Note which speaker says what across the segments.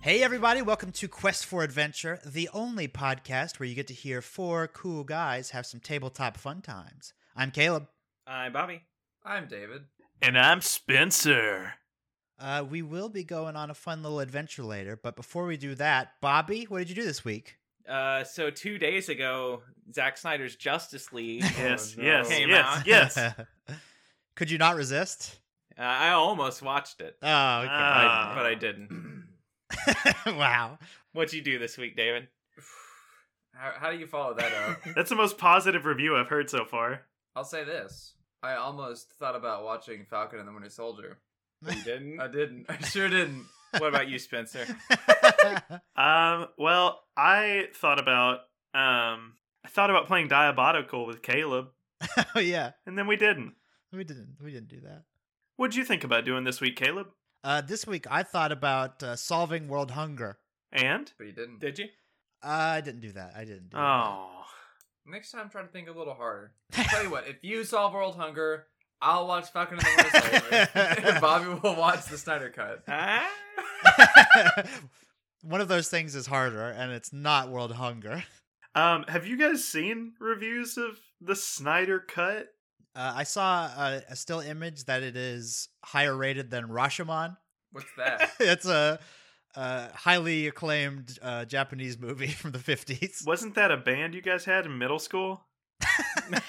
Speaker 1: Hey, everybody, welcome to Quest for Adventure, the only podcast where you get to hear four cool guys have some tabletop fun times. I'm Caleb.
Speaker 2: I'm Bobby.
Speaker 3: I'm David.
Speaker 4: And I'm Spencer.
Speaker 1: Uh, we will be going on a fun little adventure later, but before we do that, Bobby, what did you do this week?
Speaker 2: Uh, so two days ago, Zack Snyder's Justice League. uh,
Speaker 4: Yes,
Speaker 3: no.
Speaker 4: yes,
Speaker 2: Came
Speaker 4: yes,
Speaker 2: out.
Speaker 4: yes. oh,
Speaker 1: Could you not resist?
Speaker 2: uh, I almost watched it,
Speaker 1: Oh,
Speaker 2: but I-
Speaker 4: Ah.
Speaker 2: but I didn't.
Speaker 1: okay. wow.
Speaker 2: What'd you do this week, David?
Speaker 3: How, how do you follow that up?
Speaker 4: That's the most positive review I've heard so far.
Speaker 3: I'll say this. I almost thought about watching Falcon and the Winter Soldier.
Speaker 2: You didn't.
Speaker 3: I didn't. I sure didn't.
Speaker 2: what about you, Spencer?
Speaker 4: Um, well, I thought about um, I thought about playing Diabolical with Caleb,
Speaker 1: oh, yeah.
Speaker 4: and then we didn't.
Speaker 1: We didn't. We didn't do that.
Speaker 4: What'd you think about doing this week, Caleb?
Speaker 1: Uh, this week, I thought about uh, solving world hunger.
Speaker 4: And
Speaker 3: But you didn't.
Speaker 2: Did you?
Speaker 1: I didn't do that. I didn't do that.
Speaker 4: oh,
Speaker 3: Next time, try to think a little harder. I'll tell you what, if you solve world hunger, I'll watch Falcon and the Winter Soldier. and Bobby will watch the Snyder Cut.
Speaker 2: Ah?
Speaker 1: One of those things is harder, and it's not world hunger.
Speaker 4: um, have you guys seen reviews of the Snyder Cut?
Speaker 1: Uh, I saw a, a still image that it is higher rated than Rashomon.
Speaker 3: What's that?
Speaker 1: it's a, a highly acclaimed uh, Japanese movie from the 50s.
Speaker 4: Wasn't that a band you guys had in middle school?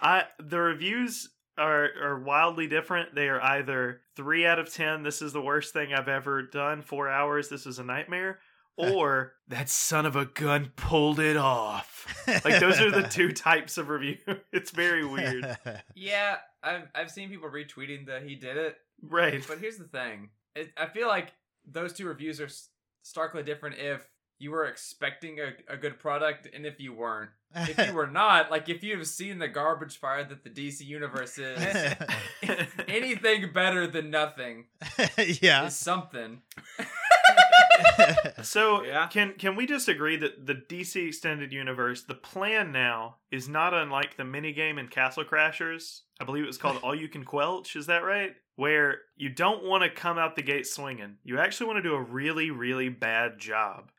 Speaker 4: I the reviews are are wildly different. They are either three out of ten. This is the worst thing I've ever done. Four hours. This is a nightmare. Or that son of a gun pulled it off. Like those are the two types of review. It's very weird,
Speaker 3: yeah, I've, I've seen people retweeting that he did it.
Speaker 4: right?
Speaker 3: But here's the thing. It, I feel like those two reviews are s- starkly different if you were expecting a, a good product and if you weren't. if you were not, like if you've seen the garbage fire that the DC universe is, anything better than nothing
Speaker 1: yeah.
Speaker 3: is something.
Speaker 4: So
Speaker 2: Yeah.
Speaker 4: can can we just agree that the DC Extended Universe, the plan now is not unlike the minigame in Castle Crashers. I believe it was called All You Can Quelch. Is that right? Where you don't want to come out the gate swinging. You actually want to do a really really bad job,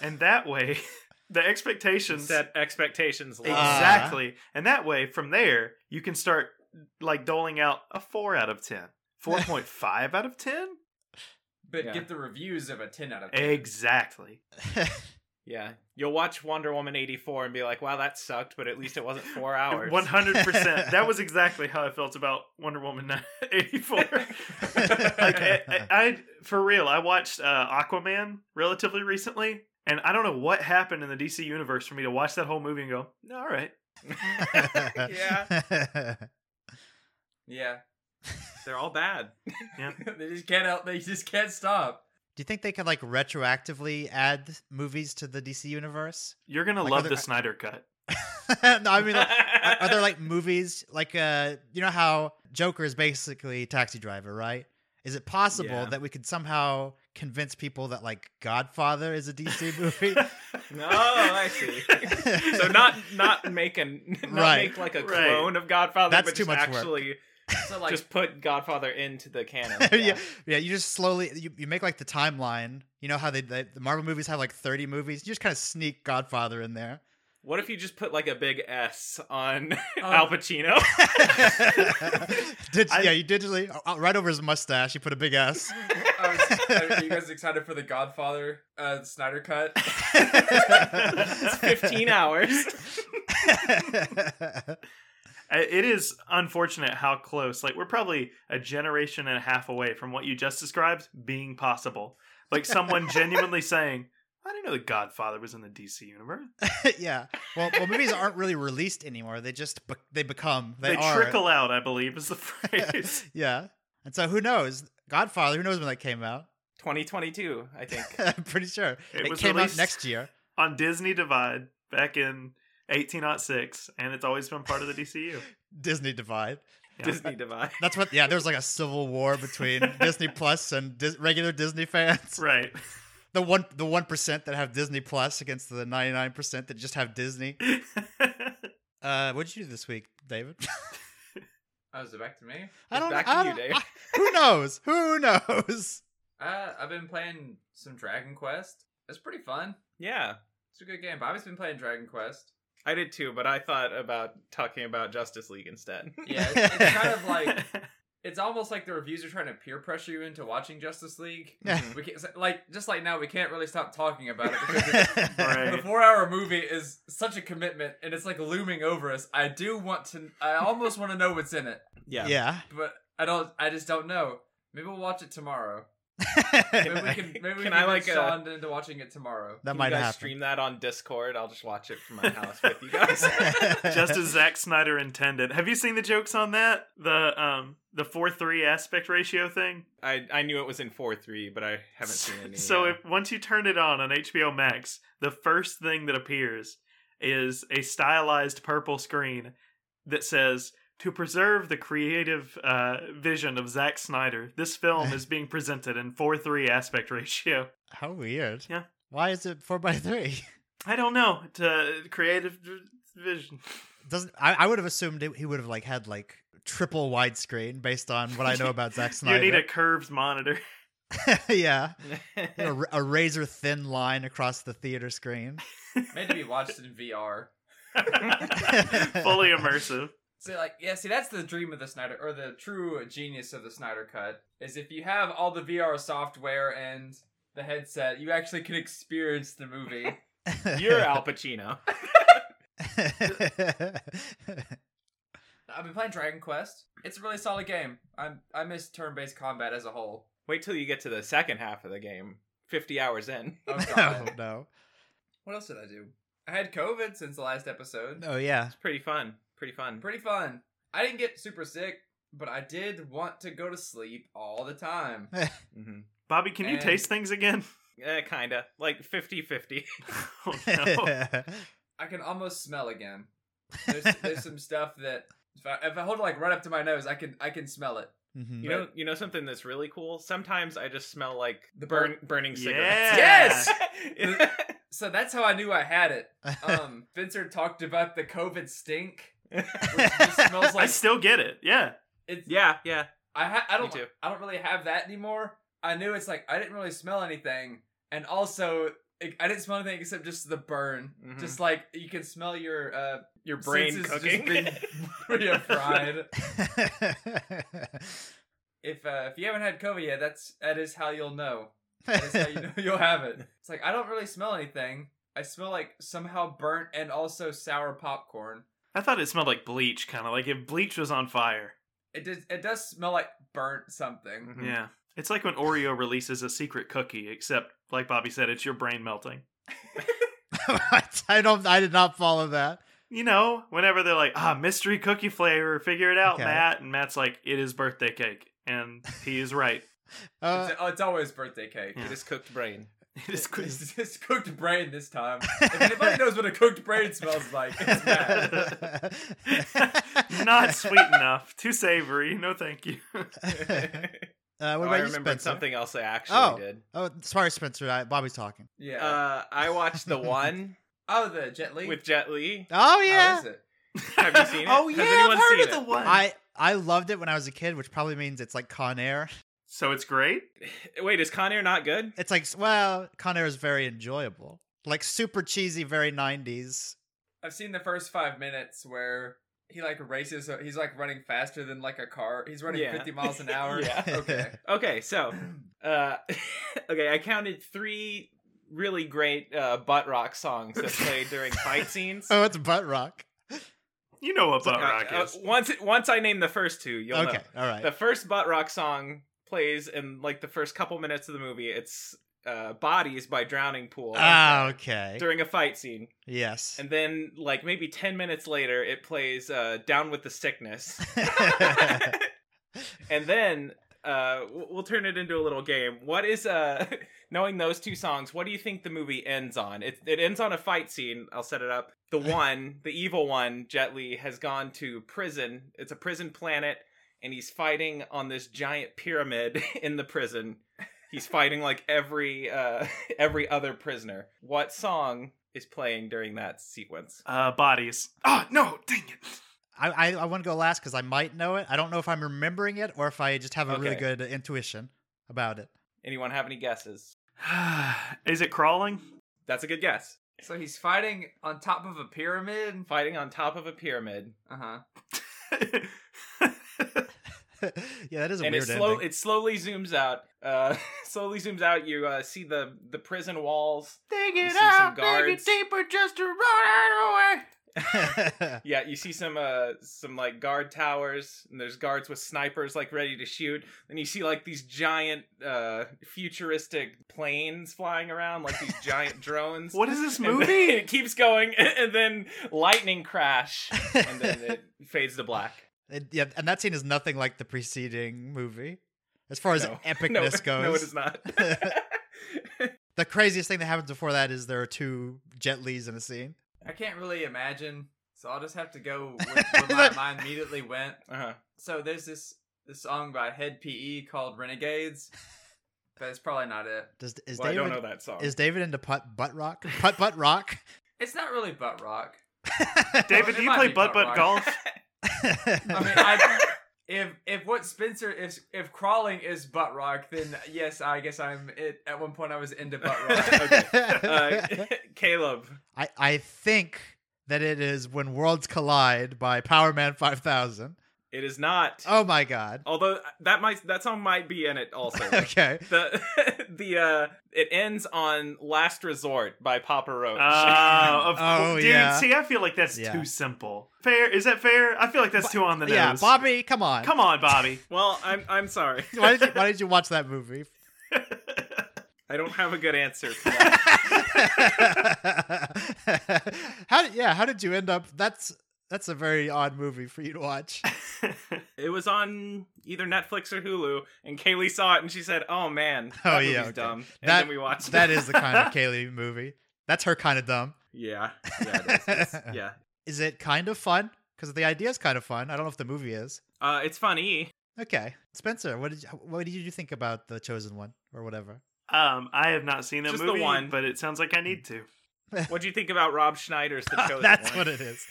Speaker 4: and that way the expectations
Speaker 2: Set expectations low.
Speaker 1: Uh,
Speaker 4: exactly. and that way from there you can start like doling out a four out of ten. 4.5 out of 10?
Speaker 3: But
Speaker 2: Yeah.
Speaker 3: get the reviews of a 10 out of 10.
Speaker 4: Exactly.
Speaker 2: yeah, you'll watch Wonder Woman eighty four and be like, "Wow, that sucked," but at least it wasn't four hours.
Speaker 4: One hundred percent. That was exactly how I felt about Wonder Woman eighty four. like I, I, I- for real, I watched uh, Aquaman relatively recently, and I don't know what happened in the DC universe for me to watch that whole movie and go, "No, all right,
Speaker 1: yeah.
Speaker 3: Yeah.
Speaker 2: They're all bad.
Speaker 3: they just can't help, they just can't stop.
Speaker 1: Do you think they could like retroactively add movies to the DC universe?
Speaker 4: you're gonna
Speaker 1: Like, are
Speaker 4: love
Speaker 1: there-
Speaker 4: the Snyder cut."
Speaker 1: no, I mean, like, are, are there like movies like uh, you know how Joker is basically Taxi Driver, right? Is it possible
Speaker 2: Yeah.
Speaker 1: that we could somehow convince people that like Godfather is a DC movie?
Speaker 2: No, I see. so not not make a not
Speaker 1: Right.
Speaker 2: make like a
Speaker 4: Right.
Speaker 2: clone of Godfather.
Speaker 1: That's
Speaker 2: but
Speaker 1: too
Speaker 2: just
Speaker 1: much work.
Speaker 2: actually
Speaker 3: So like
Speaker 2: just put Godfather into the canon.
Speaker 1: yeah. yeah, You just slowly you, you make like the timeline. You know how they, they the Marvel movies have like thirty movies. You just kind of sneak Godfather in there.
Speaker 2: What if you just put like a big S on
Speaker 3: Oh.
Speaker 2: Al Pacino?
Speaker 1: Dig-
Speaker 4: I-
Speaker 1: yeah, you digitally uh, right over his mustache. You put a big S.
Speaker 3: I was- are you guys excited for the Godfather uh, Snyder cut?
Speaker 2: It's Fifteen hours.
Speaker 4: I- It is unfortunate how close. Like we're probably a generation and a half away from what you just described being possible. Like someone genuinely saying, "I didn't know the Godfather was in the DC universe."
Speaker 1: yeah. Well, well, movies aren't really released anymore. They just be- they become they,
Speaker 4: they,
Speaker 1: are.
Speaker 4: trickle out i believe is the phrase
Speaker 1: yeah. And so who knows? Godfather. Who knows when that came out?
Speaker 2: 2022, I think.
Speaker 1: I'm pretty sure
Speaker 4: It
Speaker 1: it,
Speaker 4: was
Speaker 1: came out
Speaker 4: released-
Speaker 1: next year.
Speaker 4: on disney divide back in 1806 and it's always been part of the dcu
Speaker 1: Disney Divide.
Speaker 4: Yeah.
Speaker 2: Disney Divide.
Speaker 1: That's what. Yeah. There was like a civil war between Disney Plus and dis- regular Disney fans.
Speaker 4: right
Speaker 1: The one the one percent that have Disney Plus against the ninety nine percent that just have Disney. Uh, what did you do this week, David?
Speaker 3: Oh, is it back to me?
Speaker 1: I
Speaker 2: It's
Speaker 1: don't.
Speaker 2: back
Speaker 1: I
Speaker 2: to you,
Speaker 1: don't-
Speaker 2: Dave.
Speaker 1: I- who knows? Who knows?
Speaker 3: Uh, I've been playing some Dragon Quest. It's pretty fun.
Speaker 2: Yeah,
Speaker 3: It's a good game. Bobby's been playing Dragon Quest.
Speaker 2: I did too, but I thought about talking about Justice League instead.
Speaker 3: Yeah, it's, it's kind of like it's almost like the reviews are trying to peer pressure you into watching Justice League.
Speaker 2: Mm-hmm.
Speaker 3: We can't like just like now we can't really stop talking about it because it's,
Speaker 4: right.
Speaker 3: the four-hour movie is such a commitment and it's like looming over us. I do want to. I almost want to know what's in it,
Speaker 2: yeah.
Speaker 1: yeah.
Speaker 3: but I don't. I just don't know. Maybe we'll watch it tomorrow. Maybe we can. Maybe
Speaker 2: Can
Speaker 3: we can
Speaker 2: I,
Speaker 3: get
Speaker 2: like, uh,
Speaker 3: Sean into watching it tomorrow.
Speaker 1: that
Speaker 2: Can
Speaker 1: might
Speaker 2: you guys
Speaker 1: happen.
Speaker 2: stream that on Discord. I'll just watch it from my house with you guys.
Speaker 4: just as Zack Snyder intended. Have you seen the jokes on that? The um the four three aspect ratio thing.
Speaker 2: I, I knew it was in four three, but I haven't seen any.
Speaker 4: So
Speaker 2: uh,
Speaker 4: if once you turn it on on HBO Max, the first thing that appears is a stylized purple screen that says. To preserve the creative uh, vision of Zack Snyder, this film is being presented in 4 3 aspect ratio.
Speaker 1: How weird.
Speaker 4: Yeah.
Speaker 1: Why is it four by three?
Speaker 4: I don't know. To creative vision.
Speaker 1: Doesn't I, I would have assumed it, he would have like had like triple widescreen based on what I know about Zack
Speaker 4: You
Speaker 1: Snyder.
Speaker 4: need a curved monitor.
Speaker 1: yeah, a, ra- a razor thin line across the theater screen.
Speaker 3: Maybe be watched in VR.
Speaker 4: Fully immersive.
Speaker 3: So like yeah, see that's the dream of the Snyder or the true genius of the Snyder cut is if you have all the VR software and the headset, you actually can experience the movie.
Speaker 2: you're Al Pacino.
Speaker 3: I've been playing Dragon Quest. It's a really solid game. I I miss turn-based combat as a whole.
Speaker 2: Wait till you get to the second half of the game. Fifty hours in.
Speaker 3: Oh,
Speaker 1: oh
Speaker 3: God.
Speaker 1: no!
Speaker 3: what else did I do? I had COVID since the last episode.
Speaker 1: Oh yeah.
Speaker 2: It's pretty fun. Pretty fun.
Speaker 3: Pretty fun. I didn't get super sick, but I did want to go to sleep all the time.
Speaker 2: hmm
Speaker 4: Bobby, can you
Speaker 3: And-
Speaker 4: taste things again?
Speaker 2: Eh, kinda like 50-50.
Speaker 4: oh, no.
Speaker 3: I can almost smell again. There's, there's some stuff that if I, if I hold it like right up to my nose, I can I can smell it.
Speaker 1: Mhm.
Speaker 2: You know, you know something that's really cool. Sometimes I just smell like
Speaker 3: The
Speaker 2: burn, burning cigarettes.
Speaker 4: Yeah.
Speaker 2: Yes.
Speaker 3: So that's how I knew I had it. Um, Spencer talked about the COVID stink. Which just smells
Speaker 4: I
Speaker 3: like
Speaker 4: still get it. Yeah.
Speaker 3: it's
Speaker 2: yeah, yeah.
Speaker 3: I ha- I
Speaker 2: Me
Speaker 3: don't
Speaker 2: too.
Speaker 3: I don't really have that anymore. I knew it's like I didn't really smell anything, and also it, I didn't smell anything except just the burn.
Speaker 2: Mhm.
Speaker 3: Just like you can smell your uh
Speaker 2: Your brain
Speaker 3: senses
Speaker 2: cooking.
Speaker 3: just being yeah, fried. If uh, if you haven't had COVID yet, that's that is how you'll know. That is how you know you'll have it. It's like I don't really smell anything. I smell like somehow burnt and also sour popcorn.
Speaker 4: I thought it smelled like bleach, kind of like if bleach was on fire.
Speaker 3: It does it does smell like burnt something.
Speaker 2: Mhm.
Speaker 4: Yeah. It's like when Oreo releases a secret cookie, except, like Bobby said, it's your brain melting.
Speaker 1: What? I don't. I did not follow that.
Speaker 4: You know, whenever they're like, ah, mystery cookie flavor, figure it out,
Speaker 1: Okay.
Speaker 4: Matt. And Matt's like, it is birthday cake. And he is right.
Speaker 1: Uh,
Speaker 3: It's, oh, it's always birthday cake.
Speaker 4: Yeah.
Speaker 2: It is cooked brain.
Speaker 4: It is
Speaker 3: It's, it's cooked brain this time. If
Speaker 1: Uh,
Speaker 3: anybody knows what a cooked brain smells like, it's bad.
Speaker 4: not sweet enough. Too savory. No, thank you.
Speaker 1: Uh, what
Speaker 2: Oh,
Speaker 1: about
Speaker 2: I
Speaker 1: you,
Speaker 2: remembered
Speaker 1: Spencer?
Speaker 2: something else I actually
Speaker 1: Oh.
Speaker 2: did.
Speaker 1: Oh, sorry, Spencer. I, Bobby's talking.
Speaker 3: Yeah.
Speaker 2: Uh, I watched the one
Speaker 3: oh, the Jet Li.
Speaker 2: with Jet Li.
Speaker 1: Oh
Speaker 3: How
Speaker 1: yeah,
Speaker 3: is it?
Speaker 2: Have you seen it?
Speaker 4: Oh
Speaker 2: Has
Speaker 4: yeah, I've
Speaker 2: anyone
Speaker 4: heard
Speaker 2: seen
Speaker 4: of
Speaker 2: it?
Speaker 4: the one.
Speaker 1: I I loved it when I was a kid, which probably means it's like Con Air.
Speaker 4: so it's great.
Speaker 2: Wait, is Con Air not good?
Speaker 1: It's like well, Con Air is very enjoyable, like super cheesy, very '90s.
Speaker 3: I've seen the first five minutes where he like races. uh, He's like running faster than like a car. He's running
Speaker 2: Yeah.
Speaker 3: 50 miles an hour.
Speaker 2: Yeah.
Speaker 3: Okay.
Speaker 2: Okay, so uh, okay, I counted three really great uh, butt rock songs that played during fight scenes.
Speaker 1: Oh, it's butt rock.
Speaker 4: You know what butt
Speaker 2: Uh,
Speaker 4: rock
Speaker 2: uh,
Speaker 4: is.
Speaker 2: once once I name the first two, you'll
Speaker 1: okay,
Speaker 2: know.
Speaker 1: all right.
Speaker 2: The first butt rock song plays in like the first couple minutes of the movie. It's uh, "Bodies" by Drowning Pool
Speaker 1: Ah, okay.
Speaker 2: during a fight scene,
Speaker 1: Yes.
Speaker 2: and then like maybe ten minutes later, it plays uh, "Down with the Sickness," and then uh, w- we'll turn it into a little game. What is uh, knowing those two songs? What do you think the movie ends on? It it ends on a fight scene. I'll set it up. The one, the evil one, Jet Li has gone to prison. It's a prison planet, and he's fighting on this giant pyramid in the prison. He's fighting like every uh, every other prisoner. What song is playing during that sequence?
Speaker 4: Uh, bodies. Oh no! Dang it.
Speaker 1: I I, I want to go last because I might know it. I don't know if I'm remembering it or if I just have a really
Speaker 2: Okay.
Speaker 1: good intuition about it.
Speaker 2: Anyone have any guesses?
Speaker 4: Is it crawling?
Speaker 2: That's a good guess.
Speaker 3: So he's fighting on top of a pyramid.
Speaker 2: Fighting on top of a pyramid,
Speaker 3: Uh huh.
Speaker 1: yeah, that is a
Speaker 2: and it
Speaker 1: weird
Speaker 2: slow
Speaker 1: ending.
Speaker 2: it slowly zooms out. Uh, slowly zooms out. You uh, see the the prison walls.
Speaker 3: Dig
Speaker 2: it see some out, dig it guards.
Speaker 3: deeper, just to run out
Speaker 2: Yeah, you see some uh some like guard towers, and there's guards with snipers like ready to shoot. And you see like these giant uh futuristic planes flying around, like these giant drones.
Speaker 4: what is this
Speaker 2: And then
Speaker 4: movie?
Speaker 2: it keeps going, and then lightning crash, and then it fades to black.
Speaker 1: And- yeah, and that scene is nothing like the preceding movie, as far as
Speaker 2: No. No,
Speaker 1: epicness goes.
Speaker 2: no, it is not.
Speaker 1: the craziest thing that happens before that is there are two Jet Lees in a scene.
Speaker 3: I can't really imagine, so I'll just have to go with where my mind immediately went.
Speaker 2: uh-huh.
Speaker 3: So there's this this song by Head PE called Renegades, but it's probably not it.
Speaker 1: Does is
Speaker 2: Well, I don't
Speaker 1: David
Speaker 2: know that song.
Speaker 1: is David into putt butt rock? Putt butt rock.
Speaker 3: It's not really butt rock.
Speaker 4: David,
Speaker 3: it
Speaker 4: do you
Speaker 3: might
Speaker 4: play
Speaker 3: be
Speaker 4: butt butt
Speaker 3: Butt
Speaker 4: golf?
Speaker 3: I mean, I, if if what Spencer if if crawling is butt rock, then yes, I guess I'm. It, at one point, I was into butt rock.
Speaker 2: uh, Caleb.
Speaker 1: I I think that it is when worlds collide by Power Man Five Thousand.
Speaker 2: It is not.
Speaker 1: Oh my god.
Speaker 2: Although uh, that might that song might be in it also.
Speaker 1: Okay.
Speaker 2: the the uh it ends on Last Resort by Papa Roach.
Speaker 4: Oh, of
Speaker 1: Oh,
Speaker 4: course. Dude,
Speaker 1: yeah.
Speaker 4: see, I feel like that's
Speaker 1: Yeah.
Speaker 4: too simple. Fair? Is that fair? I feel like that's too on the nose.
Speaker 1: Yeah, Bobby, come on.
Speaker 4: Come on, Bobby.
Speaker 2: well, I'm I'm sorry.
Speaker 1: Why did you, why did you watch that movie?
Speaker 2: I don't have a good answer for that.
Speaker 1: how did, yeah, how did you end up that's that's a very odd movie for you to watch.
Speaker 2: it was on either Netflix or Hulu and Kaylee saw it and she said, "Oh man,
Speaker 1: Oh,
Speaker 2: that movie's
Speaker 1: yeah, okay.
Speaker 2: dumb." And
Speaker 1: That-
Speaker 2: then we watched
Speaker 1: That
Speaker 2: it.
Speaker 1: is the kind of Kaylee movie. That's her kind of dumb.
Speaker 2: Yeah. Yeah. It is. It's- yeah.
Speaker 1: Is it kind of fun? Because the idea is kind of fun. I don't know if the movie is.
Speaker 2: Uh it's funny.
Speaker 1: Okay, Spencer, what did you, what did you think about the chosen one or whatever?
Speaker 4: Um, I have not seen that
Speaker 2: Just the
Speaker 4: movie,
Speaker 2: one.
Speaker 4: but it sounds like I need to.
Speaker 2: What do you think about Rob Schneider's The Chosen
Speaker 1: That's
Speaker 2: One?
Speaker 1: what it is.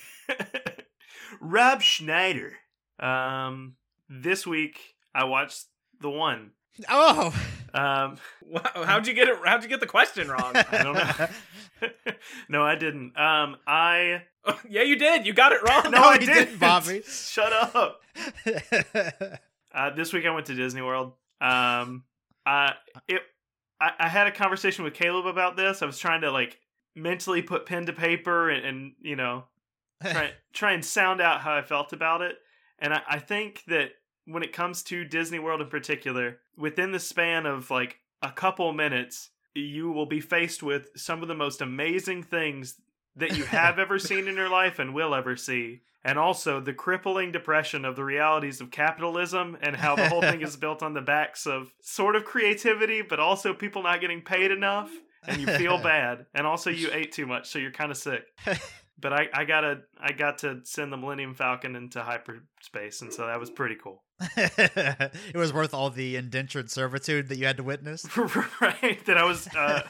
Speaker 4: Rob Schneider. Um, this week I watched the one.
Speaker 1: Oh,
Speaker 4: Um,
Speaker 2: Wow, how'd you get it? How'd you get the question wrong?
Speaker 4: I don't know. no, I didn't. Um, I
Speaker 2: yeah, you did. You got it wrong.
Speaker 4: no,
Speaker 1: No,
Speaker 4: I
Speaker 1: he didn't, Bobby.
Speaker 4: Shut up. Uh, this week I went to Disney World. Um, I it I, I had a conversation with Caleb about this. I was trying to like mentally put pen to paper and, and you know try try and sound out how I felt about it. And I, I think that when it comes to Disney World in particular, within the span of like a couple minutes, you will be faced with some of the most amazing things that you have ever seen in your life and will ever see. And also the crippling depression of the realities of capitalism and how the whole thing is built on the backs of sort of creativity, but also people not getting paid enough. And you feel bad. And also you ate too much, so you're kind of sick but I, I gotta I got to send the Millennium Falcon into hyperspace, and so that was pretty cool.
Speaker 1: it was worth all the indentured servitude that you had to witness.
Speaker 4: right? That I was uh,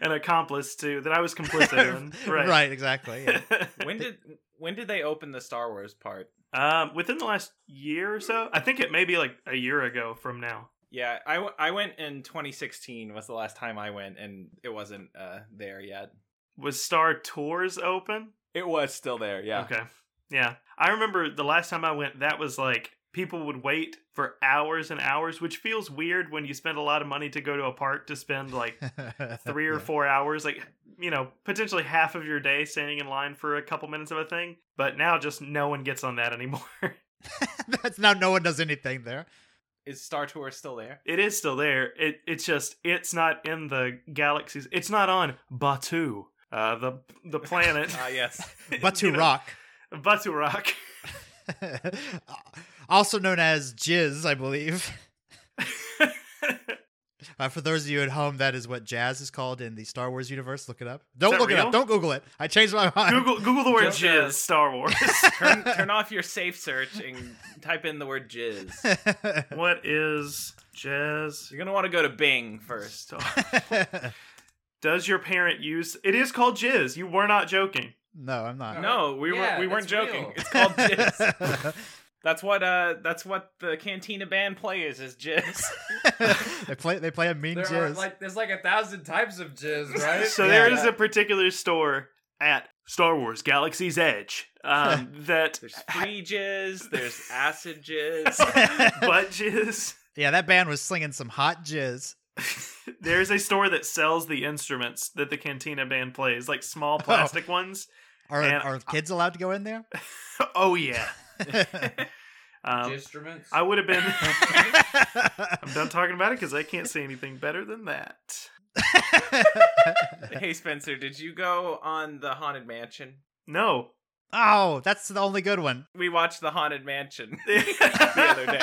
Speaker 4: an accomplice to, that I was complicit in. Right.
Speaker 1: exactly. yeah.
Speaker 2: when did when did they open the Star Wars part?
Speaker 4: um, within the last year or so, I think it may be like a year ago from now.
Speaker 2: Yeah, I, w- I went in 2016 was the last time I went, and it wasn't uh, there yet.
Speaker 4: Was Star Tours open?
Speaker 2: It was still there. Yeah.
Speaker 4: Okay. Yeah. I remember the last time I went, that was like people would wait for hours and hours, which feels weird when you spend a lot of money to go to a park to spend like three or
Speaker 1: Yeah.
Speaker 4: four hours, like you know, potentially half of your day standing in line for a couple minutes of a thing. But now, just no one gets on that anymore.
Speaker 1: That's now no one does anything there.
Speaker 2: Is Star Tour still there?
Speaker 4: it is still there. It it's just it's not in the galaxies. It's not on Batu, uh, the the planet
Speaker 2: Ah, yes.
Speaker 1: But to
Speaker 4: You know,
Speaker 1: rock,
Speaker 4: Batu Rock.
Speaker 1: also known as jizz, I believe. Uh, for those of you at home, that is what jazz is called in the Star Wars universe. Look it up. Don't
Speaker 4: that
Speaker 1: look it
Speaker 4: real?
Speaker 1: up. Don't Google it. I changed my mind.
Speaker 4: Google Google the word
Speaker 2: Just, uh,
Speaker 4: jizz Star Wars.
Speaker 2: turn, turn off your safe search and type in the word jizz.
Speaker 4: what is jazz?
Speaker 2: You're gonna want to go to Bing first.
Speaker 4: Does your parent use? It is called jizz. You were not joking.
Speaker 1: no, I'm not.
Speaker 2: No, we
Speaker 3: Yeah,
Speaker 2: were we
Speaker 3: it's
Speaker 2: weren't joking.
Speaker 3: real.
Speaker 2: It's called jizz. That's what uh that's what the Cantina band plays is jizz.
Speaker 1: they play they play a mean
Speaker 3: There are
Speaker 1: jizz.
Speaker 3: like there's like a thousand types of jizz, right?
Speaker 4: So
Speaker 1: Yeah.
Speaker 4: there is a particular store at Star Wars Galaxy's Edge um, that
Speaker 2: There's free jizz, there's acid jizz.
Speaker 4: butt jizz.
Speaker 1: yeah, that band was slinging some hot jizz.
Speaker 4: There's a store that sells the instruments that the Cantina band plays, like small plastic ones.
Speaker 1: Are
Speaker 4: And-
Speaker 1: are kids allowed to go in there?
Speaker 4: oh yeah. Um,
Speaker 3: Instruments. Oh,
Speaker 4: I would have been. I'm done talking about it because I can't say anything better than that.
Speaker 2: hey Spencer, did you go on the Haunted Mansion?
Speaker 4: No.
Speaker 1: oh, that's the only good one.
Speaker 2: We watched the Haunted Mansion.
Speaker 4: the
Speaker 2: other day.
Speaker 3: Oh,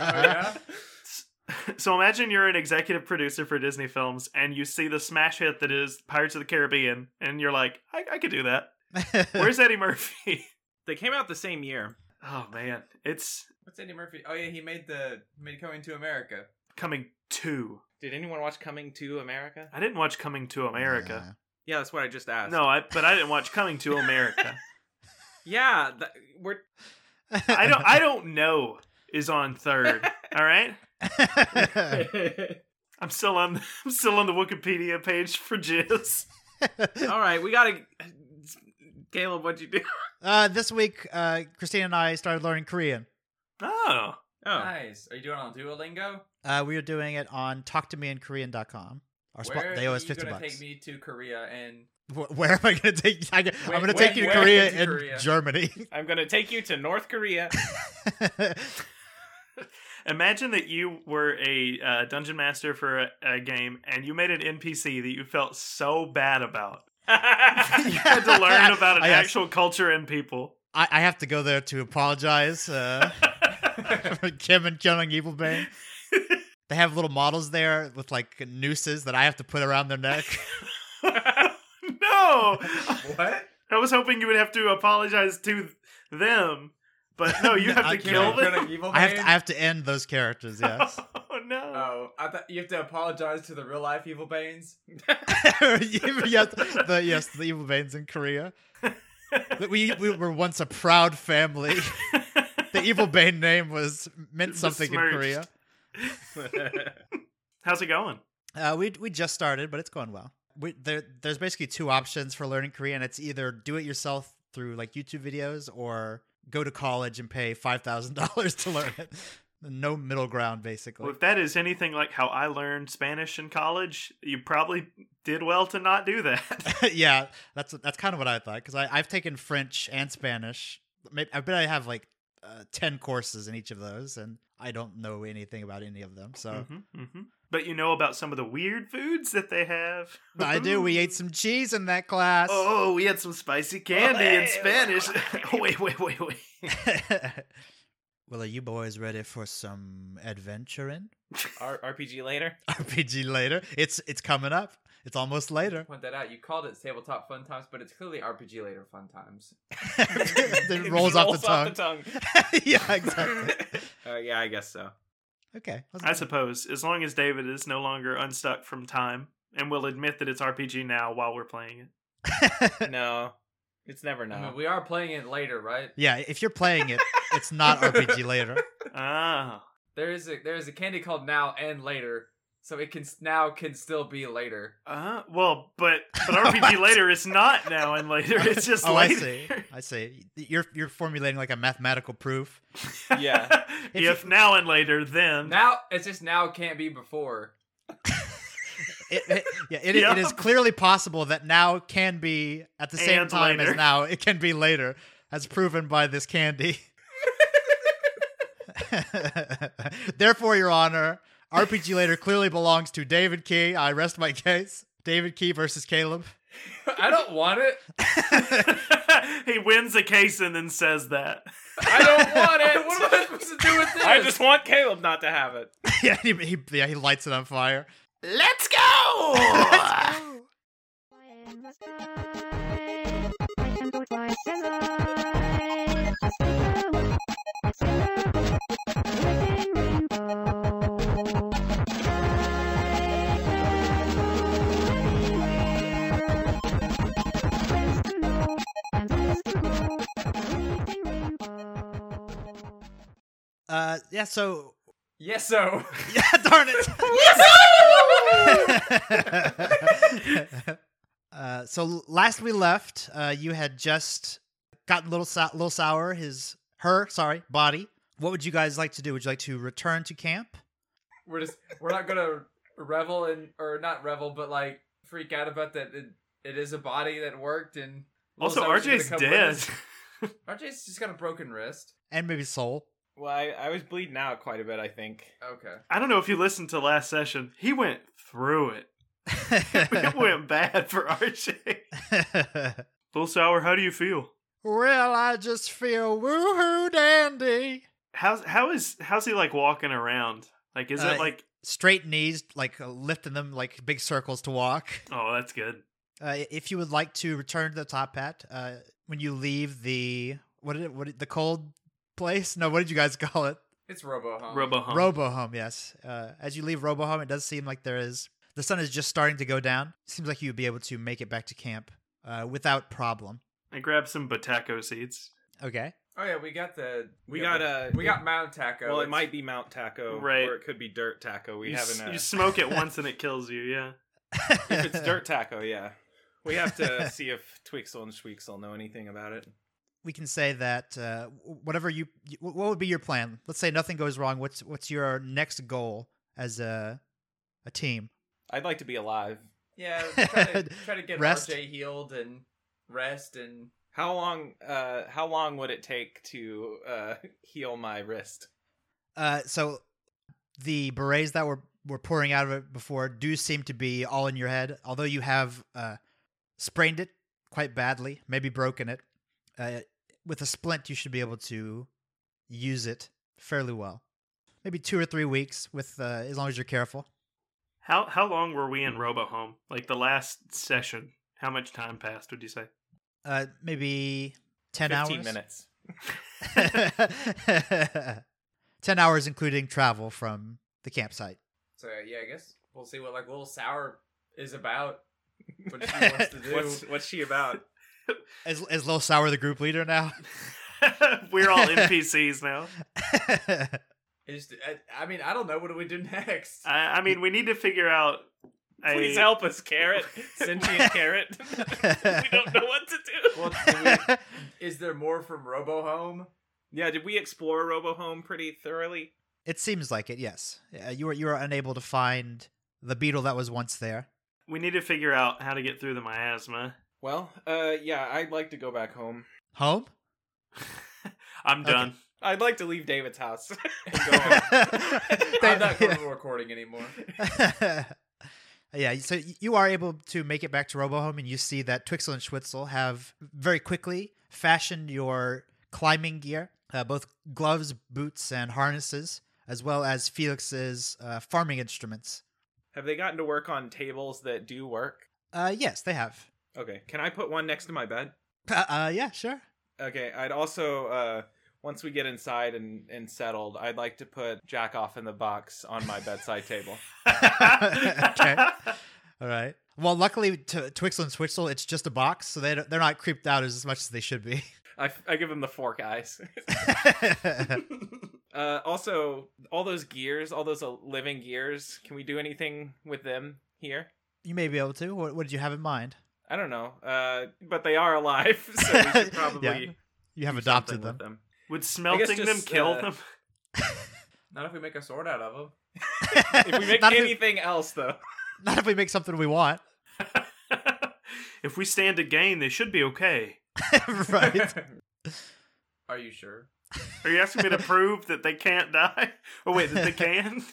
Speaker 3: yeah?
Speaker 1: Uh-huh.
Speaker 4: So imagine you're an executive producer for Disney films and you see the smash hit that is Pirates of the Caribbean, and you're like, I, I could do that. Where's Eddie Murphy?
Speaker 2: They came out the same year.
Speaker 4: Oh man, it's
Speaker 3: What's Eddie Murphy? Oh yeah, he made the he made Coming to America.
Speaker 4: coming to.
Speaker 2: Did anyone watch Coming to America?
Speaker 4: I didn't watch Coming to America.
Speaker 2: Yeah, that's what I just asked.
Speaker 4: No, I, but I didn't watch Coming to America.
Speaker 2: Yeah, th- we're
Speaker 4: I don't. I don't know. Is on third. All right. I'm still on. I'm still on the Wikipedia page for Jizz.
Speaker 2: All right, we gotta. Caleb, what'd you do?
Speaker 1: uh, this week, uh, Christine and I started learning Korean.
Speaker 4: Oh,
Speaker 2: Oh,
Speaker 3: Nice. Are you doing it on Duolingo?
Speaker 1: Uh, we are doing it on talktomeinkorean.com. Our spot,
Speaker 3: Where
Speaker 1: they owe us
Speaker 3: are you
Speaker 1: fifty
Speaker 3: gonna
Speaker 1: bucks.
Speaker 3: take me to Korea and
Speaker 1: Wh- where am I going to take? I,
Speaker 3: Where-
Speaker 1: am going to
Speaker 3: where-
Speaker 1: take you to
Speaker 3: where
Speaker 1: Korea
Speaker 3: to
Speaker 1: and
Speaker 3: Korea?
Speaker 1: Germany.
Speaker 2: I'm gonna take you to North Korea.
Speaker 4: imagine that you were a uh, dungeon master for a, a game, and you made an NPC that you felt so bad about. You had to learn about an
Speaker 1: I asked-
Speaker 4: actual culture and people.
Speaker 1: I, I have to go there to apologize uh, for Kim and killing Evil Bane. They have little models there with like nooses that I have to put around their neck.
Speaker 4: no,
Speaker 3: what?
Speaker 4: I was hoping you would have to apologize to them, but no, you have
Speaker 1: I
Speaker 4: to
Speaker 1: can't.
Speaker 4: kill
Speaker 3: You're
Speaker 4: them.
Speaker 3: gonna evil
Speaker 1: I have to,
Speaker 3: man?
Speaker 1: I have to end those characters. Yes.
Speaker 4: Oh no!
Speaker 3: Oh, I thought you have to apologize to the real life evil Banes.
Speaker 1: yes, the yes, the Evil Banes in Korea. But We we were once a proud family. The Evil Bane name was meant something in
Speaker 4: Besmirched.
Speaker 1: Korea.
Speaker 4: How's it going?
Speaker 1: Uh, we we just started, but it's going well. We, there there's basically two options for learning Korean. It's either do it yourself through like YouTube videos, or go to college and pay five thousand dollars to learn it. No middle ground,
Speaker 4: Well,
Speaker 1: basically.
Speaker 4: if that is anything like how I learned Spanish in college, you probably did well to not do that.
Speaker 1: yeah, that's that's kind of what I thought because I I've taken French and Spanish. Maybe, I bet I have like uh, ten courses in each of those, and I don't know anything about any of them. So
Speaker 4: Mhm, mhm. But you know about some of the weird foods that they have.
Speaker 1: But I do. We ate some cheese in that class.
Speaker 4: Oh, we had some spicy candy in Spanish. wait, wait, wait, wait.
Speaker 1: well, are you boys ready for some adventuring?
Speaker 2: R- RPG later.
Speaker 1: RPG later. It's it's coming up. It's almost later.
Speaker 3: Point that out. You called it tabletop fun times, but it's clearly RPG later fun times.
Speaker 1: it rolls off the tongue. yeah, exactly.
Speaker 2: Uh, yeah, I guess so.
Speaker 1: Okay. let's-
Speaker 4: I suppose as long as David is no longer unstuck from time and will admit that it's RPG now while we're playing it.
Speaker 2: No, it's never
Speaker 3: I mean,
Speaker 2: no.
Speaker 3: we are playing it later, right?
Speaker 1: yeah, if you're playing it, it's not RPG later.
Speaker 4: Ah,
Speaker 3: There is a there is a candy called now and later, so it can s- now can still be later.
Speaker 4: uh, well, but but RPG later is not now and later. It's just
Speaker 1: oh, I
Speaker 4: later.
Speaker 1: see. I see. You're you're formulating like a mathematical proof.
Speaker 2: Yeah.
Speaker 1: If
Speaker 4: if now and later, then
Speaker 3: Now it's just now can't be before.
Speaker 1: It, it- yeah, it,
Speaker 4: Yeah.
Speaker 1: it is clearly possible that now can be at the same
Speaker 4: And
Speaker 1: time
Speaker 4: later.
Speaker 1: as now. It can be later, as proven by this candy. Therefore, Your Honor, RPG later clearly belongs to David Key. I rest my case. David Key versus Caleb.
Speaker 3: I don't want it.
Speaker 4: he wins the case and then says that.
Speaker 3: I don't want it. What am I supposed to do with this?
Speaker 2: I just want Caleb not to have it.
Speaker 1: yeah, he, he, yeah, he lights it on fire.
Speaker 4: Let's go!
Speaker 5: In the sky, I can put my scissors. A scissor, a scissor, within rainbow. Everywhere. Where's the know and where's the go? Within rainbow.
Speaker 1: Uh, yeah. So
Speaker 3: Yes, so
Speaker 1: yeah, darn it. uh, so last we left, uh, you had just gotten little Sou- little sour his her sorry body. What would you guys like to do? Would you like to return to camp?
Speaker 3: we're just we're not gonna revel in or not revel, but like freak out about that. It, it is a body that worked, and
Speaker 4: Also,
Speaker 3: Lil Xylo's gonna
Speaker 4: RJ's
Speaker 3: come with
Speaker 4: dead.
Speaker 3: us. RJ's just got a broken wrist.
Speaker 1: And maybe soul.
Speaker 2: Well, I, I was bleeding out quite a bit, I think.
Speaker 3: Okay,
Speaker 4: I don't know if you listened to last session. He went through it. It went bad for RJ. Little Sour, how do you feel?
Speaker 1: well, I just feel woohoo dandy.
Speaker 4: How's how is how's he like walking around? Like is
Speaker 1: Uh,
Speaker 4: it like
Speaker 1: Straight knees, like uh, lifting them like big circles to walk.
Speaker 4: oh that's good.
Speaker 1: Uh, if you would like to return to the top hat, uh, when you leave the what did it, what did, the cold place? No, what did you guys call it?
Speaker 3: it's Robo
Speaker 2: Um,
Speaker 3: Home.
Speaker 4: Robo Hump.
Speaker 1: Robo Home. Yes. Uh, as you leave Robo Home, it does seem like there is the sun is just starting to go down. Seems like you'd be able to make it back to camp uh, without problem.
Speaker 4: I grabbed some Bataco seeds.
Speaker 1: Okay.
Speaker 3: Oh yeah, we got the
Speaker 2: We
Speaker 3: yeah,
Speaker 2: got a
Speaker 3: we got Mount Taco.
Speaker 2: Well, it
Speaker 3: It's-
Speaker 2: might be Mount Taco,
Speaker 4: Right.
Speaker 2: Or it could be Dirt Taco. We
Speaker 4: you, s-
Speaker 2: haven't. Uh,
Speaker 4: you smoke it once and it kills you. Yeah.
Speaker 2: if it's Dirt Taco, yeah. We have to see if Twixel and Schweeksel know anything about it.
Speaker 1: we can say that uh, w- whatever you, you- what would be your plan? Let's say nothing goes wrong. What's what's your next goal as a a team?
Speaker 2: I'd like to be alive.
Speaker 3: Yeah, try to, try to get
Speaker 1: Rest.
Speaker 3: RJ healed and rest and
Speaker 2: How long? Uh, how long would it take to uh, heal my wrist?
Speaker 1: Uh, so the berets that were were pouring out of it before do seem to be all in your head. Although you have uh, sprained it quite badly, maybe broken it. Uh, with a splint, you should be able to use it fairly well. Maybe two or three weeks, with uh, as long as you're careful.
Speaker 4: How how long were we in Robo Home? Like the last session? How much time passed? Would you say?
Speaker 1: Uh, maybe ten
Speaker 2: Fifteen
Speaker 1: hours.
Speaker 2: minutes.
Speaker 1: ten hours, including travel from the campsite.
Speaker 3: so yeah, I guess we'll see what like little sour is about. What she wants to do.
Speaker 2: What's what's she about?
Speaker 1: Is is Lil Sour the group leader now?
Speaker 4: we're all NPCs now.
Speaker 3: It just, uh, I, I mean, I don't know. What do we do next?
Speaker 2: Uh,
Speaker 4: I, I mean, we need to figure out. a-
Speaker 2: Please help us, Carrot, sentient Carrot. we don't know what to do.
Speaker 3: Well, do we- is there more from Robo Home?
Speaker 2: yeah, did we explore Robo Home pretty thoroughly?
Speaker 1: It seems like it. Yes, uh, you were you were unable to find the beetle that was once there.
Speaker 4: We need to figure out how to get through the miasma.
Speaker 2: Well, uh, yeah, I'd like to go back home.
Speaker 1: Home?
Speaker 4: I'm
Speaker 1: Okay.
Speaker 4: done.
Speaker 2: I'd like to leave David's house. and go home.
Speaker 3: I'm
Speaker 1: I'm
Speaker 3: not going to recording anymore.
Speaker 1: yeah. yeah. So y- you are able to make it back to RoboHome, and you see that Twixel and Schwitzel have very quickly fashioned your climbing gear, uh, both gloves, boots, and harnesses, as well as Felix's uh, farming instruments.
Speaker 2: Have they gotten to work on tables that do work?
Speaker 1: Uh, yes, they have.
Speaker 2: Okay, can I put one next to my bed?
Speaker 1: Uh, uh, yeah, sure.
Speaker 2: Okay, I'd also uh once we get inside and and settled, I'd like to put Jack off in the box on my bedside table.
Speaker 1: Okay. All right. Well, luckily, to Twixel and Switzel, it's just a box, so they don't- they're not creeped out as much as they should be.
Speaker 2: I, I give him the fork eyes. Uh also all those gears, all those uh, living gears, can we do anything with them here?
Speaker 1: you may be able to. What, what did you have in mind?
Speaker 2: I don't know. Uh but they are alive, so we should probably
Speaker 1: Yeah,
Speaker 2: do
Speaker 1: You have
Speaker 2: something
Speaker 1: adopted them.
Speaker 2: with them.
Speaker 4: Would smelting them
Speaker 2: just,
Speaker 4: kill
Speaker 2: uh,
Speaker 4: them?
Speaker 3: Not if we make a sword out of him.
Speaker 2: If we make
Speaker 1: not, if,
Speaker 2: anything else though.
Speaker 1: we- not if we make something we want,
Speaker 4: if we stand to gain, they should be okay.
Speaker 1: right?
Speaker 3: Are you sure?
Speaker 4: Are you asking me to prove that they can't die? Or wait, that they can?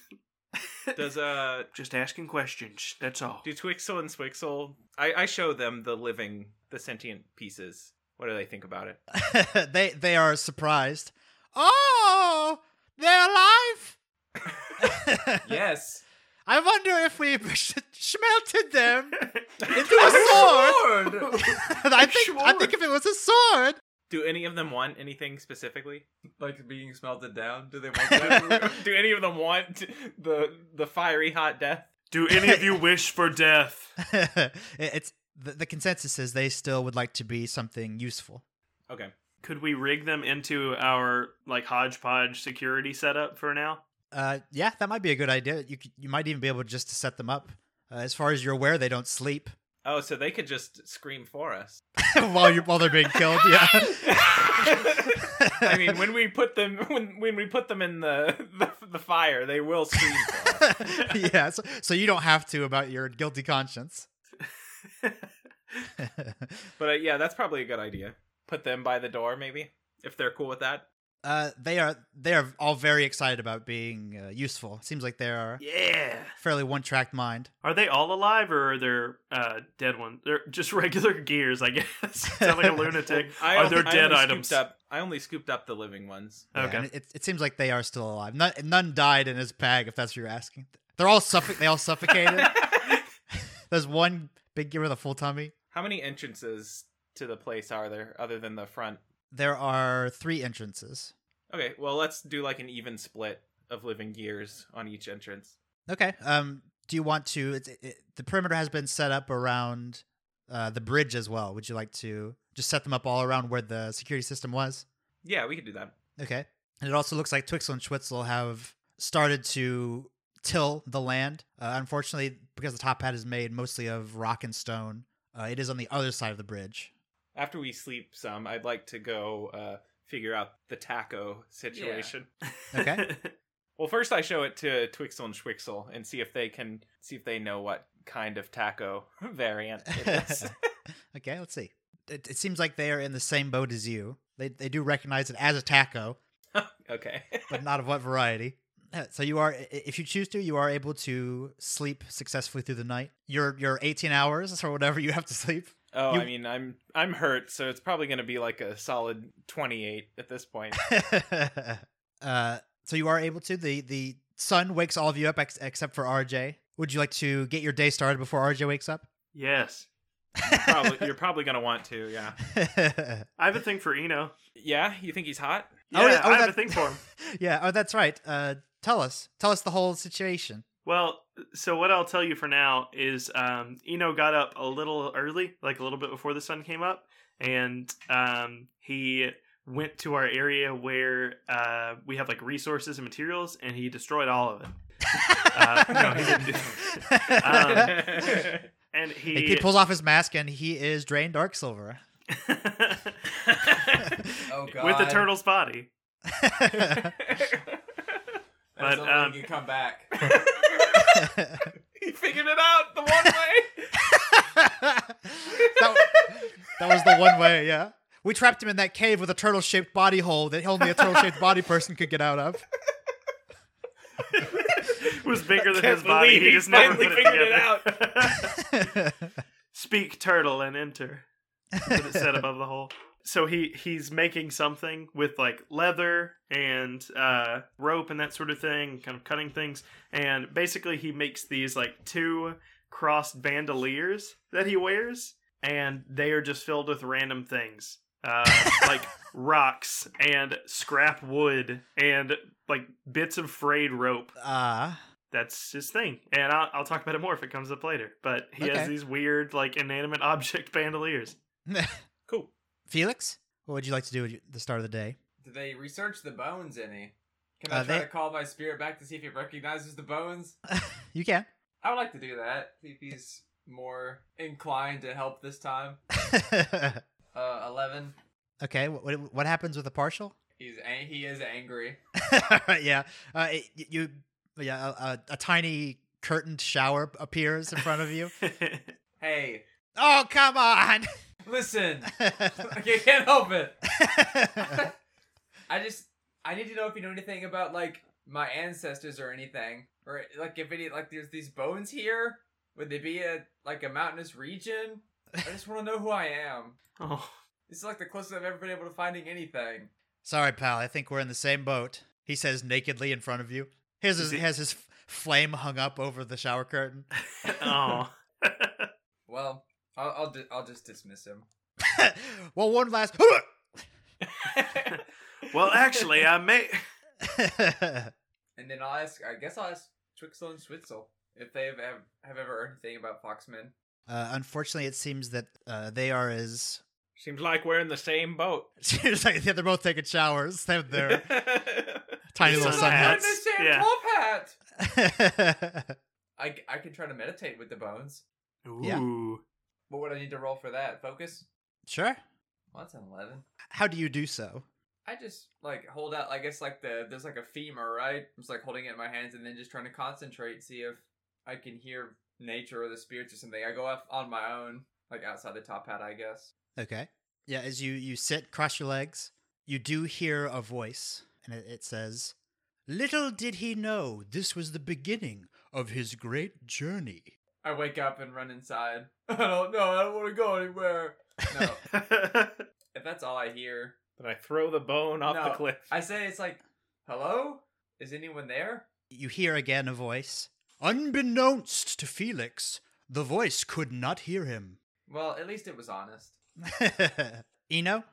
Speaker 2: Does uh
Speaker 4: Just asking questions. That's all.
Speaker 2: do Twixel and Swixel I, I show them the living the sentient pieces. What do they think about it?
Speaker 1: they they are surprised. Oh, they're alive.
Speaker 3: Yes.
Speaker 1: I wonder if we smelted them into
Speaker 3: A
Speaker 1: a sword.
Speaker 3: sword!
Speaker 1: I think I think if it was a sword,
Speaker 2: Do any of them want anything specifically?
Speaker 3: like being smelted down. Do they want that?
Speaker 2: Do any of them want the the fiery hot death?
Speaker 4: Do any of you wish for death?
Speaker 1: It- it's the, the consensus is they still would like to be something useful.
Speaker 2: Okay.
Speaker 4: Could we rig them into our like hodgepodge security setup for now?
Speaker 1: Uh, yeah, that might be a good idea. You c- you might even be able just to set them up. Uh, as far as you're aware, they don't sleep
Speaker 2: Oh, so they could just scream for us.
Speaker 1: while you while they're being killed. Yeah.
Speaker 2: I mean, when we put them when when we put them in the the, the fire, they will scream for us.
Speaker 1: yeah. So, so you don't have to about your guilty conscience.
Speaker 2: But uh, yeah, that's probably a good idea. Put them by the door, maybe if they're cool with that.
Speaker 1: uh, they are they are all very excited about being uh, useful. Seems like they are
Speaker 4: yeah.
Speaker 1: fairly one tracked mind.
Speaker 4: Are they all alive or are there uh, dead ones? They're just regular gears, I guess. Sound like a lunatic.
Speaker 2: I
Speaker 4: are
Speaker 2: on-
Speaker 4: there
Speaker 2: I
Speaker 4: dead
Speaker 2: only
Speaker 4: items?
Speaker 2: Scooped up, I only scooped up the living ones.
Speaker 1: Yeah,
Speaker 4: Okay.
Speaker 1: and it, it seems like they are still alive. None, none died in his bag, if that's what you're asking. They're all suffo- They all suffocated. There's one big giver with a full tummy.
Speaker 2: How many entrances to the place are there other than the front?
Speaker 1: There are three entrances.
Speaker 2: Okay, well let's do like an even split of living gears on each entrance.
Speaker 1: Okay. Um. Do you want to? It, it, it- the perimeter has been set up around uh, the bridge as well. Would you like to just set them up all around where the security system was?
Speaker 2: Yeah, we could do that.
Speaker 1: Okay. And it also looks like Twixel and Schwitzel have started to till the land. Uh, unfortunately, because the top hat is made mostly of rock and stone, uh, it is on the other side of the bridge.
Speaker 2: After we sleep some, I'd like to go uh, figure out the taco situation.
Speaker 1: Okay.
Speaker 2: Well, first I show it to Twixel and Schwixel and see if they can see if they know what kind of taco variant it is.
Speaker 1: okay, let's see. It, it seems like they are in the same boat as you. They they do recognize it as a taco,
Speaker 2: okay.
Speaker 1: but not of what variety. Uh, So you are, i- if you choose to, you are able to sleep successfully through the night. Your your 18 hours or whatever you have to sleep.
Speaker 2: Oh,
Speaker 1: You-
Speaker 2: I mean, I'm I'm hurt, so it's probably going to be like a solid 28 at this point.
Speaker 1: uh, so you are able to. The the sun wakes all of you up ex- except for RJ. Would you like to get your day started before RJ wakes up?
Speaker 4: yes.
Speaker 2: probably, you're probably going to want to, yeah.
Speaker 4: I have a thing for Eno.
Speaker 2: Yeah, you think he's hot?
Speaker 4: Yeah,
Speaker 1: yeah, oh,
Speaker 4: I have
Speaker 1: that-
Speaker 4: a thing for him.
Speaker 1: yeah. Oh, that's right. Uh, tell us. Tell us the whole situation.
Speaker 4: Well, so what I'll tell you for now is um, Eno got up a little early, like a little bit before the sun came up, and um, he went to our area where uh, we have like resources and materials, and he destroyed all of it. uh, no, he didn't do Um, And he,
Speaker 1: He, pulls off his mask and he is Drain Dark Silver.
Speaker 3: Oh god.
Speaker 4: with the turtle's body.
Speaker 3: That's
Speaker 4: but,
Speaker 3: only when
Speaker 4: um,
Speaker 3: you come back.
Speaker 2: he figured it out the one way.
Speaker 1: that, that was the one way, yeah. We trapped him in that cave with a turtle shaped body hole that only a turtle shaped body person could get out of.
Speaker 4: It was bigger than
Speaker 2: Can't
Speaker 4: his body.
Speaker 2: believe
Speaker 4: He
Speaker 2: he
Speaker 4: just never
Speaker 2: finally
Speaker 4: put
Speaker 2: figured it
Speaker 4: together. Speak turtle and enter. That's what it said above the hole. So he he's making something with like leather and uh, rope and that sort of thing, kind of cutting things. And basically, he makes these like two crossed bandoliers that he wears, and they are just filled with random things, uh, like rocks and scrap wood and like bits of frayed rope
Speaker 1: Uh,
Speaker 4: that's his thing and I'll, I'll talk about it more if it comes up later but he
Speaker 1: Okay.
Speaker 4: has these weird like inanimate object bandoliers
Speaker 2: Cool.
Speaker 1: Felix, what would you like to do at the start of the day?
Speaker 3: Do they research the bones any? Can I
Speaker 1: Uh,
Speaker 3: try
Speaker 1: they-
Speaker 3: to call my spirit back to see if it recognizes the bones?
Speaker 1: You can.
Speaker 3: I would like to do that. See if he's more inclined to help this time. Uh, eleven.
Speaker 1: okay, what, what, what happens with the partial?
Speaker 3: He's an- he is angry.
Speaker 1: yeah, uh, it, you, yeah, a, a, a tiny curtained shower appears in front of you.
Speaker 3: Hey,
Speaker 1: oh, come on!
Speaker 3: listen, I can't help it. I just I need to know if you know anything about like my ancestors or anything, or like if any like there's these bones here. Would they be at like a mountainous region? I just want to know who I am.
Speaker 4: oh
Speaker 3: This is like the closest I've ever been able to finding anything.
Speaker 1: Sorry, pal. I think we're in the same boat. He says nakedly in front of you. Here's his,
Speaker 4: Is it-
Speaker 1: has his f- flame hung up over the shower curtain.
Speaker 4: oh
Speaker 3: Well, I'll I'll, di- I'll just dismiss him.
Speaker 1: well, one last.
Speaker 4: well actually i may
Speaker 3: And then I'll ask. I guess I'll ask Twixel and Switzel if they have have, have ever heard anything about Foxmen.
Speaker 1: Uh, unfortunately, it seems that uh, they are as
Speaker 2: Seems like we're in the same boat.
Speaker 1: She's like, yeah, they're both taking showers. They have their tiny
Speaker 4: It's
Speaker 1: little
Speaker 4: not
Speaker 1: sun
Speaker 4: bad.
Speaker 3: And
Speaker 1: hats.
Speaker 3: the same top
Speaker 4: Yeah.
Speaker 3: hat.
Speaker 1: I
Speaker 3: I, I can try to meditate with the bones.
Speaker 4: Ooh.
Speaker 1: Yeah.
Speaker 3: What would I need to roll for that? Focus?
Speaker 1: sure.
Speaker 3: Well, that's an 11.
Speaker 1: How do you do so?
Speaker 3: I just like hold out, I guess, like the, there's like a femur, right? I'm just like holding it in my hands and then just trying to concentrate, see if I can hear nature or the spirits or something. I go off on my own, like outside the top hat, I guess.
Speaker 1: Okay. Yeah, as you you sit, cross your legs, you do hear a voice, and it, it says, "Little did he know this was the beginning of his great journey."
Speaker 3: I wake up and run inside. I don't know. I don't want to go anywhere. No, if that's all I hear,
Speaker 2: Did I throw the bone off the
Speaker 3: No.
Speaker 2: cliff?
Speaker 3: I say it's like, "Hello, is anyone there?"
Speaker 1: You hear again a voice. Unbeknownst to Felix, the voice could not hear him.
Speaker 3: Well, at least it was honest.
Speaker 1: Eno,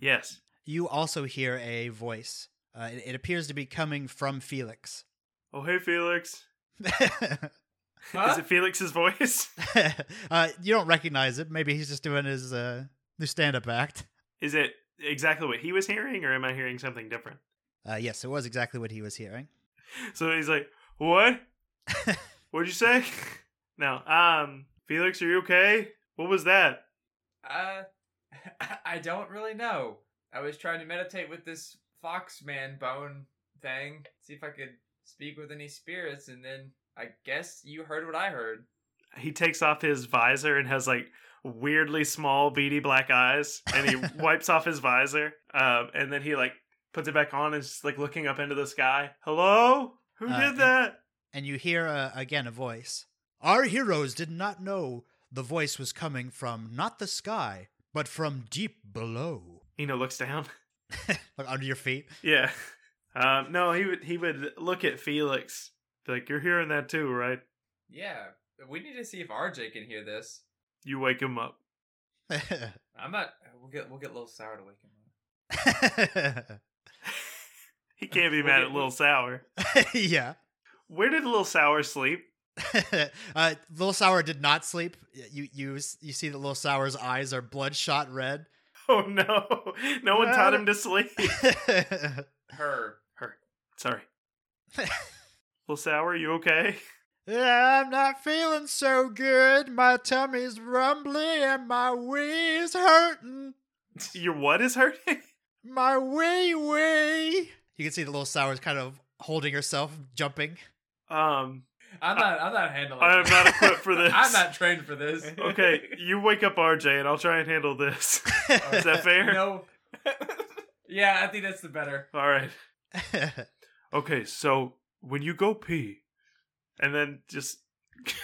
Speaker 4: yes.
Speaker 1: you also hear a voice. Uh, it, it appears to be coming from Felix.
Speaker 4: Oh, hey, Felix.
Speaker 3: Huh?
Speaker 4: Is it Felix's voice?
Speaker 1: uh, you don't recognize it. Maybe he's just doing his uh, new stand-up act.
Speaker 4: Is it exactly what he was hearing, or am I hearing something different?
Speaker 1: Uh, yes, it was exactly what he was hearing.
Speaker 4: So he's like, "What? What'd you say?" no. Um, Felix, are you okay? What was that?
Speaker 3: uh, I don't really know. I was trying to meditate with this fox man bone thing, see if I could speak with any spirits, and then I guess you heard what I heard.
Speaker 4: He takes off his visor and has like weirdly small beady black eyes, and he wipes off his visor, um, and then he like puts it back on and is just like looking up into the sky. Hello, who
Speaker 1: Uh,
Speaker 4: did that?
Speaker 1: And you hear uh, again a voice. Our heroes did not know the voice was coming from not the sky, but from deep below.
Speaker 4: Eno looks down.
Speaker 1: like under your feet.
Speaker 4: yeah. Um, no, he would he would look at Felix be like, "You're hearing that too, right?"
Speaker 3: Yeah, we need to see if RJ can hear this.
Speaker 4: You wake him up.
Speaker 3: I'm not. We'll get we'll get Lil Sour to wake him up.
Speaker 4: He can't be mad at Little Sour.
Speaker 1: yeah.
Speaker 4: Where did Little Sour sleep?
Speaker 1: uh, Little Sour did not sleep. You you s- you see that Little Sour's eyes are bloodshot red.
Speaker 4: Oh no. No one taught him to sleep.
Speaker 3: Her.
Speaker 4: Sorry. Little Sour, you okay?
Speaker 1: I'm not feeling so good. My tummy's rumbling and my wee's hurting.
Speaker 4: Your what is hurting?
Speaker 1: My wee wee. You can see that Little Sour's kind of holding herself, jumping.
Speaker 4: Um
Speaker 3: I'm not. I'm not handling.
Speaker 4: I am
Speaker 3: this.
Speaker 4: not equipped for this.
Speaker 3: Oh. I'm not trained for this.
Speaker 4: Okay, you wake up RJ and I'll try and handle this. Oh, Is that fair?
Speaker 3: No. yeah, I think that's the better.
Speaker 4: Alright. Okay, so when you go pee and then just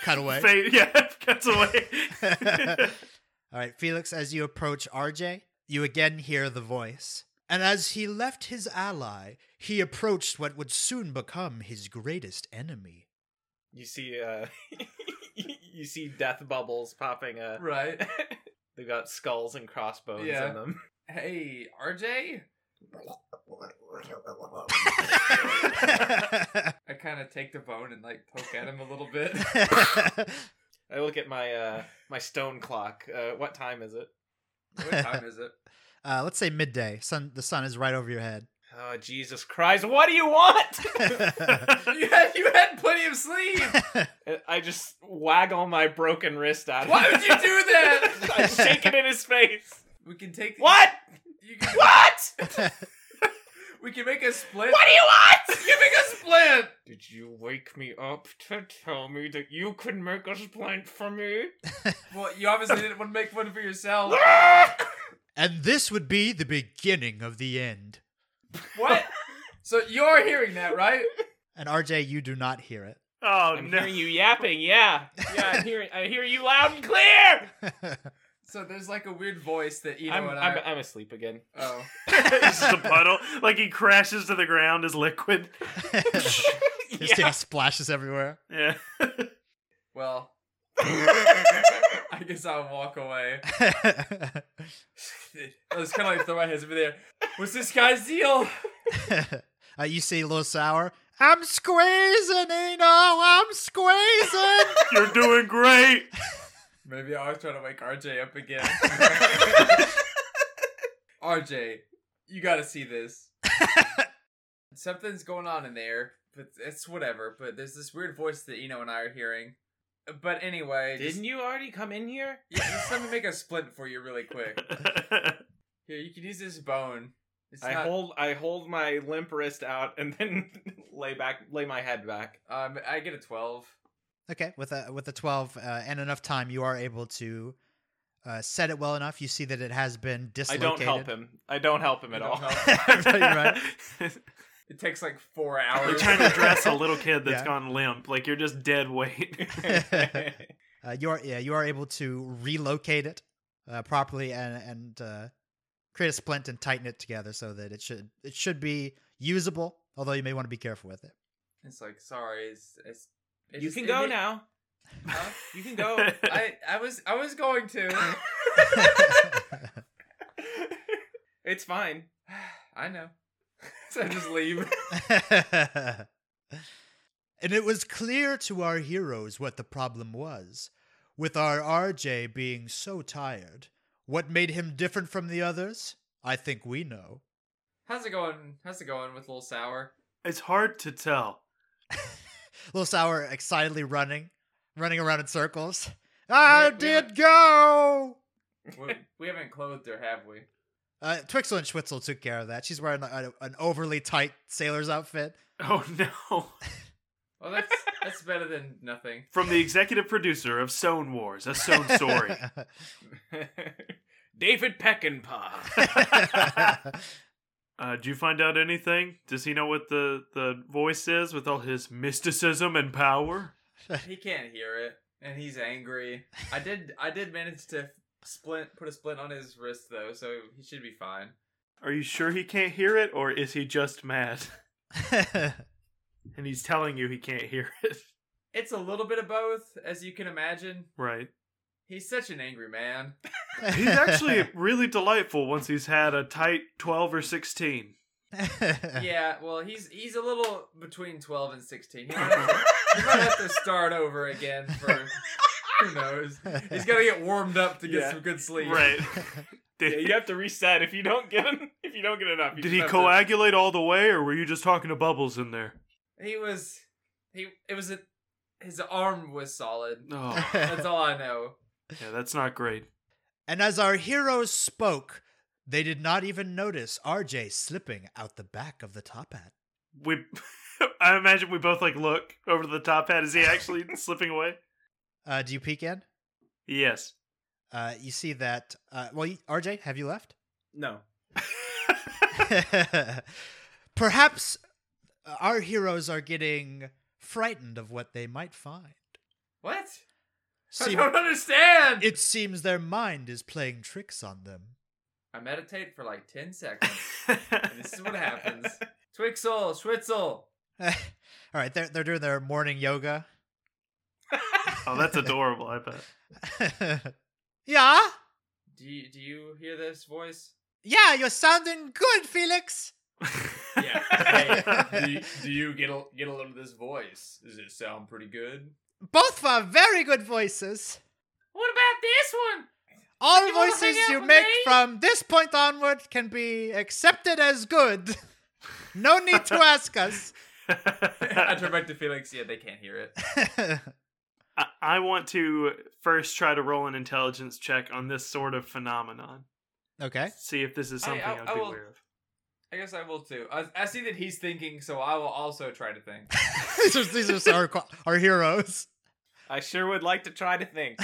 Speaker 1: Cut away.
Speaker 4: fade yeah, cuts away.
Speaker 1: All right, Felix, as you approach RJ, you again hear the voice. And as he left his ally, he approached what would soon become his greatest enemy.
Speaker 2: You see, uh, you see death bubbles popping. Uh,
Speaker 3: Right.
Speaker 2: they got skulls and crossbones
Speaker 3: Yeah.
Speaker 2: in them.
Speaker 3: Hey, RJ. I kind of take the bone and like poke at him a little bit.
Speaker 2: I look at my uh, my stone clock. Uh, what time is it?
Speaker 3: what time is it?
Speaker 1: uh, let's say midday. Sun, the sun is right over your head.
Speaker 2: Oh Jesus Christ! What do you want?
Speaker 3: You had you had plenty of sleep.
Speaker 2: Uh, I just waggle my broken wrist out.
Speaker 3: Why would you do that?
Speaker 2: I shake it in his face.
Speaker 3: We can take
Speaker 2: What?
Speaker 3: You can,
Speaker 2: What?
Speaker 3: We can make a split.
Speaker 2: What do you want?
Speaker 3: You can make a split.
Speaker 2: Did you wake me up to tell me that you could make a splint for me?
Speaker 3: Well, you obviously didn't want to make one for
Speaker 2: Oh,
Speaker 3: yourself.
Speaker 2: Ah!
Speaker 1: and this would be the beginning of the end.
Speaker 3: what? So you're hearing that, right?
Speaker 1: And RJ, you do not hear it.
Speaker 4: oh
Speaker 2: I'm
Speaker 4: no.
Speaker 2: hearing you yapping, yeah. Yeah, I'm hearing I hear you loud and clear.
Speaker 3: So there's like a weird voice that you know
Speaker 2: I'm,
Speaker 3: and
Speaker 2: I'm,
Speaker 3: I.
Speaker 2: I'm asleep again.
Speaker 3: oh.
Speaker 4: it's just a puddle. Like he crashes to the ground as liquid.
Speaker 1: His tail splashes everywhere.
Speaker 4: Yeah.
Speaker 3: Well, I guess I'll walk away. I was kind of like throw my hands over there. What's this guy's deal?
Speaker 1: uh, you see Little Sour. I'm squeezing, Eno. I'm squeezing.
Speaker 4: You're doing great.
Speaker 3: Maybe I was trying to wake RJ up again. RJ, you gotta see this. Something's going on in there, but it's whatever. But there's this weird voice that Eno and I are hearing. But anyway, just,
Speaker 2: Didn't you already come in here?
Speaker 3: yeah, just let me make a splint for you really quick. Here, you can use this bone. It's
Speaker 2: I
Speaker 3: not,
Speaker 2: hold I hold my limp wrist out and then lay back lay my head back.
Speaker 3: um, I get a twelve.
Speaker 1: Okay, with a with a twelve uh, and enough time, you are able to uh, set it well enough. You see that it has been
Speaker 2: I
Speaker 1: dislocated.
Speaker 2: don't help him. I don't help him
Speaker 3: You
Speaker 2: at
Speaker 3: don't
Speaker 2: all.
Speaker 3: help.
Speaker 1: Right,
Speaker 3: It takes like four
Speaker 4: You're
Speaker 3: hours.
Speaker 4: trying to dress a little kid that's
Speaker 1: Yeah.
Speaker 4: gone limp. Like you're just dead weight.
Speaker 1: Uh, you are yeah, you are able to relocate it uh, properly and and uh, create a splint and tighten it together so that it should it should be usable. Although you may want to be careful with it.
Speaker 3: It's like sorry, it's, it's it
Speaker 2: you
Speaker 3: just-
Speaker 2: can
Speaker 3: it
Speaker 2: go
Speaker 3: hit-
Speaker 2: now.
Speaker 3: Huh?
Speaker 2: You can go.
Speaker 3: I I was I was going to.
Speaker 2: it's fine.
Speaker 3: I know. So I just leave.
Speaker 1: and it was clear to our heroes what the problem was. With our RJ being so tired, what made him different from the others? I think we know.
Speaker 3: How's it going? How's it going with Little Sour?
Speaker 4: it's hard to tell.
Speaker 1: Little Sour excitedly running, running around in circles. I
Speaker 3: we
Speaker 1: did
Speaker 3: haven't-
Speaker 1: go!
Speaker 3: We, we haven't clothed her, have we?
Speaker 1: Uh, Twixel and Schwitzel took care of that. She's wearing a, an overly tight sailor's outfit.
Speaker 4: Oh no.
Speaker 3: Well, that's that's better than nothing.
Speaker 4: From the executive producer of Sone Wars, a Sone story.
Speaker 2: David Peckinpah.
Speaker 4: Uh, do you find out anything? Does he know what the, the voice is with all his mysticism and power?
Speaker 3: He can't hear it, and he's angry. I did I did manage to splint put a splint on his wrist though, so he should be fine.
Speaker 4: Are you sure he can't hear it, or is he just mad? And he's telling you he can't hear it.
Speaker 3: It's a little bit of both, as you can imagine.
Speaker 4: Right.
Speaker 3: He's such an angry man.
Speaker 4: He's actually really delightful once he's had a tight 12 or 16.
Speaker 3: Yeah, well, he's he's a little between twelve and sixteen. He might have to, he might have to start over again for who knows. He's gotta get warmed up to get
Speaker 2: Yeah.
Speaker 3: some good sleep.
Speaker 4: Right.
Speaker 2: Yeah,
Speaker 4: Did,
Speaker 2: you have to reset if you don't get him. If you don't get enough, you
Speaker 4: did
Speaker 2: just
Speaker 4: he
Speaker 2: have to-
Speaker 4: coagulate all the way, or were you just talking to bubbles in there?
Speaker 3: He was he it was a, his arm was solid.
Speaker 4: Oh,
Speaker 3: That's all I know.
Speaker 4: yeah, that's not great.
Speaker 1: And as our heroes spoke, they did not even notice RJ slipping out the back of the top hat.
Speaker 4: We, I imagine we both like look over the top hat. Is he actually slipping away?
Speaker 1: Uh, do you peek in?
Speaker 4: Yes.
Speaker 1: Uh, you see that. Uh, well, you- RJ, have you left?
Speaker 2: No.
Speaker 1: Perhaps uh, our heroes are getting frightened of what they might find.
Speaker 3: What? I
Speaker 1: Seem-
Speaker 3: don't understand.
Speaker 1: it seems their mind is playing tricks on them.
Speaker 3: I meditate for like ten seconds. and this is what happens. Twixel, Schwitzel.
Speaker 1: All right, they're they're doing their morning yoga.
Speaker 4: Oh, that's adorable. I bet.
Speaker 1: yeah,
Speaker 3: Do you do you hear this voice?
Speaker 1: yeah, you're sounding good, Felix.
Speaker 3: Yeah. Hey, do, you, do you get a get a little of this voice? Does it sound pretty good?
Speaker 1: Both were very good voices.
Speaker 3: What about this one?
Speaker 1: All
Speaker 3: You wanna
Speaker 1: voices
Speaker 3: hang out
Speaker 1: you
Speaker 3: with
Speaker 1: make
Speaker 3: me?
Speaker 1: from this point onward can be accepted as good. no need to ask us.
Speaker 3: I turn back to Felix. Yeah, they can't hear it.
Speaker 4: I, I want to first try to roll an intelligence check on this sort of phenomenon.
Speaker 1: okay.
Speaker 4: See if this is
Speaker 3: I-
Speaker 4: something I,
Speaker 3: I-
Speaker 4: would
Speaker 3: I
Speaker 4: be
Speaker 3: will-
Speaker 4: aware of.
Speaker 3: I guess I will too. I, I see that he's thinking, so I will also try to think.
Speaker 1: these are these are our, our heroes.
Speaker 2: I sure would like to try to think.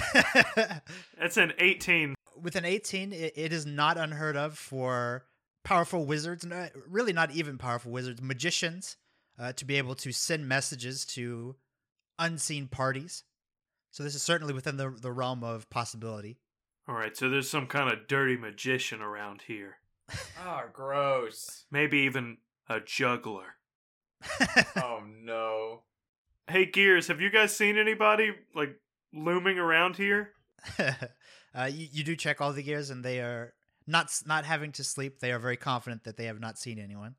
Speaker 4: That's an 18.
Speaker 1: with an 18 it, it is not unheard of for powerful wizards no, really not even powerful wizards magicians uh, to be able to send messages to unseen parties so this is certainly within the, the realm of possibility
Speaker 4: All right, so there's some kind of dirty magician around here.
Speaker 3: Oh, gross.
Speaker 4: Maybe even a juggler.
Speaker 3: Oh no.
Speaker 4: Hey, Gears, have you guys seen anybody like looming around here?
Speaker 1: uh, you, you do check all the gears and they are not s- not having to sleep they are very confident that they have not seen anyone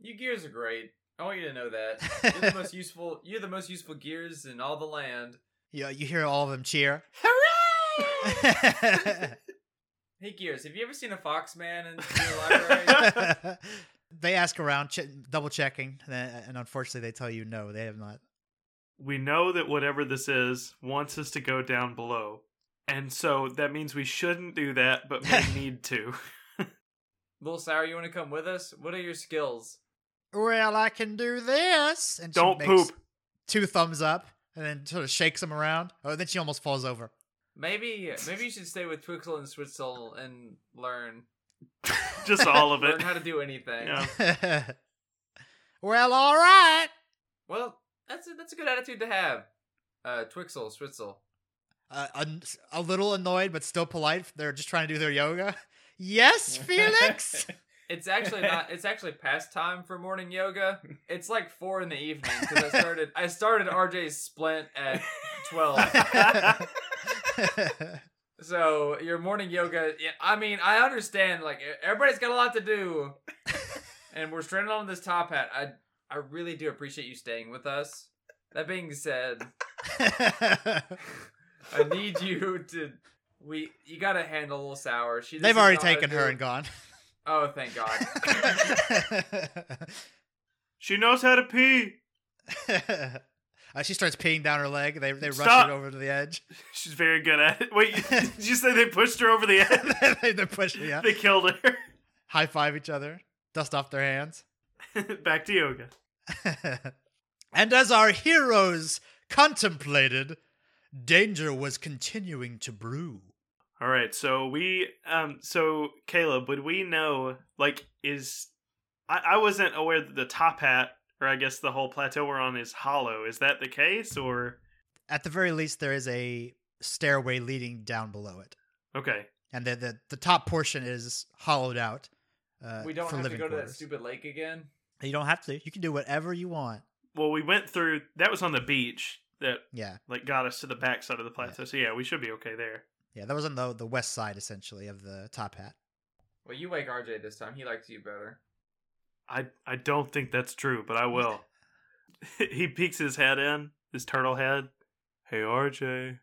Speaker 3: You gears are great. I want you to know that you're the most useful. You're the most useful gears in all the land.
Speaker 1: you, you hear all of them cheer
Speaker 3: Hooray! Hey Gears, have you ever seen a fox man in your library?
Speaker 1: they ask around, ch- double checking, and unfortunately, they tell you no, they have not.
Speaker 4: we know that whatever this is wants us to go down below. And so that means we shouldn't do that, but we need to.
Speaker 3: Little Sour, you want to come with us? What are your skills?
Speaker 1: Well, I can do this. And she
Speaker 4: Don't
Speaker 1: makes
Speaker 4: poop.
Speaker 1: Two thumbs up, and then sort of shakes him around. Oh, then she almost falls over.
Speaker 3: Maybe maybe you should stay with Twixel and Switzel and learn
Speaker 4: Just all of
Speaker 3: learn
Speaker 4: it.
Speaker 3: how to do anything.
Speaker 4: Yeah.
Speaker 3: Oh.
Speaker 1: well, all right.
Speaker 3: Well, that's a, that's a good attitude to have. Uh, Twixel, Switzel.
Speaker 1: Uh, un- a little annoyed, but still polite. They're just trying to do their yoga. Yes, Felix.
Speaker 3: It's actually not. It's actually past time for morning yoga. It's like four in the evening because I started. I started RJ's splint at twelve. So your morning yoga. Yeah, I mean, I understand. Like e, everybody's got a lot to do, and we're stranded on this top hat. I I really do appreciate you staying with us. That being said, I need you to. We you gotta handle a little sour. She.
Speaker 1: They've
Speaker 3: doesn't
Speaker 1: already
Speaker 3: know how to
Speaker 1: taken
Speaker 3: do-
Speaker 1: her and gone.
Speaker 3: Oh, thank God.
Speaker 4: She knows how to pee.
Speaker 1: Uh, she starts peeing down her leg. They they rush
Speaker 4: Stop.
Speaker 1: it over to the edge.
Speaker 4: She's very good at it. Wait, did you say they pushed her over the edge?
Speaker 1: they they push her. Yeah.
Speaker 4: They killed her.
Speaker 1: High five each other. Dust off their hands.
Speaker 4: Back to yoga.
Speaker 1: and as our heroes contemplated, danger was continuing to brew.
Speaker 4: All right, so we, um, so Caleb, would we know, like, is, I, I wasn't aware that the top hat, or I guess the whole plateau we're on is hollow. Is that the case, or,
Speaker 1: At the very least, there is a stairway leading down below it,
Speaker 4: okay.
Speaker 1: and the the, the top portion is hollowed out. Uh,
Speaker 3: we don't
Speaker 1: for
Speaker 3: have to
Speaker 1: living
Speaker 3: go to that
Speaker 1: quarters.
Speaker 3: stupid lake again.
Speaker 1: You don't have to. You can do whatever you want.
Speaker 4: Well, we went through, that was on the beach that,
Speaker 1: Yeah,
Speaker 4: like, got us to the back side of the plateau, so yeah, we should be okay there.
Speaker 1: yeah. That was on the the west side essentially of the top hat.
Speaker 3: Well, you wake RJ this time. He likes you better.
Speaker 4: I, I don't think that's true, but I will. he peeks his head in, his turtle head. Hey, RJ.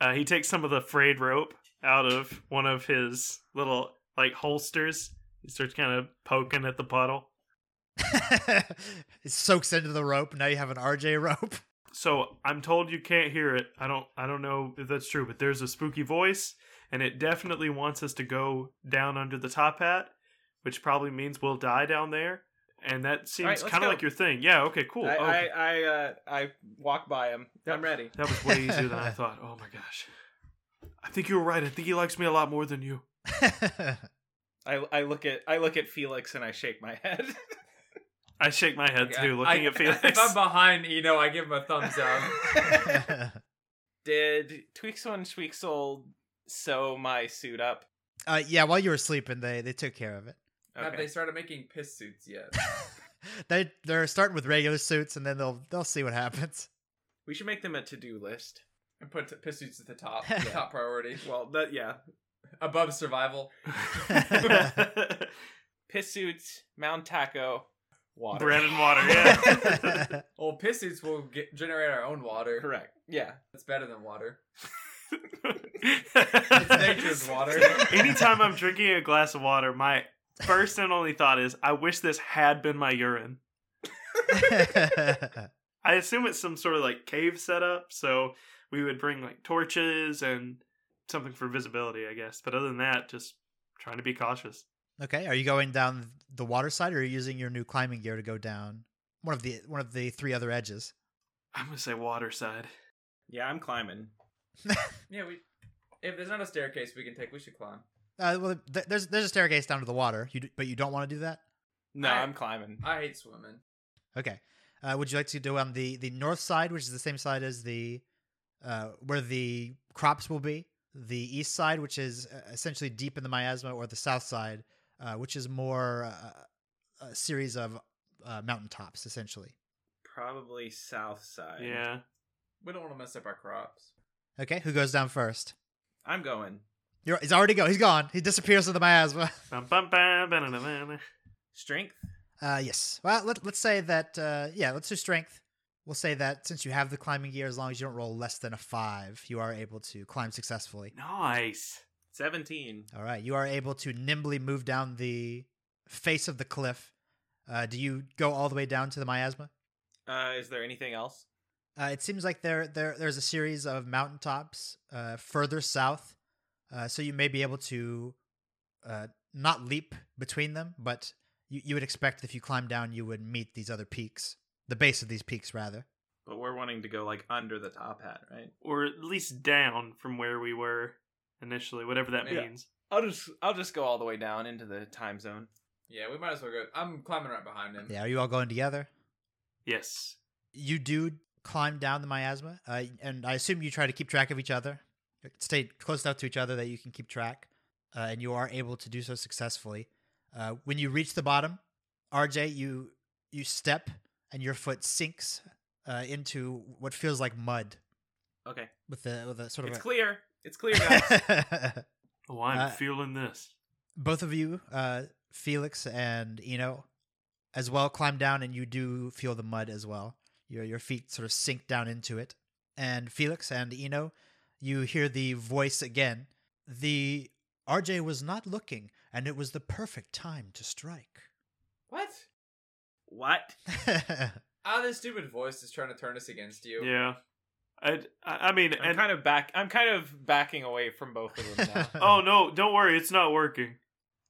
Speaker 4: Uh, he takes some of the frayed rope out of one of his little like holsters. He starts kind of poking at the puddle.
Speaker 1: it soaks into the rope. Now you have an RJ rope.
Speaker 4: So I'm told you can't hear it. I don't. I don't know if that's true, but there's a spooky voice, and it definitely wants us to go down under the top hat, which probably means we'll die down there. And that seems
Speaker 2: right, let's
Speaker 4: kind of
Speaker 2: go.
Speaker 4: like your thing. Yeah. Okay. Cool. Oh.
Speaker 2: I,
Speaker 4: okay.
Speaker 2: I, I, uh, I walk by him. I'm ready.
Speaker 4: That was way easier than I thought. Oh my gosh. I think you were right. I think he likes me a lot more than you.
Speaker 2: I, I look at I look at Felix and I shake my head.
Speaker 4: I shake my head too,
Speaker 3: I-
Speaker 4: looking at
Speaker 3: If
Speaker 4: Felix.
Speaker 3: I'm behind Eno, I give him a thumbs up.
Speaker 2: Did Tweaksel and Tweaksel sew my suit up?
Speaker 1: uh, yeah, while you were sleeping, they they took care of it.
Speaker 3: Have they
Speaker 2: Okay.
Speaker 3: started making piss suits yet?
Speaker 1: they they're starting with regular suits and then they'll they'll see what happens.
Speaker 2: We should make them a to do list.
Speaker 3: And put t- piss suits at the top, top priority,
Speaker 2: Well, that yeah,
Speaker 3: above survival.
Speaker 2: piss suits, Mount Taco, water.
Speaker 4: Bread and water, yeah.
Speaker 3: Well, piss suits will get, generate our own water.
Speaker 2: Correct. Yeah.
Speaker 3: That's better than water.
Speaker 4: it's
Speaker 3: nature's water.
Speaker 4: Anytime I'm drinking a glass of water, my first and only thought is, I wish this had been my urine. I assume it's some sort of like cave setup, so we would bring like torches and something for visibility, I guess. But other than that, just trying to be cautious.
Speaker 1: okay, are you going down the water side or are you using your new climbing gear to go down one of the one of the three other edges?
Speaker 4: I'm gonna say water side.
Speaker 2: Yeah, I'm climbing.
Speaker 3: Yeah, we. If there's not a staircase we can take, we should climb.
Speaker 1: Uh, well, th- there's there's a staircase down to the water, you d- but you don't want to do that.
Speaker 2: No,
Speaker 3: I-
Speaker 2: I, am climbing.
Speaker 3: I hate swimming.
Speaker 1: Okay, uh, would you like to do on the the north side, which is the same side as the uh, where the crops will be, the east side, which is uh, essentially deep in the miasma, or the south side, uh, which is more uh, a series of uh, mountaintops, essentially.
Speaker 2: Probably south side.
Speaker 4: Yeah.
Speaker 3: We don't want to mess up our crops.
Speaker 1: Okay, who goes down first?
Speaker 2: I'm going.
Speaker 1: You're, he's already go. He's gone. He disappears in the miasma.
Speaker 4: Bum, bum, bum, ba-na-na-na-na.
Speaker 2: Strength.
Speaker 1: Uh, yes. Well, let, let's say that. Uh, yeah, let's do strength. We'll say that since you have the climbing gear, as long as you don't roll less than a five, you are able to climb successfully.
Speaker 4: Nice.
Speaker 2: Seventeen.
Speaker 1: All right, you are able to nimbly move down the face of the cliff. Uh, do you go all the way down to the miasma?
Speaker 2: Uh, is there anything else?
Speaker 1: Uh, it seems like there, there there's a series of mountaintops uh, further south, uh, so you may be able to uh, not leap between them, but you, you would expect if you climb down, you would meet these other peaks, the base of these peaks rather.
Speaker 2: But we're wanting to go like under the top hat, right?
Speaker 4: or at least down from where we were initially, whatever that
Speaker 2: Yeah.
Speaker 4: means.
Speaker 2: I'll just I'll just go all the way down into the time zone.
Speaker 3: Yeah, we might as well go. I'm climbing right behind him.
Speaker 1: Yeah, are you all going together?
Speaker 4: Yes.
Speaker 1: You do climb down the miasma, uh, and I assume you try to keep track of each other, stay close enough to each other that you can keep track, uh, and you are able to do so successfully. Uh, when you reach the bottom, RJ, you you step and your foot sinks uh, into what feels like mud
Speaker 2: Okay,
Speaker 1: with the with a sort
Speaker 2: it's
Speaker 1: of.
Speaker 2: clear. It's clear, guys.
Speaker 1: A
Speaker 4: Oh, I'm
Speaker 1: Uh,
Speaker 4: feeling this.
Speaker 1: Both of you, uh, Felix and Eno, as well, climb down and you do feel the mud as well. Your your feet sort of sink down into it. And Felix and Eno, you hear the voice again. The RJ was not looking, and it was the perfect time to strike.
Speaker 3: What?
Speaker 2: what?
Speaker 3: Ah, this stupid voice is trying to turn us against you.
Speaker 4: Yeah. I'd, I I mean,
Speaker 2: I'm
Speaker 4: and,
Speaker 2: kind of back. I'm kind of backing away from both of them now.
Speaker 4: oh no, don't worry, it's not working.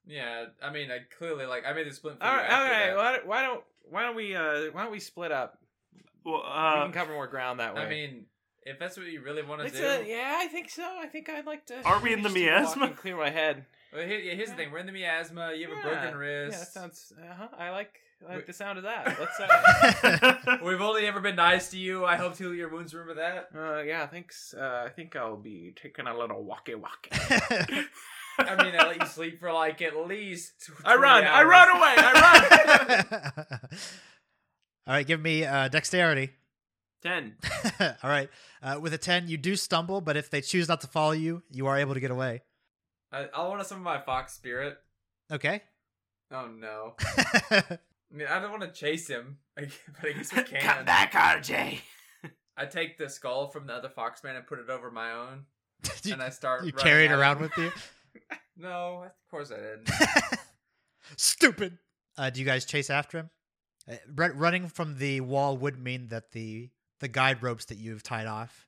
Speaker 3: Yeah, I mean, I clearly like I made this split. for you
Speaker 2: all right, all
Speaker 3: after
Speaker 2: right.
Speaker 3: that.
Speaker 2: Why, don't- why don't why don't we uh why don't we split up?
Speaker 4: Well,
Speaker 2: we
Speaker 4: uh,
Speaker 2: can cover more ground that way.
Speaker 3: I mean, if that's what you really want to
Speaker 2: It's
Speaker 3: do.
Speaker 2: a- yeah, I think so. I think I'd like to.
Speaker 4: Are we in the
Speaker 2: just walk
Speaker 4: miasma?
Speaker 2: and Clear my head.
Speaker 3: Well, here, yeah, here's the thing: we're in the miasma. You have a broken
Speaker 2: Yeah,
Speaker 3: wrist.
Speaker 2: that sounds. Uh-huh, I like I like
Speaker 3: Wait.
Speaker 2: the sound of that. Let's. Uh,
Speaker 3: We've only ever been nice to you. I hope to heal your wounds. Remember that.
Speaker 2: uh, yeah, thanks. Uh, I think I'll be taking a little walkie walkie.
Speaker 3: I mean, I let you sleep for like at least. tw-
Speaker 2: I
Speaker 3: 20
Speaker 2: run. I
Speaker 3: hours.
Speaker 2: run away. I run.
Speaker 1: All right, give me uh, dexterity.
Speaker 2: Ten.
Speaker 1: All right. Uh, with a 10, you do stumble, but if they choose not to follow you, you are able to get away.
Speaker 3: I, I want some of my fox spirit.
Speaker 1: Okay.
Speaker 3: Oh no! I mean, I don't want to chase him, but I guess we can.
Speaker 4: Come back, RJ.
Speaker 3: I take the skull from the other foxman and put it over my own,
Speaker 1: you
Speaker 3: and I start.
Speaker 1: you
Speaker 3: running
Speaker 1: carry it
Speaker 3: at
Speaker 1: around
Speaker 3: him.
Speaker 1: with you?
Speaker 3: No, of course I didn't.
Speaker 1: Stupid. Uh, do you guys chase after him? Uh, run- running from the wall would mean that the, the guide ropes that you've tied off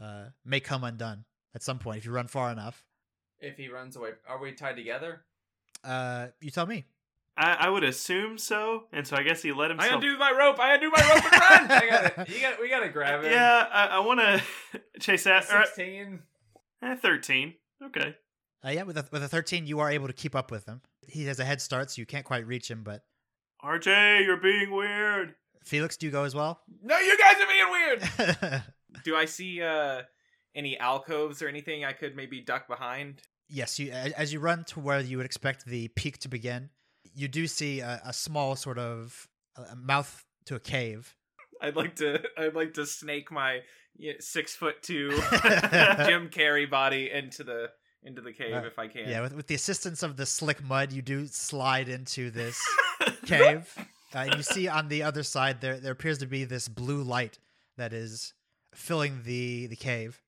Speaker 1: uh, may come undone at some point if you run far enough.
Speaker 3: if he runs away, are we tied together?
Speaker 1: Uh, you tell me.
Speaker 4: I, I would assume so, and so I guess he let
Speaker 2: I
Speaker 4: himself.
Speaker 2: undo my rope. I undo my rope and run.
Speaker 3: I got You got. We gotta grab him.
Speaker 4: yeah, I, I want to chase that. Or,
Speaker 3: Sixteen.
Speaker 4: eh, Thirteen. Okay.
Speaker 1: Uh, yeah, with a, with a 13, you are able to keep up with him. He has a head start, so you can't quite reach him, but
Speaker 4: RJ, you're being weird.
Speaker 1: Felix, do you go as well?
Speaker 2: No, you guys are being weird. Do I see uh any alcoves or anything I could maybe duck behind?
Speaker 1: Yes, you, a- as you run to where you would expect the peak to begin, you do see a, a small sort of uh mouth to a cave.
Speaker 2: I'd like to. I'd like to snake my you know, six foot two Jim Carrey body into the into the cave
Speaker 1: Uh,
Speaker 2: if I can.
Speaker 1: Yeah, with, with the assistance of the slick mud, you do slide into this cave. Uh, and you see on the other side, there, there appears to be this blue light that is filling the, the cave.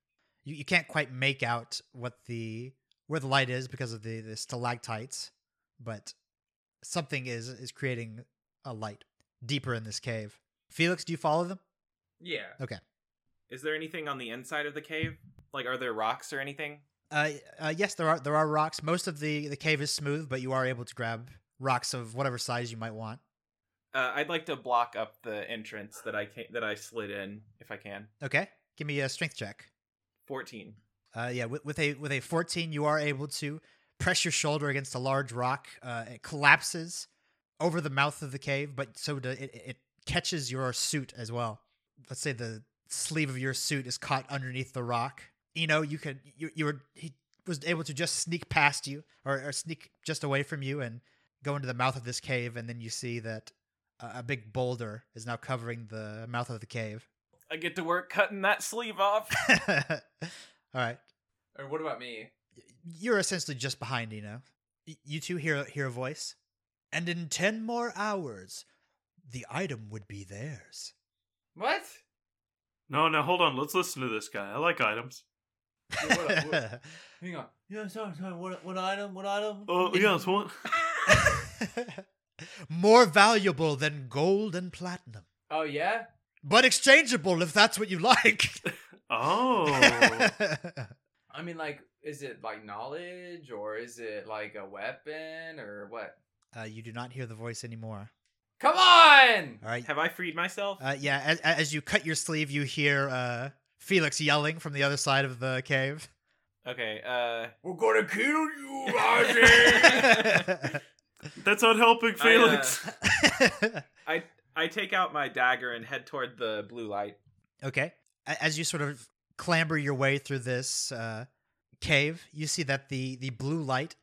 Speaker 1: You, you can't quite make out what the where the light is because of the, the stalactites, but something is is creating a light deeper in this cave. Felix, do you follow them?
Speaker 3: Yeah.
Speaker 2: Is there anything on the inside of the cave? Like, are there rocks or anything?
Speaker 1: Uh, uh, yes, there are there are rocks. Most of the the cave is smooth, but you are able to grab rocks of whatever size you might want.
Speaker 2: Uh, I'd like to block up the entrance that I can that I slid in if I can.
Speaker 1: Okay, give me a strength check.
Speaker 2: Fourteen.
Speaker 1: Uh, yeah, with, with a with a fourteen, you are able to press your shoulder against a large rock. Uh, it collapses over the mouth of the cave, but so do, it it catches your suit as well. Let's say the sleeve of your suit is caught underneath the rock. You know, you could you you were he was able to just sneak past you or, or sneak just away from you and go into the mouth of this cave, and then you see that a, a big boulder is now covering the mouth of the cave.
Speaker 2: I get to work cutting that sleeve off.
Speaker 1: All right.
Speaker 3: Or what about me?
Speaker 1: you're essentially just behind Eno. Y- You two hear hear a voice, and in ten more hours, the item would be theirs.
Speaker 3: What?
Speaker 4: No, no, hold on. Let's listen to this guy. I like items.
Speaker 3: Yeah, what- what- Hang on. Yeah, sorry, sorry. One, one item, one item.
Speaker 4: Oh yes, one.
Speaker 1: More valuable than gold and platinum,
Speaker 3: Oh yeah.
Speaker 1: but exchangeable if that's what you like.
Speaker 4: Oh,
Speaker 3: I mean, like, is it like knowledge or is it like a weapon or what?
Speaker 1: uh, you do not hear the voice anymore.
Speaker 3: Come on!
Speaker 1: All right.
Speaker 2: Have I freed myself?
Speaker 1: Uh, yeah, as, as you cut your sleeve, you hear uh, Felix yelling from the other side of the cave.
Speaker 2: okay. Uh,
Speaker 3: We're gonna kill you,
Speaker 4: that's not helping,
Speaker 2: I, uh,
Speaker 4: Felix.
Speaker 2: I take out my dagger and head toward the blue light.
Speaker 1: Okay. A- As you sort of clamber your way through this uh, cave, you see that the the blue light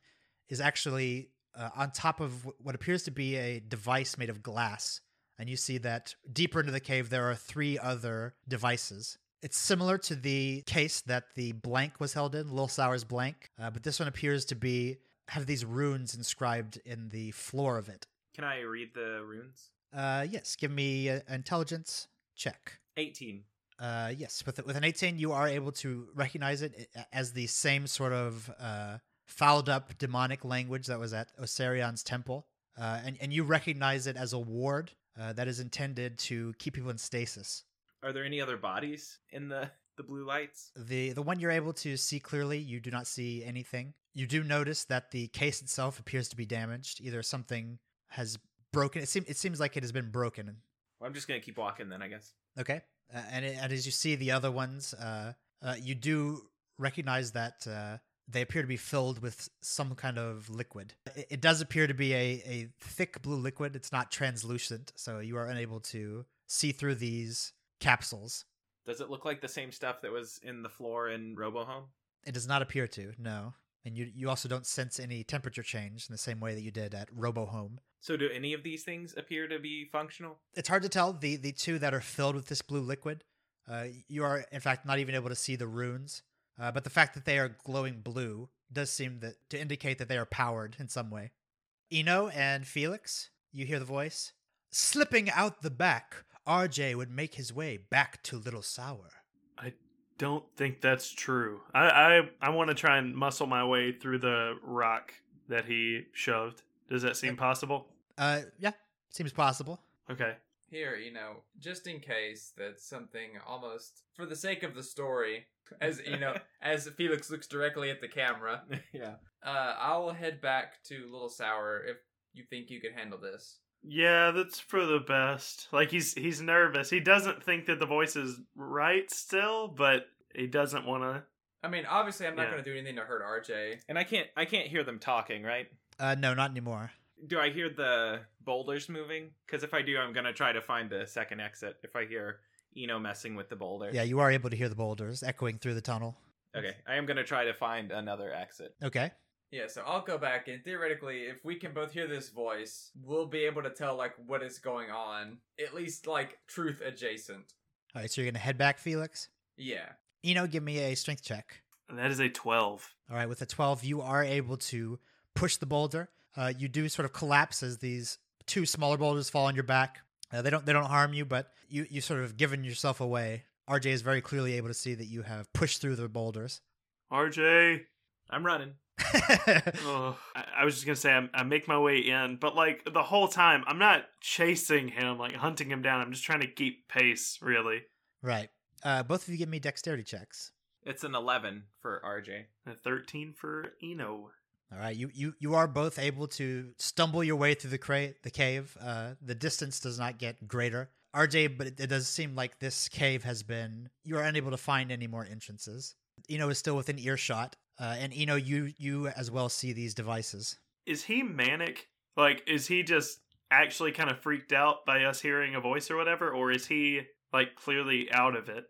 Speaker 1: is actually uh, on top of wh- what appears to be a device made of glass, and you see that deeper into the cave there are three other devices. It's similar to the case that the blank was held in, Lil Sour's blank, uh, but this one appears to be have these runes inscribed in the floor of it.
Speaker 2: Can I read the runes?
Speaker 1: Uh, yes, give me an intelligence check.
Speaker 2: 18.
Speaker 1: Uh, yes, with with an eighteen, you are able to recognize it i- as the same sort of uh, fouled up demonic language that was at Osirion's temple, uh, and and you recognize it as a ward uh, that is intended to keep people in stasis.
Speaker 2: Are there any other bodies in the the blue lights?
Speaker 1: The the one you're able to see clearly, you do not see anything. You do notice that the case itself appears to be damaged. Either something has broken. It seems it seems like it has been broken
Speaker 2: Well, I'm just gonna keep walking then, I guess.
Speaker 1: Okay. Uh, and, it, and as you see the other ones, uh, uh, you do recognize that uh, they appear to be filled with some kind of liquid. It, it does appear to be a, a thick blue liquid. It's not translucent, so you are unable to see through these capsules.
Speaker 2: Does it look like the same stuff that was in the floor in RoboHome?
Speaker 1: It does not appear to, no. And you, you also don't sense any temperature change in the same way that you did at RoboHome.
Speaker 2: So do any of these things appear to be functional?
Speaker 1: it's hard to tell the the two that are filled with this blue liquid uh, you are in fact not even able to see the runes uh, but the fact that they are glowing blue does seem that to indicate that they are powered in some way eno and felix you hear the voice slipping out the back rj would make his way back to little sour
Speaker 4: Don't think that's true. I I, I want to try and muscle my way through the rock that he shoved. Does that seem possible?
Speaker 1: uh yeah seems possible
Speaker 4: Okay.
Speaker 3: Here, you know, just in case that's something almost for the sake of the story, as you know, as Felix looks directly at the camera,
Speaker 2: yeah.
Speaker 3: uh, I'll head back to Little Sour if you think you can handle this.
Speaker 4: Yeah, that's for the best. Like he's he's nervous. He doesn't think that the voice is right still, but he doesn't want to.
Speaker 3: I mean, obviously, I'm not
Speaker 4: Yeah.
Speaker 3: going to do anything to hurt RJ.
Speaker 2: And I can't I can't hear them talking, right?
Speaker 1: uh no not anymore
Speaker 2: Do I hear the boulders moving? Because if I do, I'm gonna try to find the second exit. If I hear Eno messing with the boulder,
Speaker 1: yeah you are able to hear the boulders echoing through the tunnel
Speaker 2: Okay, I am gonna try to find another exit.
Speaker 1: okay
Speaker 3: Yeah, so I'll go back and theoretically, if we can both hear this voice, we'll be able to tell like what is going on, at least like truth adjacent.
Speaker 1: all right so you're gonna head back felix
Speaker 3: Yeah.
Speaker 1: eno give me a strength check
Speaker 4: And that is a twelve.
Speaker 1: All right, with a 12, you are able to push the boulder. Uh, you do sort of collapse as these two smaller boulders fall on your back. Uh, they don't they don't harm you, but you you sort of given yourself away. RJ is very clearly able to see that you have pushed through the boulders.
Speaker 4: RJ.
Speaker 2: I'm running.
Speaker 4: Ugh. I, I was just gonna say I, I make my way in, but like the whole time I'm not chasing him, like hunting him down. I'm just trying to keep pace, really.
Speaker 1: right. Uh, both of you give me dexterity checks.
Speaker 2: It's an 11 for RJ.
Speaker 4: A thirteen for Eno.
Speaker 1: All right, you you you are both able to stumble your way through the cra- the cave. Uh, the distance does not get greater. RJ, but it, it does seem like this cave has been you are unable to find any more entrances. Eno is still within earshot, uh, and Eno, you you as well see these devices.
Speaker 4: Is he manic? Like, is he just actually kind of freaked out by us hearing a voice or whatever, or is he like clearly out of it?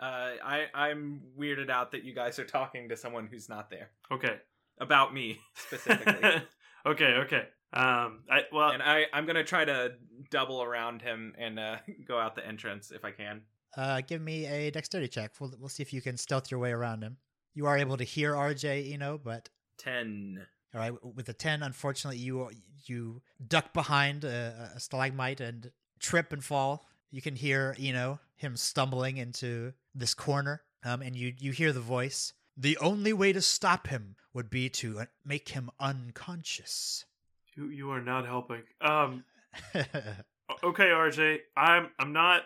Speaker 2: Uh, I I'm weirded out that you guys are talking to someone who's not there
Speaker 4: Okay.
Speaker 2: about me specifically.
Speaker 4: okay, okay. Um, I well,
Speaker 2: and I I'm gonna try to double around him and uh, go out the entrance if I can.
Speaker 1: Uh, give me a dexterity check. We'll we'll see if you can stealth your way around him. You are able to hear RJ, Eno, but
Speaker 2: Ten.
Speaker 1: All right, w- with a ten, unfortunately, you you duck behind a, a stalagmite and trip and fall. You can hear you know him stumbling into this corner, um, and you you hear the voice. The only way to stop him would be to uh, make him unconscious.
Speaker 4: You, you are not helping. Um, o- okay, RJ, I'm I'm not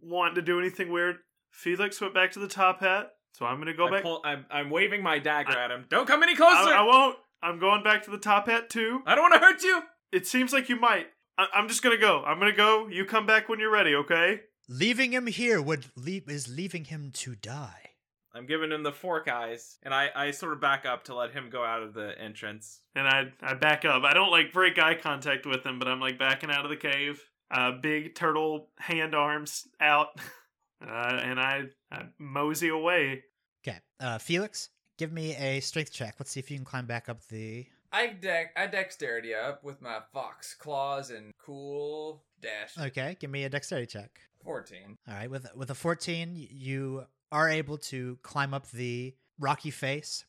Speaker 4: wanting to do anything weird. Felix went back to the top hat, so I'm gonna go
Speaker 2: I
Speaker 4: back.
Speaker 2: pull, I'm, I'm waving my dagger
Speaker 4: I-
Speaker 2: at him. Don't come any
Speaker 4: I,
Speaker 2: closer.
Speaker 4: I
Speaker 2: I,
Speaker 4: won't. I'm going back to the top hat too.
Speaker 2: don't want to hurt you.
Speaker 4: It seems like you might. I, I'm just gonna go. I'm gonna go. You come back when you're ready, okay?
Speaker 1: leaving him here would leave is leaving him to die.
Speaker 2: I'm giving him the fork eyes, and I, I sort of back up to let him go out of the entrance.
Speaker 4: And I I back up. I don't like break eye contact with him, but I'm like backing out of the cave. Uh, big turtle hand arms out, uh, and I, I mosey away.
Speaker 1: Okay, uh, Felix, give me a strength check. Let's see if you can climb back up the.
Speaker 3: I deck I dexterity up with my fox claws and cool dash
Speaker 1: Okay, give me a dexterity check.
Speaker 3: fourteen.
Speaker 1: All right, with with a fourteen, y- you are able to climb up the rocky face.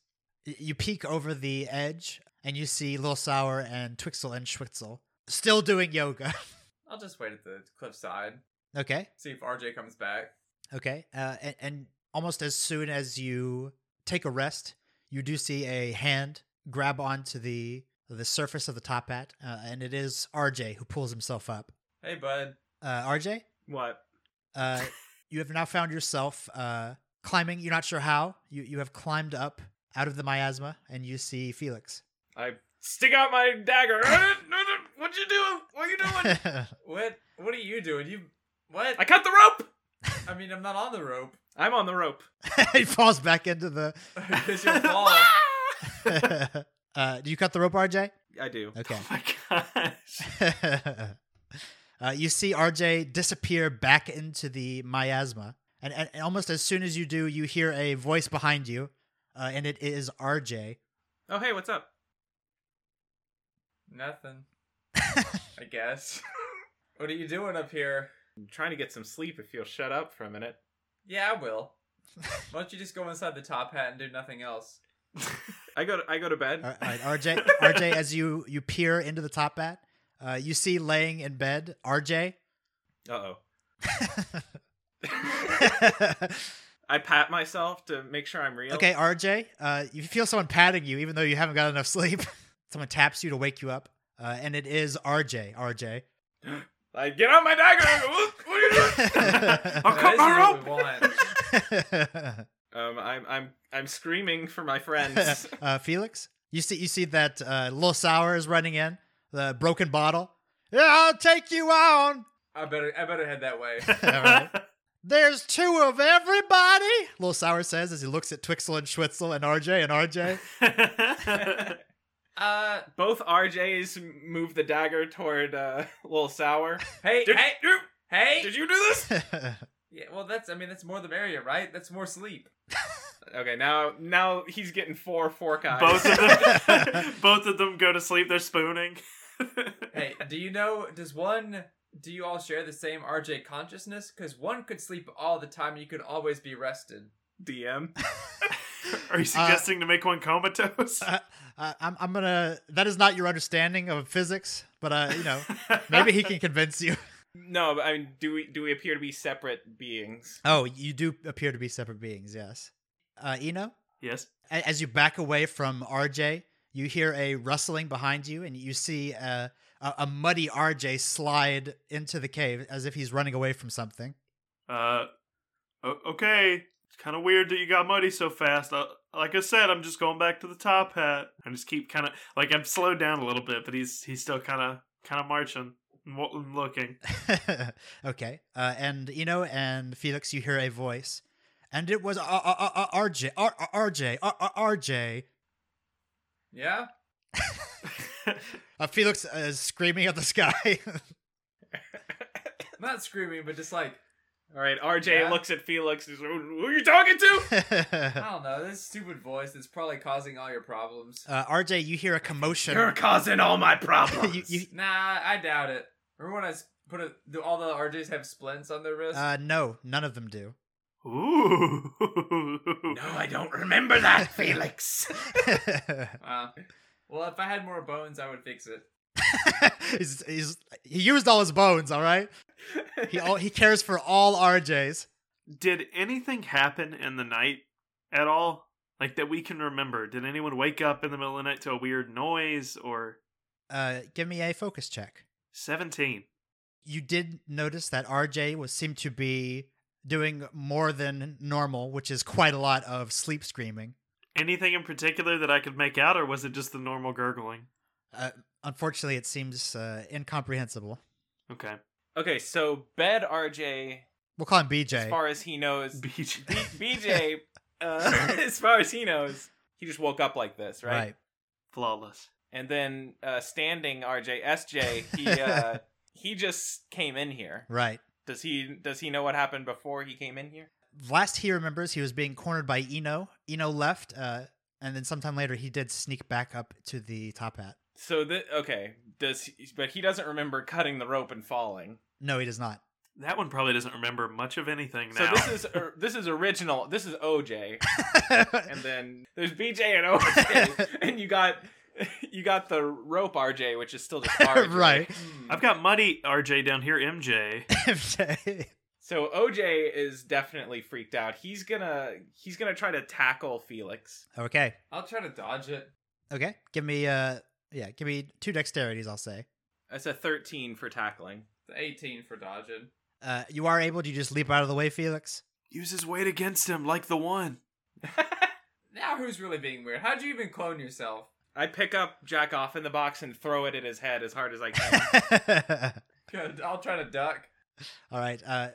Speaker 1: Y- You peek over the edge, and you see Lil Sour and Twixel and Schwitzel still doing yoga.
Speaker 3: I'll just wait at the cliffside,
Speaker 1: okay,
Speaker 3: see if RJ comes back.
Speaker 1: Okay. Uh, and, and almost as soon as you take a rest, you do see a hand grab onto the the surface of the top hat, uh, and it is RJ who pulls himself up.
Speaker 3: Hey, bud.
Speaker 1: Uh, RJ,
Speaker 2: What?
Speaker 1: uh, you have now found yourself uh, climbing. You're not sure how. You you have climbed up out of the miasma, and you see Felix.
Speaker 2: I stick out my dagger. What'd you do? What are you doing?
Speaker 3: What? What are you doing? You what?
Speaker 2: I cut the rope.
Speaker 3: I mean, I'm not on the rope.
Speaker 2: I'm on the rope.
Speaker 1: he falls back into the.
Speaker 3: Because you'll fall.
Speaker 1: uh, do you cut the rope, RJ?
Speaker 2: I do.
Speaker 1: Okay.
Speaker 4: Oh my gosh.
Speaker 1: uh, you see RJ disappear back into the miasma, and, and, and almost as soon as you do, you hear a voice behind you, uh, and it is RJ.
Speaker 2: Oh hey, what's up?
Speaker 3: Nothing. I guess. what are you doing up here?
Speaker 2: I'm trying to get some sleep. If you'll shut up for a minute.
Speaker 3: Yeah, I will. Why don't you just go inside the top hat and do nothing else?
Speaker 2: I go. To, I go to bed.
Speaker 1: All right, RJ, RJ, as you you peer into the top bat, uh, you see laying in bed RJ.
Speaker 2: Uh oh. I pat myself to make sure I'm real.
Speaker 1: okay, RJ, uh, you feel someone patting you, even though you haven't got enough sleep. someone taps you to wake you up, uh, and it is RJ. RJ.
Speaker 2: I get out my dagger. I go, what, what are you doing?
Speaker 4: I'll
Speaker 3: That
Speaker 4: cut
Speaker 3: is
Speaker 4: my
Speaker 3: what
Speaker 4: rope.
Speaker 3: we want.
Speaker 2: Um, I'm I'm I'm screaming for my friends.
Speaker 1: uh, Felix, you see, you see that uh, Lil Sour is running in the broken bottle. Yeah, I'll take you on.
Speaker 3: I better, I better head that way.
Speaker 1: Alright. There's two of everybody. Lil Sour says as he looks at Twixel and Schwitzel and RJ and RJ.
Speaker 3: Uh,
Speaker 2: Both RJs move the dagger toward uh, Lil Sour.
Speaker 3: hey,
Speaker 2: Did,
Speaker 3: hey,
Speaker 2: you,
Speaker 3: hey.
Speaker 2: did you do this?
Speaker 3: Yeah, well, that's. I mean, that's more the merrier, right? That's more sleep.
Speaker 2: Okay, now now he's getting four fork eyes.
Speaker 4: both of them, both of them go to sleep. They're spooning.
Speaker 3: Hey, do you know? Does one? Do you all share the same RJ consciousness? Because one could sleep all the time. You could always be rested.
Speaker 2: DM.
Speaker 4: Are you suggesting to make one comatose?
Speaker 1: uh, uh, I'm, I'm gonna. That is not your understanding of physics, but uh, you know, maybe he can convince you.
Speaker 2: No, but I mean, do we do we appear to be separate beings?
Speaker 1: Oh, you do appear to be separate beings. Yes. Uh, Eno.
Speaker 4: yes.
Speaker 1: A- As you back away from RJ, you hear a rustling behind you, and you see a, a, a muddy RJ slide into the cave as if he's running away from something.
Speaker 4: Uh, o- okay. It's kind of weird that you got muddy so fast. Uh, like I said, I'm just going back to the top hat. I just keep kind of like I'm slowed down a little bit, but he's he's still kind of kind of marching and wa- and looking.
Speaker 1: okay. Uh, and Eno and Felix, you hear a voice, and it was uh, R- R- R- R- RJ, R- R- RJ, R- R- RJ.
Speaker 3: Yeah.
Speaker 1: Uh, Felix uh, is screaming at the sky.
Speaker 3: Not screaming, but just like
Speaker 2: All right, RJ
Speaker 3: Yeah.
Speaker 2: looks at Felix. He's, who who are you talking to?
Speaker 3: I don't know this stupid voice that's probably causing all your problems.
Speaker 1: uh, RJ, you hear a commotion.
Speaker 2: You're causing all my problems.
Speaker 1: You- you-
Speaker 3: Nah, I doubt it. Remember when I s- put a, do all the RJs have splints on their wrists?
Speaker 1: Uh, no, none of them do.
Speaker 4: Ooh.
Speaker 2: no, I don't remember that, Felix.
Speaker 3: Wow. well, if I had more bones, I would fix it.
Speaker 1: he's, he's, he used all his bones, all right? He, all, he cares for all RJs.
Speaker 4: Did anything happen in the night at all? Like that we can remember. Did anyone wake up in the middle of the night to a weird noise or
Speaker 1: Uh, give me a focus check.
Speaker 4: 17?
Speaker 1: You did notice that RJ was seemed to be doing more than normal, which is quite a lot of sleep screaming.
Speaker 4: Anything in particular that I could make out, or was it just the normal gurgling?
Speaker 1: Uh, unfortunately, it seems uh, incomprehensible.
Speaker 4: Okay.
Speaker 2: Okay, so bed RJ,
Speaker 1: We'll call him BJ.
Speaker 2: as far as he knows,
Speaker 4: Beach.
Speaker 2: B- BJ, uh, as far as he knows, he just woke up like this, right?
Speaker 4: Flawless.
Speaker 2: And then uh, standing RJ SJ, he uh, he just came in here.
Speaker 1: right.
Speaker 2: Does he does he know what happened before he came in here?
Speaker 1: last he remembers, he was being cornered by Eno. Eno left, uh, and then sometime later, he did sneak back up to the top hat.
Speaker 2: So the okay, does he, but he doesn't remember cutting the rope and falling.
Speaker 1: No, he does not.
Speaker 4: That one probably doesn't remember much of anything
Speaker 2: So
Speaker 4: now.
Speaker 2: this is or- this is original. This is OJ, and then there's BJ and OJ, and you got you got the rope RJ, which is still just RJ.
Speaker 1: right.
Speaker 3: Hmm,
Speaker 4: I've got muddy RJ down here, MJ.
Speaker 1: MJ.
Speaker 2: So OJ is definitely freaked out. He's gonna he's gonna try to tackle Felix.
Speaker 1: okay.
Speaker 3: I'll try to dodge it.
Speaker 1: Okay. Give me, uh, yeah, give me two dexterities, I'll say.
Speaker 2: That's a thirteen for tackling.
Speaker 3: It's 18 for dodging.
Speaker 1: Uh, you are able to just leap out of the way, Felix.
Speaker 4: Use his weight against him, like the one.
Speaker 3: Now who's really being weird? How'd you even clone yourself?
Speaker 2: I pick up Jack off in the box and throw it at his head as hard as I can.
Speaker 3: Good. I'll try to duck.
Speaker 1: All right. Uh,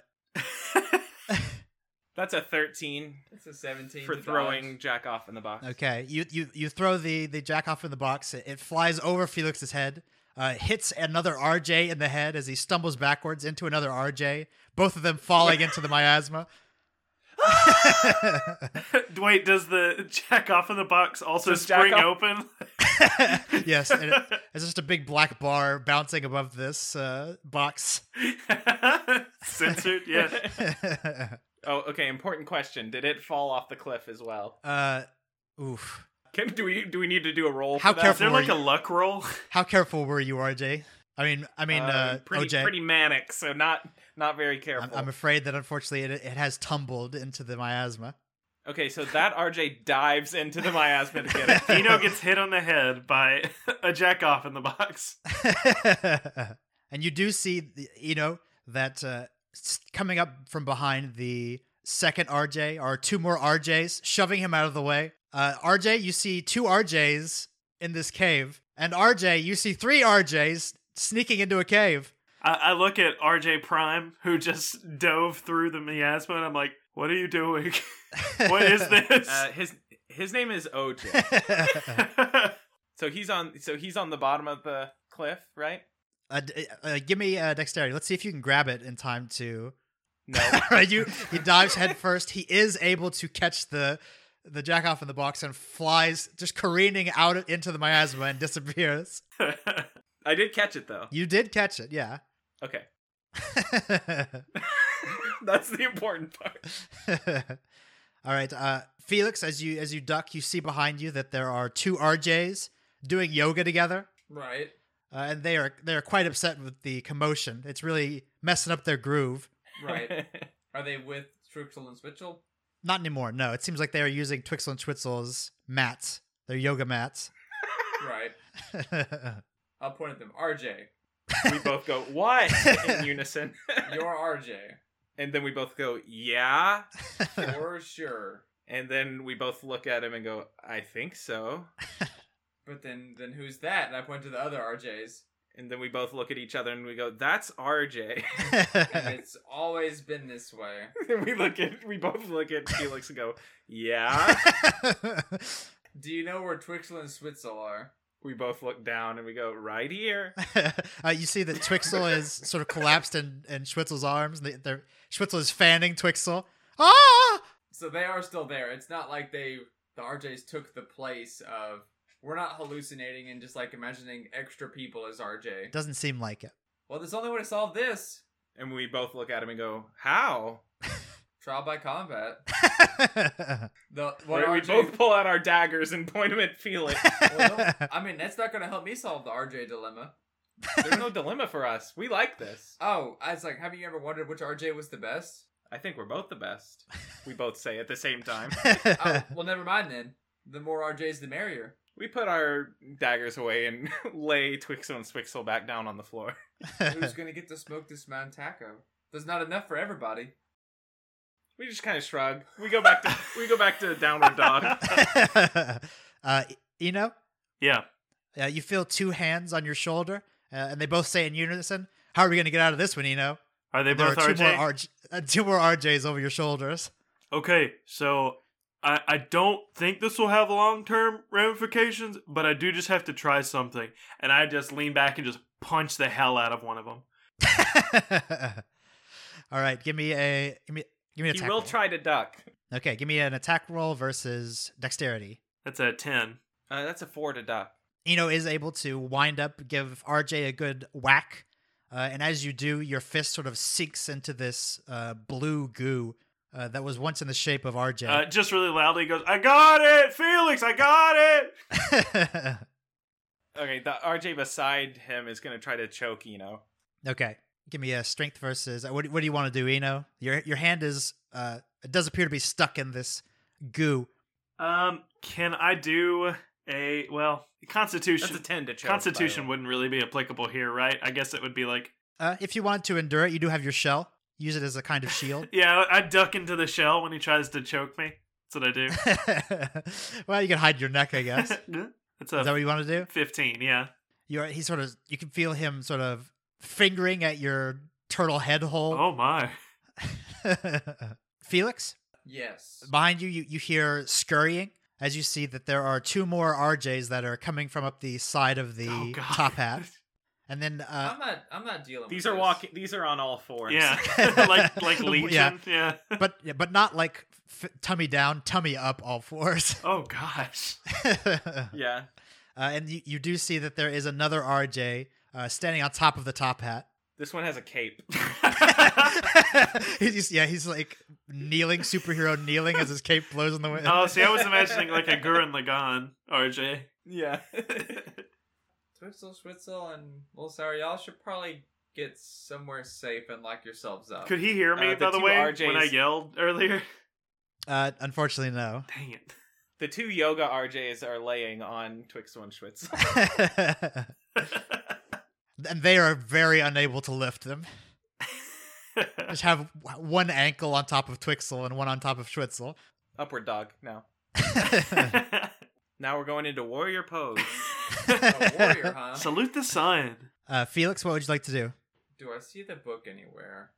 Speaker 2: That's a thirteen
Speaker 3: It's a 17
Speaker 2: for
Speaker 3: to
Speaker 2: throwing
Speaker 3: dodge.
Speaker 2: Jack off in the box.
Speaker 1: okay. You, you, you throw the, the jack off in the box. It, it flies over Felix's head. Uh, hits another RJ in the head as he stumbles backwards into another RJ, both of them falling into the miasma.
Speaker 4: Dwight, does the jack off in the box also
Speaker 2: Does Jack
Speaker 4: spring
Speaker 2: off-
Speaker 4: open?
Speaker 1: yes, and it, it's just a big black bar bouncing above this uh, box.
Speaker 4: Censored, yeah.
Speaker 1: uh,
Speaker 2: Oh, okay. Important question: Did it fall off the cliff as well?
Speaker 1: Uh, oof.
Speaker 2: Can do we do we need to do a roll?
Speaker 1: How
Speaker 2: for that?
Speaker 4: Is there
Speaker 1: careful-
Speaker 4: like a luck roll?
Speaker 1: How careful were you, RJ? I mean, I mean,
Speaker 2: Um,
Speaker 1: uh,
Speaker 2: pretty
Speaker 1: OJ.
Speaker 2: pretty manic, so not not very
Speaker 1: I'm,
Speaker 2: careful.
Speaker 1: I'm afraid that unfortunately it, it has tumbled into the miasma.
Speaker 2: okay, so that RJ dives into the miasma to get it.
Speaker 4: Eno gets hit on the head by a jack off in the box.
Speaker 1: and you do see, the- you know, that uh, s- coming up from behind the second RJ are two more RJs shoving him out of the way. Uh, RJ, you see two RJs in this cave, and RJ, you see three RJs sneaking into a cave.
Speaker 4: I, I look at RJ Prime, who just dove through the miasma, and I'm like, what are you doing? what is this?
Speaker 2: Uh, his his name is OJ.
Speaker 1: uh,
Speaker 2: So he's on. So he's on the bottom of the cliff, right?
Speaker 1: d- uh, give me uh, dexterity. Let's see if you can grab it in time to.
Speaker 2: No.
Speaker 1: Right, you he dives headfirst. He is able to catch the the jack off in the box and flies just careening out into the miasma and disappears.
Speaker 2: I did catch it though.
Speaker 1: You did catch it, yeah.
Speaker 2: Okay, that's the important part.
Speaker 1: All right, uh, Felix, as you as you duck, you see behind you that there are two RJs doing yoga together,
Speaker 3: Right.
Speaker 1: uh, and they are they are quite upset with the commotion. It's really messing up their groove.
Speaker 3: Right. Are they with Truxel and Switchel?
Speaker 1: Not anymore. No, it seems like they are using Twixel and Twitzel's mats, their yoga mats.
Speaker 3: Right. I'll point at them. RJ.
Speaker 2: we both go what in unison,
Speaker 3: You're
Speaker 2: and then we both go yeah,
Speaker 3: RJ. For sure.
Speaker 2: and then we both look at him and go, I think so,
Speaker 3: But then then who's that? And I point to the other RJs.
Speaker 2: and then we both look at each other and we go, that's RJ.
Speaker 3: And it's always been this way.
Speaker 2: and we look at we both look at Felix and go, yeah.
Speaker 3: Do you know where Twixel and Switzel are?
Speaker 2: We both look down and we go right here.
Speaker 1: uh, you see that Twixel is sort of collapsed in, in Schwitzel's arms. They, they're, Schwitzel is fanning Twixel. Ah!
Speaker 3: So they are still there. It's not like they the RJs took the place of we're not hallucinating and just like imagining extra people as RJ.
Speaker 1: Doesn't seem like it.
Speaker 3: Well, there's only way to solve this.
Speaker 2: And we both look at him and go, how?
Speaker 3: Trial by combat. The what
Speaker 2: Right, we
Speaker 3: RJ
Speaker 2: both pull out our daggers and point them at Felix.
Speaker 3: well, no, I mean, that's not going to help me solve the RJ dilemma.
Speaker 2: There's no dilemma for us. We like this.
Speaker 3: Oh, I was like, have you ever wondered which RJ was the best?
Speaker 2: I think we're both the best. We both say at the same time.
Speaker 3: Oh, well, never mind then. The more RJs, the merrier.
Speaker 2: We put our daggers away and lay Twixel and Swixel back down on the floor.
Speaker 3: Who's gonna get to smoke this mountain taco? There's not enough for everybody.
Speaker 2: We just kind of shrug. We go back to we go back to downward dog.
Speaker 1: uh, Eno,
Speaker 4: Yeah.
Speaker 1: uh, you feel two hands on your shoulder, uh, and they both say in unison, "How are we going to get out of this one, Eno?"
Speaker 4: Are they
Speaker 1: there
Speaker 4: both
Speaker 1: are two
Speaker 4: RJ?
Speaker 1: more RJ, uh, two more RJs over your shoulders.
Speaker 4: okay, so I, I don't think this will have long term ramifications, but I do just have to try something. And I just lean back and just punch the hell out of one of them.
Speaker 1: All right, give me a give me give me an
Speaker 2: He
Speaker 1: attack.
Speaker 2: will
Speaker 1: roll.
Speaker 2: try to duck.
Speaker 1: Okay, give me an attack roll versus dexterity.
Speaker 4: That's a 10.
Speaker 2: Uh, that's a four to duck.
Speaker 1: Eno is able to wind up, give RJ a good whack, uh, and as you do, your fist sort of sinks into this uh, blue goo uh, that was once in the shape of RJ.
Speaker 4: Uh, just really loudly goes, I got it, Felix, I got it.
Speaker 2: Okay, the RJ beside him is gonna try to choke Eno.
Speaker 1: okay, give me a strength versus. uh, What, do- what do you want to do, Eno? Your your hand is uh, it does appear to be stuck in this goo.
Speaker 4: Um, can I do a well
Speaker 2: That's a
Speaker 4: Constitution?
Speaker 2: ten to choke. by the
Speaker 4: Constitution
Speaker 2: way.
Speaker 4: wouldn't really be applicable here, right? I guess it would be like,
Speaker 1: Uh, if you want to endure it, you do have your shell. Use it as a kind of shield.
Speaker 4: yeah, I duck into the shell when he tries to choke me. That's what I do.
Speaker 1: well, you can hide your neck, I guess. Is
Speaker 4: That's a
Speaker 1: that what you want to do?
Speaker 4: fifteen. Yeah.
Speaker 1: you he sort of you can feel him sort of fingering at your turtle head hole.
Speaker 4: Oh my. Oh.
Speaker 1: Felix,
Speaker 3: Yes.
Speaker 1: behind you, you you hear scurrying as you see that there are two more RJs that are coming from up the side of the
Speaker 4: Oh, God.
Speaker 1: top half, and then uh,
Speaker 3: I'm not. I'm not dealing.
Speaker 2: These
Speaker 3: with
Speaker 2: are
Speaker 3: this.
Speaker 2: walking. These are on all fours.
Speaker 4: Yeah. like like
Speaker 1: Yeah.
Speaker 4: Legion. yeah.
Speaker 1: but but not like f- tummy down, tummy up, all fours.
Speaker 4: Oh gosh.
Speaker 1: uh,
Speaker 2: Yeah.
Speaker 1: and you, you do see that there is another RJ uh, standing on top of the top hat.
Speaker 2: This one has a cape.
Speaker 1: he's just- yeah, he's like kneeling, superhero kneeling as his cape blows in the wind.
Speaker 4: oh, see, I was imagining like a Gurren Lagann, RJ.
Speaker 2: Yeah.
Speaker 3: Twitzel, Switzel, and Little Sour, y'all should probably get somewhere safe and lock yourselves up.
Speaker 4: Could he hear me
Speaker 2: Uh, the
Speaker 4: by the
Speaker 2: two
Speaker 4: way
Speaker 2: RJs.
Speaker 4: when I yelled earlier?
Speaker 1: Uh, unfortunately, no.
Speaker 4: Dang it.
Speaker 2: the two yoga RJs are laying on Twixel and Schwitzel.
Speaker 1: and they are very unable to lift them. Just have w- one ankle on top of Twixel and one on top of Schwitzel.
Speaker 2: Upward dog. Now. Now we're going into warrior pose.
Speaker 3: a warrior, huh?
Speaker 4: Salute the sun.
Speaker 1: Uh, Felix, what would you like to do?
Speaker 3: Do I see the book anywhere?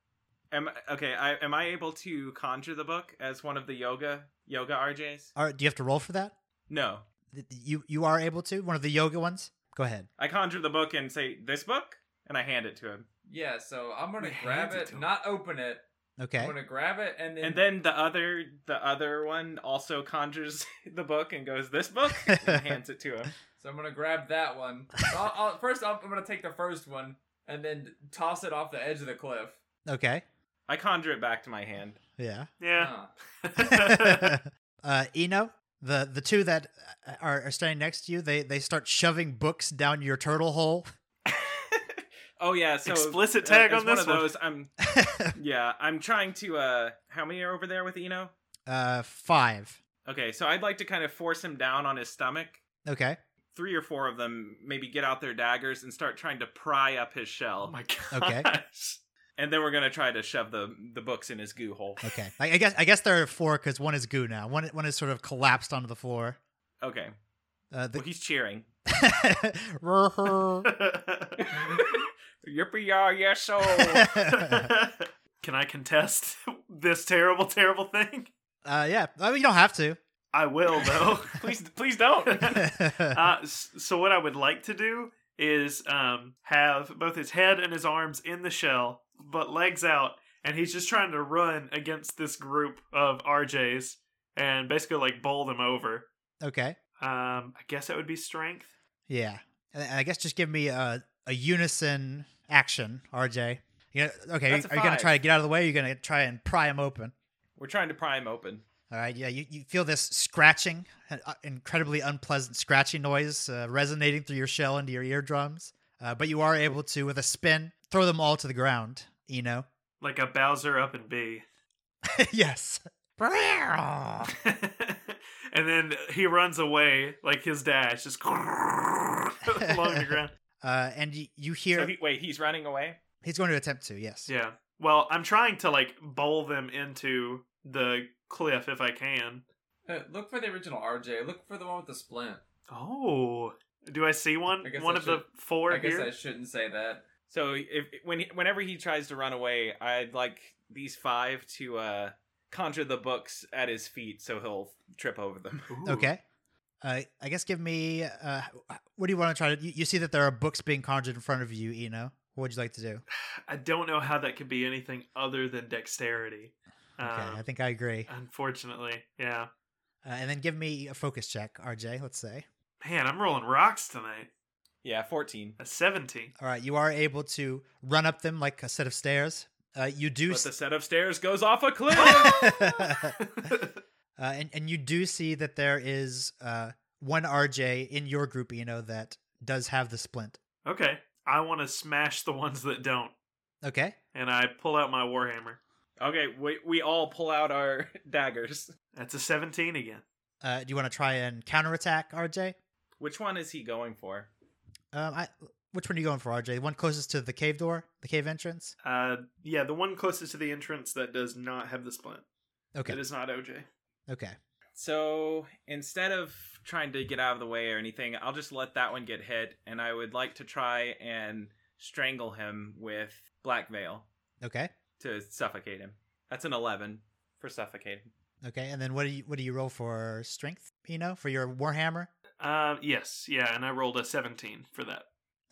Speaker 2: Am okay. I am I able to conjure the book as one of the yoga yoga RJs?
Speaker 1: All right, do you have to roll for that?
Speaker 2: No,
Speaker 1: Th- You you are able to one of the yoga ones. Go ahead.
Speaker 2: I conjure the book and say this book, and I hand it to him.
Speaker 3: Yeah, so I'm gonna
Speaker 4: Your
Speaker 3: grab
Speaker 4: hands are
Speaker 3: it,
Speaker 4: dope.
Speaker 3: not open it.
Speaker 1: Okay.
Speaker 3: I'm gonna grab it and then,
Speaker 2: And then the other the other one also conjures the book and goes this book and hands it to him.
Speaker 3: so I'm gonna grab that one. So I'll, I'll, first, I'll, I'm gonna take the first one and then toss it off the edge of the cliff.
Speaker 1: Okay.
Speaker 2: I conjure it back to my hand.
Speaker 1: Yeah.
Speaker 4: Yeah.
Speaker 3: Huh.
Speaker 1: uh, Eno, the the two that uh, are, are standing next to you, they they start shoving books down your turtle hole.
Speaker 2: Oh yeah, so
Speaker 4: Explicit tag
Speaker 2: as
Speaker 4: on
Speaker 2: one.
Speaker 4: this one.
Speaker 2: Of those, I'm yeah, I'm trying to. uh How many are over there with Eno?
Speaker 1: Uh, five.
Speaker 2: Okay, so I'd like to kind of force him down on his stomach.
Speaker 1: Okay.
Speaker 2: Three or four of them maybe get out their daggers and start trying to pry up his shell.
Speaker 4: Oh my
Speaker 1: Okay.
Speaker 4: gosh.
Speaker 2: and then we're gonna try to shove the the books in his goo hole.
Speaker 1: Okay. I, I guess I guess there are four because one is goo now. One one is sort of collapsed onto the floor.
Speaker 2: Okay,
Speaker 1: Uh,
Speaker 2: well he's cheering.
Speaker 1: the
Speaker 2: Yippee yah, yes so.
Speaker 4: Can I contest this terrible, terrible thing?
Speaker 1: uh, yeah. I mean, you don't have to.
Speaker 4: I will though.
Speaker 2: please, please don't.
Speaker 4: uh, s- so what I would like to do is um, have both his head and his arms in the shell, but legs out, and he's just trying to run against this group of RJs and basically like bowl them over.
Speaker 1: okay.
Speaker 4: Um, I guess that would be strength.
Speaker 1: Yeah. And I guess just give me a a unison action, RJ. You know, okay.
Speaker 2: That's a
Speaker 1: are you gonna
Speaker 2: five.
Speaker 1: try to get out of the way? Or are you gonna try and pry him open?
Speaker 2: We're trying to pry him open.
Speaker 1: All right, yeah, you, you feel this scratching, an uh, incredibly unpleasant scratchy noise uh, resonating through your shell into your eardrums. Uh, but you are able to, with a spin, throw them all to the ground, Eno.
Speaker 4: Like a Bowser up and B.
Speaker 1: yes. Uh, That's
Speaker 4: and then he runs away like his dash just along the ground.
Speaker 1: Uh, and you, you hear
Speaker 2: So he, wait, he's running away.
Speaker 1: he's going to attempt to. Yes.
Speaker 4: Yeah. Well, I'm trying to like bowl them into the cliff if I can.
Speaker 3: Uh, Look for the original RJ. Look for the one with the splint.
Speaker 4: Oh, do I see one?
Speaker 3: I guess
Speaker 4: one
Speaker 3: I
Speaker 4: of the four
Speaker 3: I guess
Speaker 4: here.
Speaker 3: I shouldn't say that.
Speaker 2: So if when he- whenever he tries to run away, I'd like these five to uh, conjure the books at his feet so he'll trip over them.
Speaker 4: Ooh.
Speaker 1: Okay. Uh, I guess give me. Uh, what do you want to try to? You, you see that there are books being conjured in front of you, Eno. What would you like to do?
Speaker 4: I don't know how that could be anything other than dexterity.
Speaker 1: Okay, I
Speaker 4: Um,
Speaker 1: think I agree.
Speaker 4: unfortunately, yeah.
Speaker 1: Uh, and then give me a focus check, RJ. Let's say.
Speaker 4: Man, I'm rolling rocks tonight.
Speaker 2: Yeah, fourteen.
Speaker 4: A 17.
Speaker 1: All right, you are able to run up them like a set of stairs. Uh, you do.
Speaker 2: But
Speaker 1: s-
Speaker 2: the set of stairs goes off a cliff.
Speaker 1: uh, and and you do see that there is uh, one RJ in your group, Eno, that does have the splint.
Speaker 4: okay. I want to smash the ones that don't,
Speaker 1: Okay.
Speaker 4: and I pull out my warhammer.
Speaker 2: okay, we we all pull out our daggers.
Speaker 4: That's a 17 again.
Speaker 1: Uh, do you want to try and counterattack RJ?
Speaker 2: Which one is he going for?
Speaker 1: Um, I, which one are you going for, RJ? The one closest to the cave door, the cave entrance?
Speaker 4: Uh, yeah, the one closest to the entrance that does not have the splint.
Speaker 1: Okay.
Speaker 4: It is not OJ.
Speaker 1: okay.
Speaker 2: So instead of trying to get out of the way or anything, I'll just let that one get hit, and I would like to try and strangle him with black veil
Speaker 1: Okay.
Speaker 2: to suffocate him. That's an eleven for suffocating.
Speaker 1: Okay. And then what do you what do you roll for strength, Eno, for your warhammer?
Speaker 4: Uh, yes, yeah, and I rolled a 17 for that.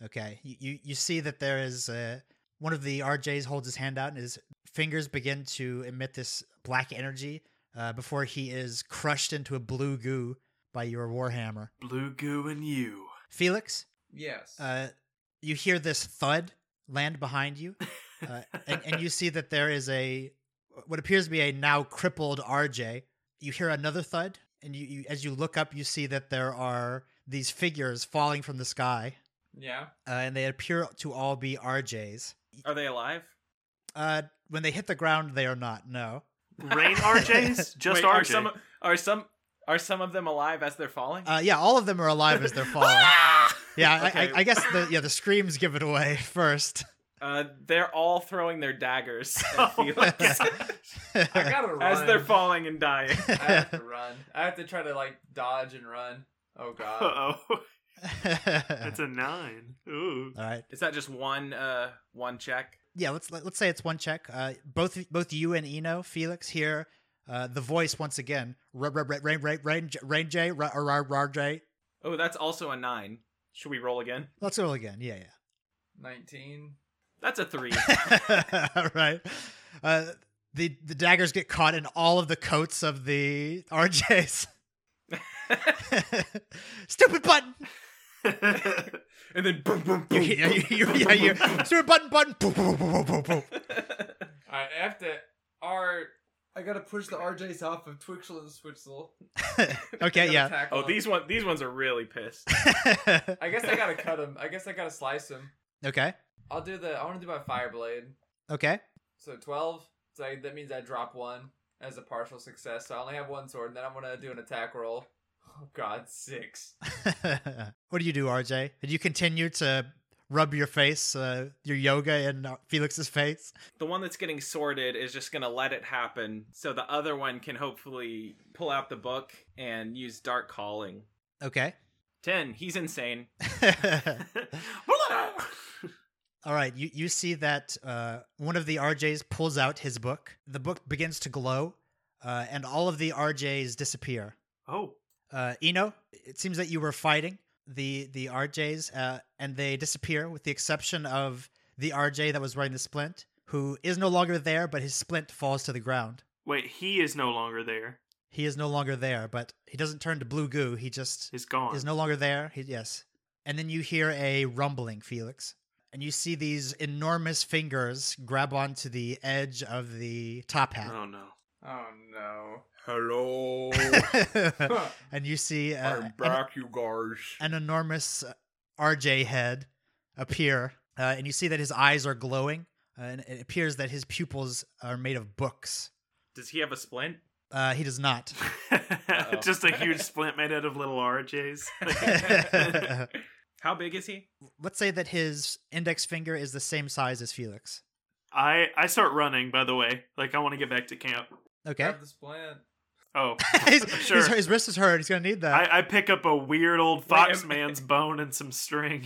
Speaker 1: Okay. You you, you see that there is uh one of the RJs holds his hand out and his fingers begin to emit this black energy uh, before he is crushed into a blue goo by your warhammer.
Speaker 4: Blue goo and you.
Speaker 1: Felix,
Speaker 3: Yes.
Speaker 1: uh, you hear this thud land behind you, uh, and, and you see that there is a what appears to be a now crippled RJ. You hear another thud, and you, you as you look up, you see that there are these figures falling from the sky,
Speaker 3: yeah.
Speaker 1: uh, and they appear to all be RJs.
Speaker 2: Are they alive?
Speaker 1: Uh, when they hit the ground, they are not. No.
Speaker 4: Rain RJs? Just
Speaker 2: Wait,
Speaker 4: RJ.
Speaker 2: Are some are some are some of them alive as they're falling?
Speaker 1: Uh, yeah, all of them are alive as they're falling. yeah, I,
Speaker 2: Okay.
Speaker 1: I, I guess the yeah the screams give it away first.
Speaker 2: Uh, they're all throwing their daggers
Speaker 1: Oh
Speaker 2: at Felix
Speaker 3: I gotta run.
Speaker 2: as they're falling and dying.
Speaker 3: I have to run. I have to try to like dodge and run. Oh god.
Speaker 4: Uh-oh. That's a 9. Ooh.
Speaker 1: all right.
Speaker 2: Is that just one uh one check?
Speaker 1: yeah let's let, let's say it's one check uh both both you and eno felix hear uh the voice once again rain rain rain rain rain j ra- ra- ra- ra- j
Speaker 2: Oh, that's also a nine. Should we roll again?
Speaker 1: let's roll again yeah
Speaker 3: Nineteen.
Speaker 2: That's a three.
Speaker 1: yeah all right uh the the daggers get caught in all of the coats of the rjs stupid button
Speaker 2: and then boom, boom,
Speaker 1: you
Speaker 2: boom.
Speaker 1: hear, you hear, yeah, you hear, stupid button button boop, boom boom boom boom
Speaker 3: Alright, I have to R I gotta push the RJs off of Twixel and Switzel.
Speaker 1: boom. okay yeah
Speaker 2: oh, these one, these ones are really pissed.
Speaker 3: I guess I gotta cut them. I guess I gotta slice them.
Speaker 1: okay
Speaker 3: I'll do the. I want to do my fire blade.
Speaker 1: okay
Speaker 3: So twelve. So I, that means I drop one as a partial success. So I only have one sword. And then I'm gonna do an attack roll. Oh God, six.
Speaker 1: what do you do, RJ? Did you continue to rub your face, uh, your yoga in uh, Felix's face?
Speaker 2: The one that's getting sorted is just gonna let it happen, so the other one can hopefully pull out the book and use dark calling.
Speaker 1: Okay.
Speaker 2: Ten. He's insane.
Speaker 1: All right. You you see that uh, one of the RJs pulls out his book. The book begins to glow, uh, and all of the RJs disappear.
Speaker 4: oh.
Speaker 1: Uh, Eno, it seems that you were fighting the the RJs, uh, and they disappear with the exception of the RJ that was running the splint, who is no longer there, but his splint falls to the ground.
Speaker 4: Wait, he is no longer there.
Speaker 1: He is no longer there, but he doesn't turn to blue goo. He just
Speaker 4: He's gone.
Speaker 1: is no longer there. He, yes. And then you hear a rumbling, Felix. And you see these enormous fingers grab onto the edge of the top hat.
Speaker 4: oh, no.
Speaker 3: Oh no.
Speaker 6: Hello,
Speaker 3: Oh.
Speaker 1: and you see uh,
Speaker 6: I'm
Speaker 1: an,
Speaker 6: back, you guys.
Speaker 1: an enormous uh, RJ head appear. Uh, and you see that his eyes are glowing. Uh, and it appears that his pupils are made of books.
Speaker 2: Does he have a splint?
Speaker 1: Uh, he does not.
Speaker 2: Uh-oh.
Speaker 4: Just a huge splint made out of little RJs.
Speaker 2: How big is he?
Speaker 1: Let's say that his index finger is the same size as Felix.
Speaker 4: I I start running. By the way, like I want to get back to camp.
Speaker 1: Okay.
Speaker 3: Grab this plant.
Speaker 4: Oh,
Speaker 1: He's-
Speaker 4: Sure.
Speaker 1: his, his wrist is hurt. He's gonna need that.
Speaker 4: I, I pick up a weird old fox man's bone and some string.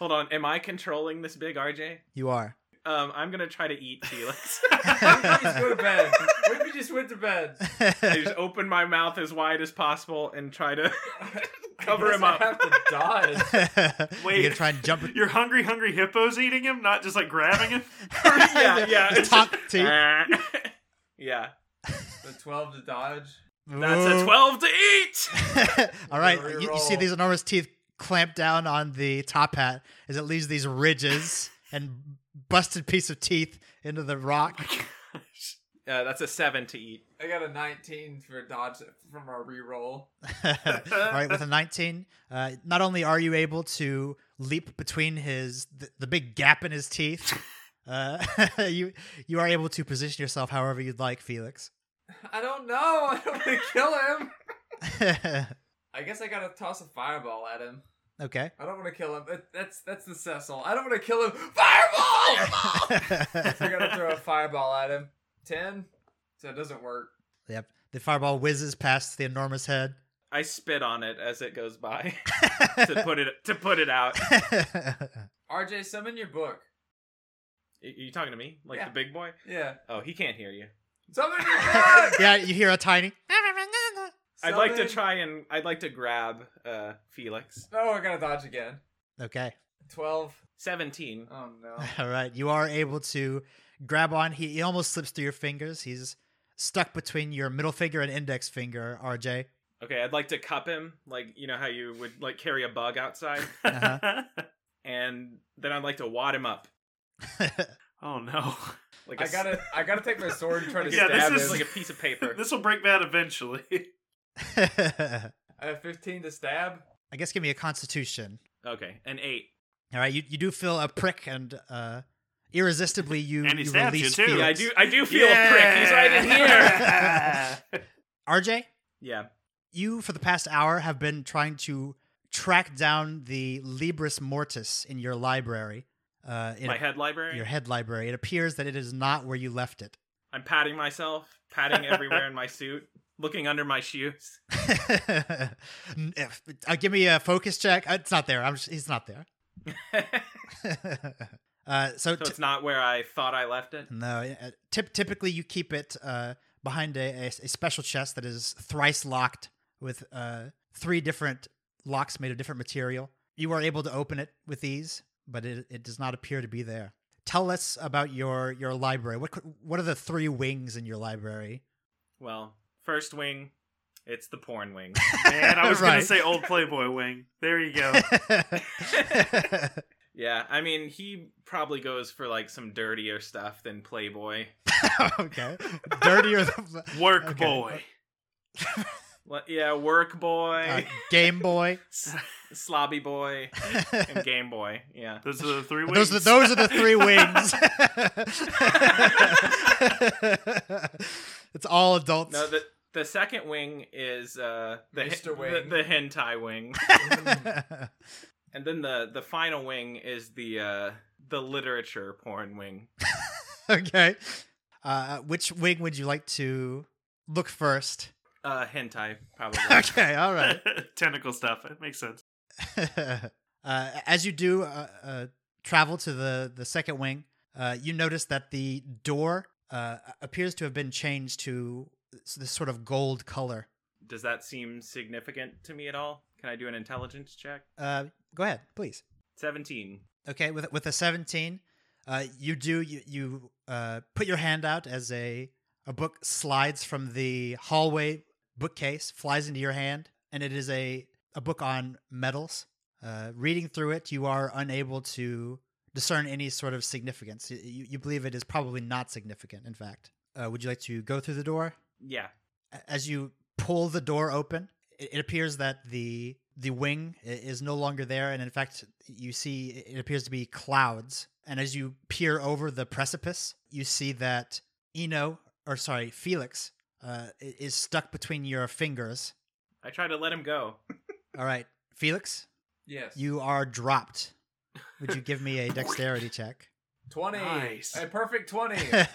Speaker 2: Hold on. Am I controlling this big RJ?
Speaker 1: you are.
Speaker 2: Um, I'm gonna try to eat Felix.
Speaker 3: What if we just go to bed? What if we just went to bed?
Speaker 2: I just open my mouth as wide as possible and try to cover
Speaker 3: I guess
Speaker 2: him
Speaker 3: I
Speaker 2: up.
Speaker 3: have to dodge.
Speaker 1: You're gonna try and jump.
Speaker 4: Your hungry, hungry hippos eating him, not just like grabbing him.
Speaker 2: yeah, yeah.
Speaker 1: The top teeth.
Speaker 2: yeah.
Speaker 3: The 12 to dodge.
Speaker 2: That's a
Speaker 1: Ooh.
Speaker 2: 12 to eat!
Speaker 1: All right,
Speaker 3: Gotta
Speaker 1: you, you see
Speaker 3: reroll.
Speaker 1: these enormous teeth clamp down on the top hat as it leaves these ridges and busted piece of teeth into the rock.
Speaker 2: Uh, that's a 7 to eat.
Speaker 3: I got a 19 for dodge from our reroll.
Speaker 1: All right, with a 19, uh, not only are you able to leap between his the, the big gap in his teeth, uh, you you are able to position yourself however you'd like, Felix.
Speaker 3: I don't know. I don't want to kill him. I guess I gotta toss a fireball at him.
Speaker 1: okay.
Speaker 3: I don't want to kill him. That- That's that's the Cecil. I don't want to kill him. Fireball! I gotta throw a fireball at him. Ten, so it doesn't work.
Speaker 1: yep. The fireball whizzes past the enormous head.
Speaker 2: I spit on it as it goes by to put it to put it out. Are
Speaker 3: RJ, summon your book.
Speaker 2: you talking to me? Like
Speaker 3: Yeah.
Speaker 2: the big boy?
Speaker 3: Yeah,
Speaker 2: Oh, he can't hear you.
Speaker 3: summon your book.
Speaker 1: yeah, you hear a tiny.
Speaker 2: I'd like to
Speaker 3: Summon-
Speaker 2: try and I'd like to grab uh Felix.
Speaker 3: No, Oh, I gotta dodge again.
Speaker 1: Okay.
Speaker 3: Twelve.
Speaker 2: 17.
Speaker 3: Oh no.
Speaker 1: All right, you are able to grab on. He, he almost slips through your fingers. He's stuck between your middle finger and index finger, RJ.
Speaker 2: Okay, I'd like to cup him, like you know how you would like carry a bug outside,
Speaker 1: Uh-huh.
Speaker 2: and then I'd like to wad him up.
Speaker 4: oh no!
Speaker 2: Like a
Speaker 3: I gotta I gotta take my sword and try to
Speaker 4: Yeah, this
Speaker 3: stab
Speaker 2: this
Speaker 4: is-
Speaker 2: is
Speaker 3: him.
Speaker 2: like a piece of paper.
Speaker 4: This will break bad eventually.
Speaker 3: I have fifteen to stab.
Speaker 1: I guess give me a constitution.
Speaker 2: Okay, an eight.
Speaker 1: All right, you, you do feel a prick and uh, irresistibly you,
Speaker 4: And he
Speaker 1: you
Speaker 4: stabs you,
Speaker 1: release
Speaker 4: too.
Speaker 1: Felix.
Speaker 2: Yeah, I do. I do feel a prick. He's right in here.
Speaker 4: Yeah.
Speaker 1: RJ,
Speaker 2: yeah.
Speaker 1: you for the past hour have been trying to track down the Libris Mortis in your library. Uh, in
Speaker 2: My head library.
Speaker 1: your head library. It appears that it is not where you left it.
Speaker 2: I'm patting myself, patting everywhere in my suit, looking under my shoes.
Speaker 1: N- if- uh, give me a focus check. Uh, It's not there. I'm just, he's not there.
Speaker 2: so
Speaker 1: uh, so, t-
Speaker 2: it's not where I thought I left it.
Speaker 1: no. uh, Tip- typically, you keep it uh, behind a, a, a special chest that is thrice locked with uh, three different locks made of different material. You are able to open it with ease, but it, it does not appear to be there. Tell us about your your library. What could- what are the three wings in your library?
Speaker 2: Well, first wing, it's the porn wing.
Speaker 4: Man, I was gonna
Speaker 1: Right.
Speaker 4: say old Playboy wing. There you go.
Speaker 2: yeah, I mean, he probably goes for like some dirtier stuff than Playboy.
Speaker 1: okay, dirtier than
Speaker 4: Work
Speaker 1: Okay.
Speaker 4: boy.
Speaker 2: Well, yeah, work boy,
Speaker 1: uh, Game Boy.
Speaker 2: s- slobby boy, and Game Boy. Yeah.
Speaker 4: Those are the three
Speaker 1: But
Speaker 4: wings.
Speaker 1: Those are, those are the three wings. it's all adults.
Speaker 2: No, the the second wing is uh the hen-
Speaker 3: Mr. Wing.
Speaker 2: the, the hentai wing, and then the the final wing is the uh the literature porn wing.
Speaker 1: okay. Uh, which wing would you like to look first?
Speaker 2: Uh, hentai probably.
Speaker 1: Okay, all right.
Speaker 4: Tentacle stuff. It makes sense.
Speaker 1: uh, as you do uh, uh, travel to the, the second wing, uh, you notice that the door uh, appears to have been changed to this sort of gold color.
Speaker 2: Does that seem significant to me at all? Can I do an intelligence check?
Speaker 1: Uh, go ahead, please.
Speaker 2: Seventeen.
Speaker 1: Okay, with with a seventeen, uh, you do you you uh, put your hand out as a a book slides from the hallway bookcase, flies into your hand, and it is a a book on metals. Uh, reading through it, you are unable to discern any sort of significance. Y- You, you believe it is probably not significant. In fact, uh, would you like to go through the door?
Speaker 2: Yeah.
Speaker 1: A- As you pull the door open, it, it appears that the the wing i- is no longer there, and in fact, you see it appears to be clouds. And as you peer over the precipice, you see that Eno, or sorry, Felix, uh, i- is stuck between your fingers.
Speaker 2: I try to let him go.
Speaker 1: All right, Felix,
Speaker 3: Yes.
Speaker 1: you are dropped. Would you give me a dexterity check?
Speaker 3: 20.
Speaker 4: Nice.
Speaker 3: A perfect 20.
Speaker 1: All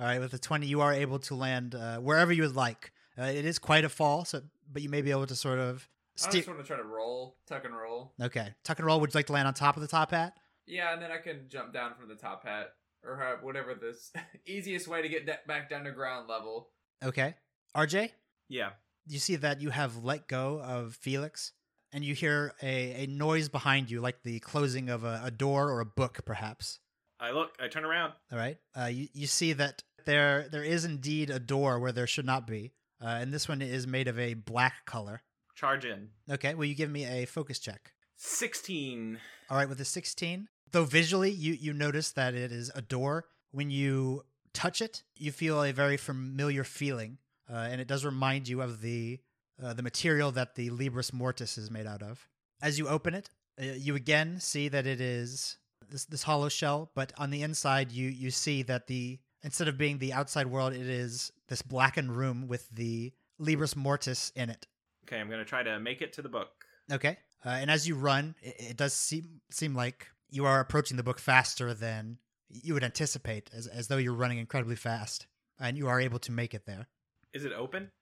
Speaker 1: right, with a 20, you are able to land uh, wherever you would like. Uh, it is quite a fall, so but you may be able to sort of
Speaker 3: I
Speaker 1: steer.
Speaker 3: just want to try to roll, tuck and roll.
Speaker 1: Okay, tuck and roll. Would you like to land on top of the top hat?
Speaker 3: Yeah, and then I can jump down from the top hat or have- whatever this easiest way to get da- back down to ground level.
Speaker 1: Okay, RJ,
Speaker 2: Yeah.
Speaker 1: you see that you have let go of Felix, and you hear a, a noise behind you, like the closing of a, a door or a book, perhaps.
Speaker 2: I look. I turn around.
Speaker 1: All right. Uh, you, you see that there there is indeed a door where there should not be, uh, and this one is made of a black color.
Speaker 2: Charge in.
Speaker 1: Okay. Will you give me a focus check?
Speaker 2: Sixteen.
Speaker 1: All right, with a 16. Though visually, you you notice that it is a door. When you touch it, you feel a very familiar feeling, uh, and it does remind you of the uh, the material that the Libris Mortis is made out of. As you open it, uh, you again see that it is this this hollow shell, but on the inside, you you see that the instead of being the outside world, it is this blackened room with the Libris Mortis in it.
Speaker 2: Okay, I'm gonna try to make it to the book.
Speaker 1: Okay. Uh, and as you run, it, it does seem seem like you are approaching the book faster than you would anticipate, as as though you're running incredibly fast, and you are able to make it there.
Speaker 2: Is it open?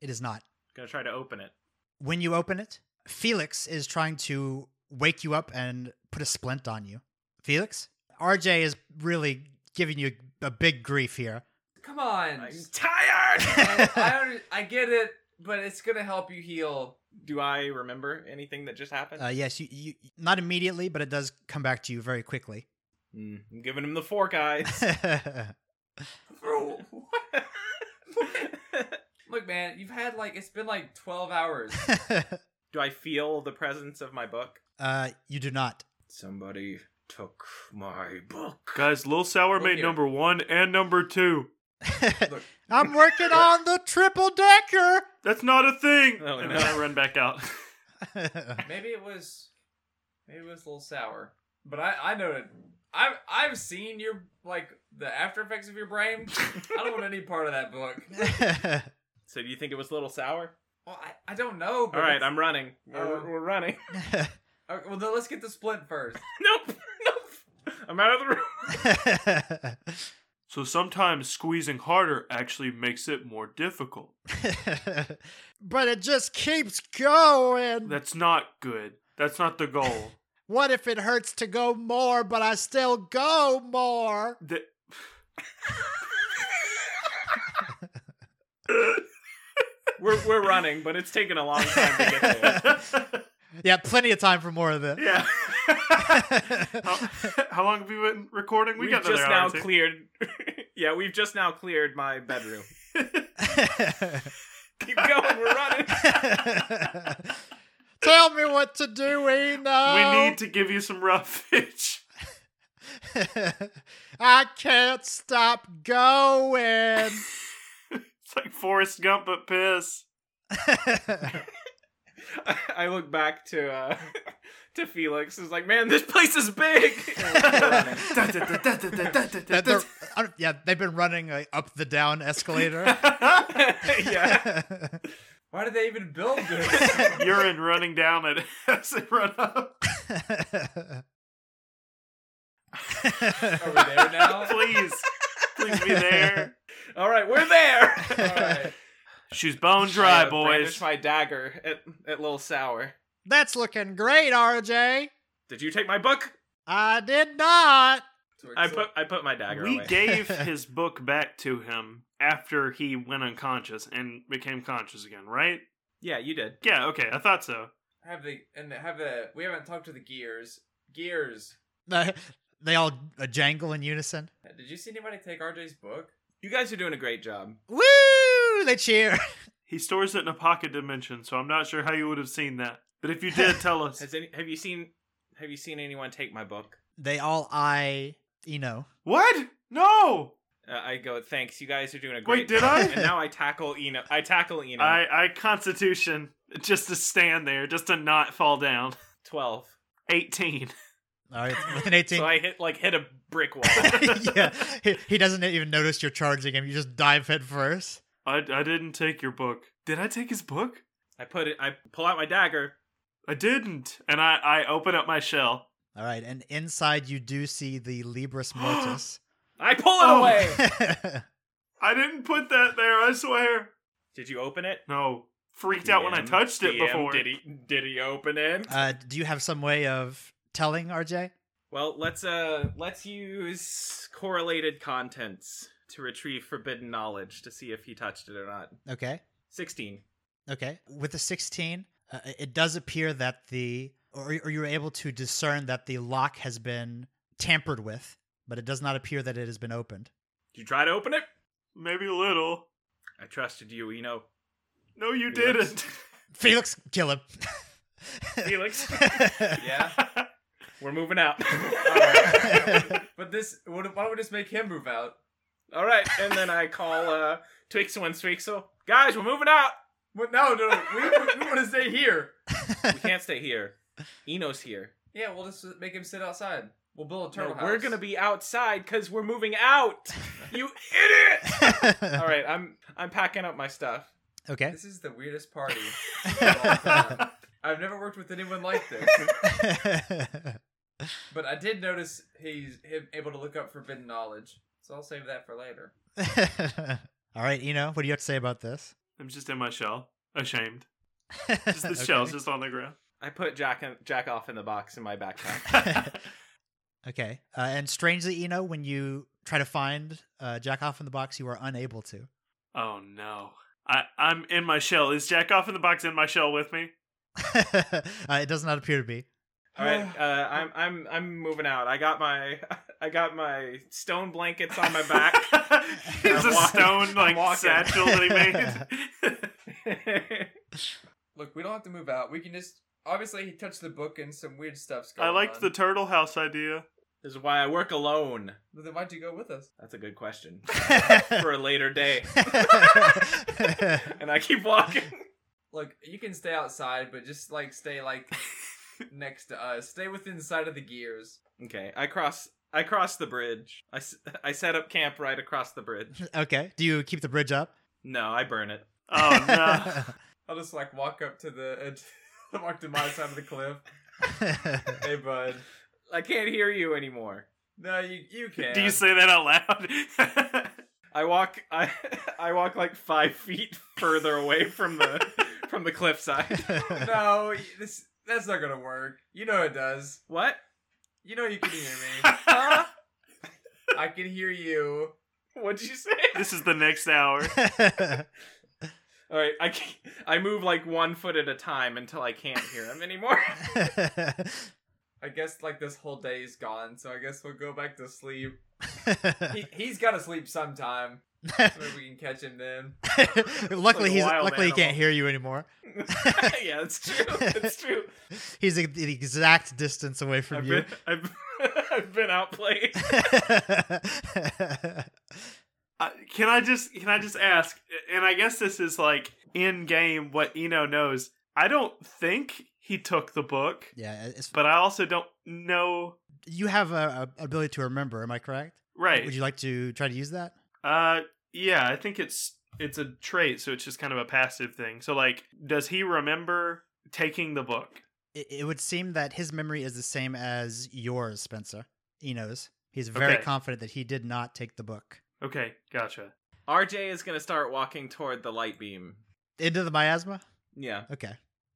Speaker 1: It is not.
Speaker 2: gonna try to open it.
Speaker 1: When you open it, Felix is trying to wake you up and put a splint on you. Felix, RJ is really giving you a big grief here.
Speaker 3: Come on.
Speaker 2: I'm
Speaker 3: Just-
Speaker 2: tired.
Speaker 3: I, I, under- I get it, but it's going to help you heal.
Speaker 2: Do I remember anything that just happened?
Speaker 1: Uh, yes, you, you not immediately, but it does come back to you very quickly.
Speaker 2: Mm, I'm giving him the fork eyes.
Speaker 3: Bro, what? Look, man, you've had like, it's been like 12 hours.
Speaker 2: Do I feel the presence of my book?
Speaker 1: uh, you do not.
Speaker 2: Somebody took my book.
Speaker 4: Guys, Lil Sour
Speaker 3: Look
Speaker 4: made
Speaker 3: here.
Speaker 4: number one and number two.
Speaker 1: I'm working on the triple decker.
Speaker 4: That's not a thing.
Speaker 2: Oh,
Speaker 4: and
Speaker 2: no.
Speaker 4: then I run back out.
Speaker 3: Maybe it was, maybe it was a little sour. But I, I know it. I've, I've seen your, like, the after effects of your brain. I don't want any part of that book.
Speaker 2: So do you think it was a little sour?
Speaker 3: Well, I, I don't know. But
Speaker 2: All right,
Speaker 3: let's-
Speaker 2: I'm running. We're,
Speaker 3: Oh.
Speaker 2: we're running.
Speaker 3: Okay, well, then let's get the splint first.
Speaker 2: nope, nope. I'm out of the room.
Speaker 4: so sometimes squeezing harder actually makes it more difficult.
Speaker 1: but it just keeps going.
Speaker 4: That's not good. That's not the goal.
Speaker 1: what if it hurts to go more, but I still go more?
Speaker 4: That
Speaker 2: We're we're running, but it's taken a long time to get there.
Speaker 1: Yeah, plenty of time for more of this.
Speaker 4: yeah. how, how long have we been recording? We
Speaker 2: We
Speaker 4: got
Speaker 2: have
Speaker 4: another
Speaker 2: just
Speaker 4: hour
Speaker 2: now
Speaker 4: or two.
Speaker 2: cleared. yeah, we've just now cleared my bedroom. Keep going, we're running.
Speaker 1: Tell me what to do, Eno.
Speaker 4: We need to give you some roughage.
Speaker 1: I can't stop going.
Speaker 4: It's like Forrest Gump but piss.
Speaker 2: I, I look back to uh, to Felix. Is like, man, this place is big.
Speaker 4: Da, da, da, da, da, da, da, da,
Speaker 1: That
Speaker 4: da.
Speaker 1: they're- uh, yeah, they've been running uh, up the down escalator.
Speaker 2: yeah.
Speaker 3: Why did they even build this?
Speaker 4: Urine running down it as it run up.
Speaker 3: Are we there now?
Speaker 4: Please. Please be there.
Speaker 2: All right, we're there.
Speaker 3: All right.
Speaker 4: She's bone
Speaker 2: I,
Speaker 4: dry,
Speaker 2: uh, brandish
Speaker 4: boys.
Speaker 2: my dagger at at little sour.
Speaker 1: That's looking great, RJ.
Speaker 2: Did you take my book?
Speaker 1: I did not.
Speaker 2: I put I put my dagger
Speaker 4: We
Speaker 2: away.
Speaker 4: gave his book back to him after he went unconscious and became conscious again, right?
Speaker 2: yeah, you did.
Speaker 4: Yeah, okay, I thought so.
Speaker 3: have the and have the we haven't talked to the gears. Gears.
Speaker 1: They all uh, jangle in unison.
Speaker 3: Did you see anybody take RJ's book?
Speaker 2: You guys are doing a great job.
Speaker 1: Woo! They cheer.
Speaker 4: He stores it in a pocket dimension, so I'm not sure how you would have seen that. But if you did, tell us.
Speaker 2: Has any, have you seen Have you seen anyone take my book?
Speaker 1: They all eye Eno.
Speaker 4: What? No!
Speaker 2: Uh, I go. Thanks, you guys are doing a great.
Speaker 4: Wait, did
Speaker 2: job."
Speaker 4: I?
Speaker 2: And now I tackle Eno. I tackle Eno.
Speaker 4: I, I constitution just to stand there, just to not fall down.
Speaker 2: Twelve.
Speaker 4: 18.
Speaker 1: All right, with an 18.
Speaker 2: So I hit like hit a brick wall.
Speaker 1: yeah, he, he doesn't even notice you're charging him. You just dive head first.
Speaker 4: I, I didn't take your book. Did I take his book?
Speaker 2: I put it. I pull out my dagger.
Speaker 4: I didn't. And I, I open up my shell.
Speaker 1: All right, and inside you do see the Libris Mortis.
Speaker 2: I pull it
Speaker 4: Oh.
Speaker 2: away.
Speaker 4: I didn't put that there, I swear.
Speaker 2: Did you open it?
Speaker 4: No. Freaked out when I
Speaker 2: DM,
Speaker 4: touched it
Speaker 2: DM,
Speaker 4: before.
Speaker 2: Did he? Did he open it?
Speaker 1: uh, do you have some way of telling RJ?
Speaker 2: well, let's uh let's use correlated contents to retrieve forbidden knowledge to see if he touched it or not.
Speaker 1: Okay.
Speaker 2: Sixteen.
Speaker 1: Okay. With the 16, uh, it does appear that the, or, or you're able to discern that the lock has been tampered with, but it does not appear that it has been opened.
Speaker 2: Did you try to open it?
Speaker 4: Maybe a little.
Speaker 2: I trusted you, you know.
Speaker 4: No, you
Speaker 2: Yes.
Speaker 4: didn't.
Speaker 1: Felix, kill him.
Speaker 2: Felix,
Speaker 3: Yeah.
Speaker 2: we're moving out.
Speaker 3: But this, what, why don't we just make him move out?
Speaker 2: All right, and then I call uh Twixel and Swixel. Guys, we're moving out.
Speaker 3: But no, no, we, we want to stay here.
Speaker 2: We can't stay here. Eno's here.
Speaker 3: Yeah, we'll just make him sit outside. We'll build a
Speaker 2: No,
Speaker 3: turtle house.
Speaker 2: we're gonna be outside because we're moving out. You idiot! All right, I'm I'm packing up my stuff.
Speaker 1: okay.
Speaker 3: This is the weirdest party. of all time. I've never worked with anyone like this, but I did notice he's him able to look up forbidden knowledge. So I'll save that for later.
Speaker 1: All right, Eno, what do you have to say about this?
Speaker 4: I'm just in my shell. Ashamed. Just the shell's just on the ground.
Speaker 2: I put Jack and Jack off in the box in my backpack.
Speaker 1: Okay. Uh, and strangely, Eno, when you try to find uh, Jack off in the box, you are unable to.
Speaker 4: oh no. I, I'm in my shell. Is Jack off in the box in my shell with me?
Speaker 1: uh, it does not appear to be.
Speaker 2: All right, uh, I'm I'm I'm moving out. I got my I got my stone blankets on my back.
Speaker 4: There's
Speaker 2: I'm
Speaker 4: a
Speaker 2: walking.
Speaker 4: stone like
Speaker 2: I'm walking.
Speaker 4: satchel that he made.
Speaker 3: Look, we don't have to move out. We can just obviously he touched the book and some weird stuff's going
Speaker 4: I liked
Speaker 3: on.
Speaker 4: the turtle house idea.
Speaker 2: this is why I work alone.
Speaker 3: But then why'd you go with us?
Speaker 2: That's a good question for a later day. And I keep walking.
Speaker 3: Look, you can stay outside, but just like stay like next to us. Stay within sight of the gears.
Speaker 2: Okay, I cross I cross the bridge. I, s- I set up camp right across the bridge.
Speaker 1: okay. Do you keep the bridge up?
Speaker 2: No, I burn it.
Speaker 4: Oh no.
Speaker 3: I'll just like walk up to the edge, walk to my side of the cliff.
Speaker 1: no.
Speaker 3: Hey, bud.
Speaker 2: I can't hear you anymore.
Speaker 3: No, you you can.
Speaker 4: Do you say that out loud?
Speaker 2: I walk I I walk like five feet further away from the from the cliffside.
Speaker 3: no? y- This that's not gonna work. You know it does.
Speaker 2: What?
Speaker 3: You know you can hear me. I can hear you.
Speaker 2: What'd you say?
Speaker 4: this is the next hour.
Speaker 2: All right, I can't- I move like one foot at a time until I can't hear him anymore.
Speaker 3: I guess like this whole day is gone, so I guess we'll go back to sleep. He, he's got to sleep sometime. So maybe we can catch him then.
Speaker 1: luckily,
Speaker 2: Like a
Speaker 1: he's
Speaker 2: wild
Speaker 1: luckily he can't
Speaker 2: animal.
Speaker 1: hear you anymore.
Speaker 2: yeah, that's true. That's true.
Speaker 1: He's the the exact distance away from
Speaker 2: I've
Speaker 1: you.
Speaker 2: been I've, I've been outplayed.
Speaker 4: Uh, can I just can I just ask? And I guess this is like in game what Eno knows. I don't think he took the book,
Speaker 1: yeah, it's,
Speaker 4: but I also don't know.
Speaker 1: you have a, a ability to remember. Am I correct?
Speaker 4: Right?
Speaker 1: Would you like to try to use that?
Speaker 4: Uh, yeah. I think it's it's a trait, so it's just kind of a passive thing. So like, does he remember taking the book?
Speaker 1: It, it would seem that his memory is the same as yours, Spencer. Eno's. He's very
Speaker 4: Okay.
Speaker 1: confident that he did not take the book
Speaker 4: Okay, gotcha.
Speaker 2: RJ is gonna start walking toward the light beam.
Speaker 1: into the miasma.
Speaker 2: Yeah.
Speaker 1: Okay,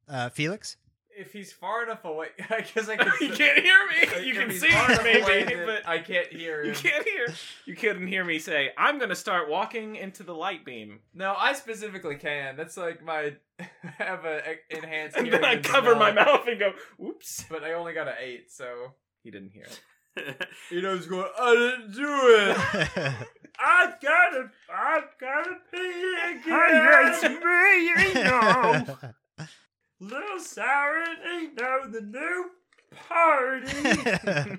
Speaker 1: uh, Felix.
Speaker 3: If he's far enough away, I guess I can.
Speaker 2: you can't hear me. You
Speaker 3: if
Speaker 2: can
Speaker 3: he's
Speaker 2: see
Speaker 3: far
Speaker 2: me,
Speaker 3: enough away
Speaker 2: maybe,
Speaker 3: that
Speaker 2: but
Speaker 3: I can't hear
Speaker 2: You
Speaker 3: him.
Speaker 2: can't hear. You couldn't hear me say, "I'm gonna start walking into the light beam,"
Speaker 3: No, I specifically can. That's like my have a e- enhanced.
Speaker 2: and
Speaker 3: hearing
Speaker 2: then I
Speaker 3: as
Speaker 2: cover my
Speaker 3: well.
Speaker 2: mouth and go, "Oops."
Speaker 3: But I only got an eight, so
Speaker 2: He didn't hear it.
Speaker 3: you know he's going. I didn't do it. I got it. I got it.
Speaker 4: me,
Speaker 3: Little Siren ain't know the new party.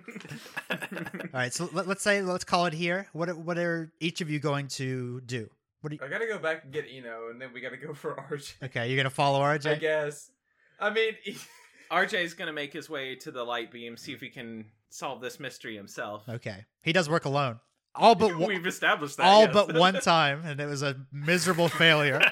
Speaker 1: All right, so let, let's say let's call it here. What are, what are each of you going to do? What? Are you,
Speaker 3: I gotta go back and get Eno, and then we gotta go for RJ.
Speaker 1: okay, you're gonna follow
Speaker 3: I
Speaker 1: RJ.
Speaker 3: guess. I mean,
Speaker 2: RJ's gonna make his way to the light beam, see if he can solve this mystery himself.
Speaker 1: Okay. He does work alone. All but one,
Speaker 2: We've established that.
Speaker 1: all
Speaker 2: yes.
Speaker 1: but one time, and it was a miserable failure.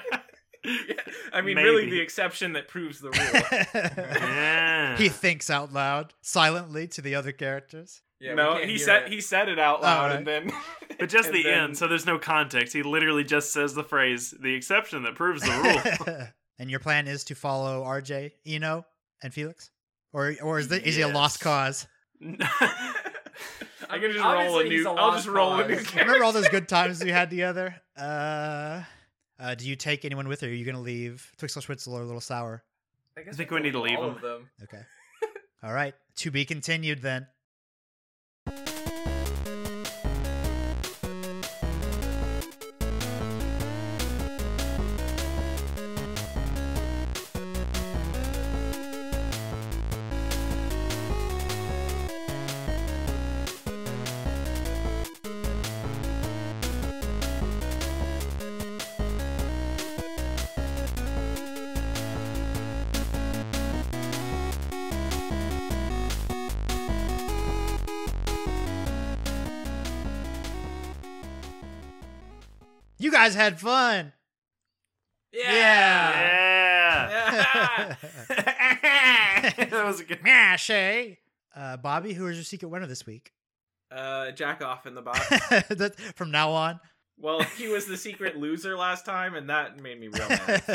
Speaker 2: Yeah, I mean, really,
Speaker 4: Maybe.
Speaker 2: the exception that proves the rule.
Speaker 4: Yeah.
Speaker 1: he thinks out loud, silently to the other characters.
Speaker 3: Yeah, we
Speaker 2: no,
Speaker 3: can't
Speaker 2: he
Speaker 3: hear
Speaker 2: said
Speaker 3: it.
Speaker 2: he said it out
Speaker 1: All
Speaker 2: loud,
Speaker 1: right.
Speaker 2: and then
Speaker 4: But just
Speaker 2: and
Speaker 4: the
Speaker 2: then-
Speaker 4: end, so there's no context. He literally just says the phrase, the exception that proves the rule.
Speaker 1: and your plan is to follow RJ, Eno, and Felix? Or or is, the, is he a lost
Speaker 4: Yes.
Speaker 1: cause?
Speaker 2: I
Speaker 3: I
Speaker 2: can
Speaker 3: mean,
Speaker 2: just roll a
Speaker 3: obviously he's
Speaker 2: new.
Speaker 3: a
Speaker 2: I'll
Speaker 3: lost
Speaker 2: just roll a new.
Speaker 3: cause.
Speaker 2: character.
Speaker 1: Remember all those good times we had together? Uh, uh, do you take anyone with, or are you going to leave Twixel Schwitzel or Little Sour?
Speaker 3: I, guess
Speaker 4: I think
Speaker 3: we'll
Speaker 4: we need to leave
Speaker 3: all
Speaker 4: him.
Speaker 3: of them.
Speaker 1: Okay. all right. To be continued then. You guys had fun.
Speaker 3: Yeah.
Speaker 4: yeah.
Speaker 2: Yeah.
Speaker 4: that was a good.
Speaker 1: Yeah, Shay. Uh, Bobby, who is your secret winner this week?
Speaker 2: uh, jack off in the box.
Speaker 1: That- From now on.
Speaker 2: Well, he was the secret loser last time, and that made me real mad. So.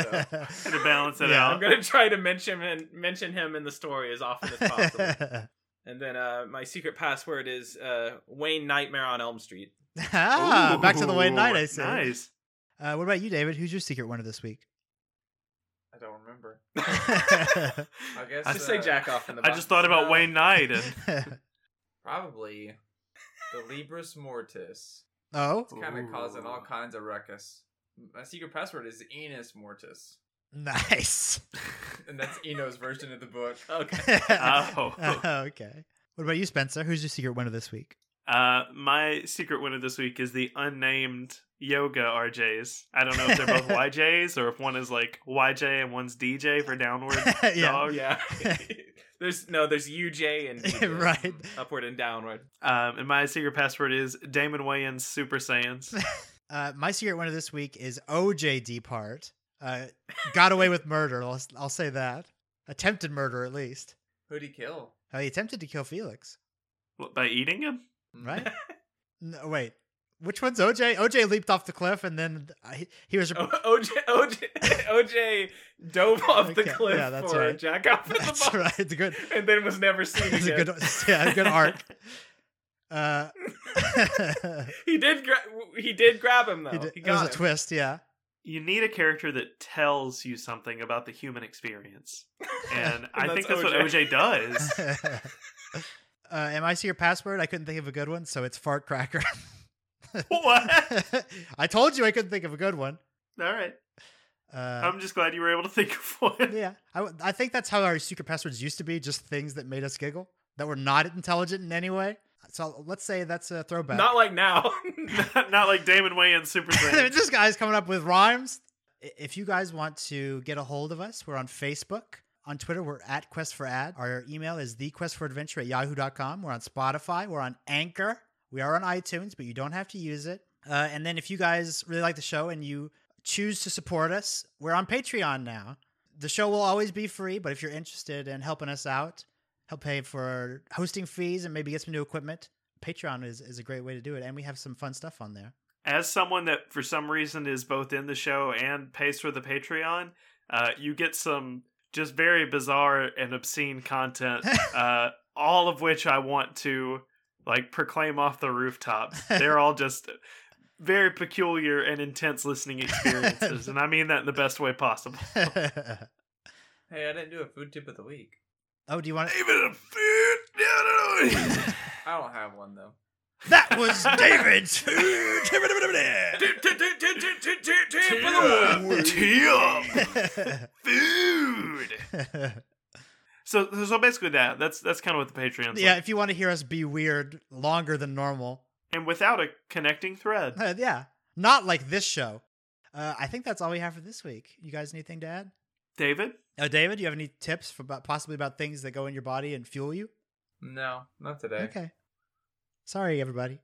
Speaker 4: To balance it
Speaker 1: Yeah.
Speaker 2: I'm
Speaker 4: out.
Speaker 2: gonna try to mention him mention him in the story as often as possible. and then uh, my secret password is uh, Wayne Nightmare on Elm Street.
Speaker 1: ah, back to the way
Speaker 4: Ooh,
Speaker 1: night, I say.
Speaker 4: Nice.
Speaker 1: Uh, what about you, David? Who's your secret winner this week?
Speaker 3: I don't remember.
Speaker 1: I
Speaker 3: I guess
Speaker 4: I
Speaker 2: Just
Speaker 3: uh,
Speaker 2: say jack off in the
Speaker 4: I
Speaker 2: box.
Speaker 4: just thought about
Speaker 3: Uh,
Speaker 4: Wayne Knight and
Speaker 3: Probably the Libris Mortis.
Speaker 1: Oh,
Speaker 3: It's kind
Speaker 4: Ooh.
Speaker 3: of causing all kinds of ruckus. My secret password is Enos Mortis,
Speaker 1: nice.
Speaker 3: and that's Eno's version of the book.
Speaker 2: okay.
Speaker 4: Oh.
Speaker 1: okay. What about you, Spencer? Who's your secret winner this week?
Speaker 4: Uh, my secret winner this week is the unnamed yoga RJs. I don't know if they're both YJs or if one is like YJ and one's DJ for downward
Speaker 1: Yeah.
Speaker 4: dog.
Speaker 2: Yeah. there's no, there's UJ and DJ.
Speaker 1: Right.
Speaker 2: upward and downward.
Speaker 4: Um, and my secret password is Damon Wayans Super Saiyans.
Speaker 1: Uh, my secret winner this week is OJ Depart. Uh, got away with murder. I'll, I'll say that. Attempted murder, at least.
Speaker 3: Who'd he kill?
Speaker 1: Oh, he attempted to kill Felix,
Speaker 4: What, By eating him?
Speaker 1: right? no, wait. Which one's OJ? OJ leaped off the cliff and then I, he was.
Speaker 2: O- OJ, OJ, OJ dove off
Speaker 1: Okay,
Speaker 2: the cliff
Speaker 1: yeah, that's
Speaker 2: for
Speaker 1: right.
Speaker 2: jack off in the
Speaker 1: That's
Speaker 2: box,
Speaker 1: right. It's a good.
Speaker 2: and then was never seen
Speaker 1: It's a
Speaker 2: again.
Speaker 1: good. Yeah, a good arc. Uh,
Speaker 2: He did. Gra- he did grab him though.
Speaker 1: he
Speaker 2: He,
Speaker 1: did- it was
Speaker 2: got
Speaker 1: a
Speaker 2: him.
Speaker 1: twist. Yeah.
Speaker 4: You need a character that tells you something about the human experience. And I
Speaker 2: that's
Speaker 4: think that's what
Speaker 2: OJ.
Speaker 4: OJ does.
Speaker 1: uh, am I see your password? I couldn't think of a good one, so it's fart cracker.
Speaker 4: what?
Speaker 1: I told you I couldn't think of a good one.
Speaker 4: All right.
Speaker 1: Uh,
Speaker 4: I'm just glad you were able to think of one.
Speaker 1: yeah, I, w- I think that's how our secret passwords used to be—just things that made us giggle, that were not intelligent in any way. So let's say that's a throwback.
Speaker 2: Not like now.
Speaker 4: Not, not like Damon Wayans Super Saiyans.
Speaker 1: this guy's coming up with rhymes. I- If you guys want to get a hold of us, we're on Facebook. On Twitter, we're at Quest for Ad. Our email is thequestforadventure at yahoo.com. We're on Spotify. We're on Anchor. We are on iTunes, but you don't have to use it. Uh, and then if you guys really like the show and you choose to support us, we're on Patreon now. The show will always be free, but if you're interested in helping us out, help pay for hosting fees and maybe get some new equipment, Patreon is, is a great way to do it. And we have some fun stuff on there.
Speaker 4: as someone that for some reason is both in the show and pays for the Patreon, uh, you get some just very bizarre and obscene content, uh, all of which I want to like proclaim off the rooftop. They're all just very peculiar and intense listening experiences, and I mean that in the best way possible.
Speaker 3: Hey, I didn't do a food tip of the week.
Speaker 1: Oh, do you want to?
Speaker 4: Even a food,
Speaker 3: I don't have one though.
Speaker 1: That was David's.
Speaker 4: food. So, so basically, that that's that's kind of what the Patreon's
Speaker 1: yeah,
Speaker 4: like.
Speaker 1: if you want to hear us be weird longer than normal,
Speaker 4: and without a connecting thread.
Speaker 1: uh, yeah, not like this show. Uh, I think that's all we have for this week. You guys, anything to add?
Speaker 4: David,
Speaker 1: Uh, David, do you have any tips for about, possibly about things that go in your body and fuel you?
Speaker 3: No, not today.
Speaker 1: Okay. Sorry, everybody.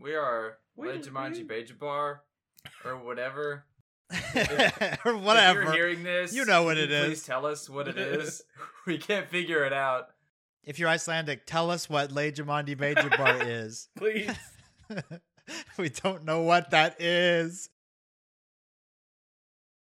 Speaker 3: We are
Speaker 2: We-
Speaker 3: Le Jumanji Bejabar or whatever.
Speaker 1: or
Speaker 3: If
Speaker 1: whatever.
Speaker 3: you're hearing this,
Speaker 1: You know what
Speaker 3: can
Speaker 1: it
Speaker 3: you
Speaker 1: is.
Speaker 3: Please tell us what it is. we can't figure it out.
Speaker 1: if you're Icelandic, tell us what Le Jumandi Bejabar is.
Speaker 2: Please.
Speaker 1: we don't know what that is.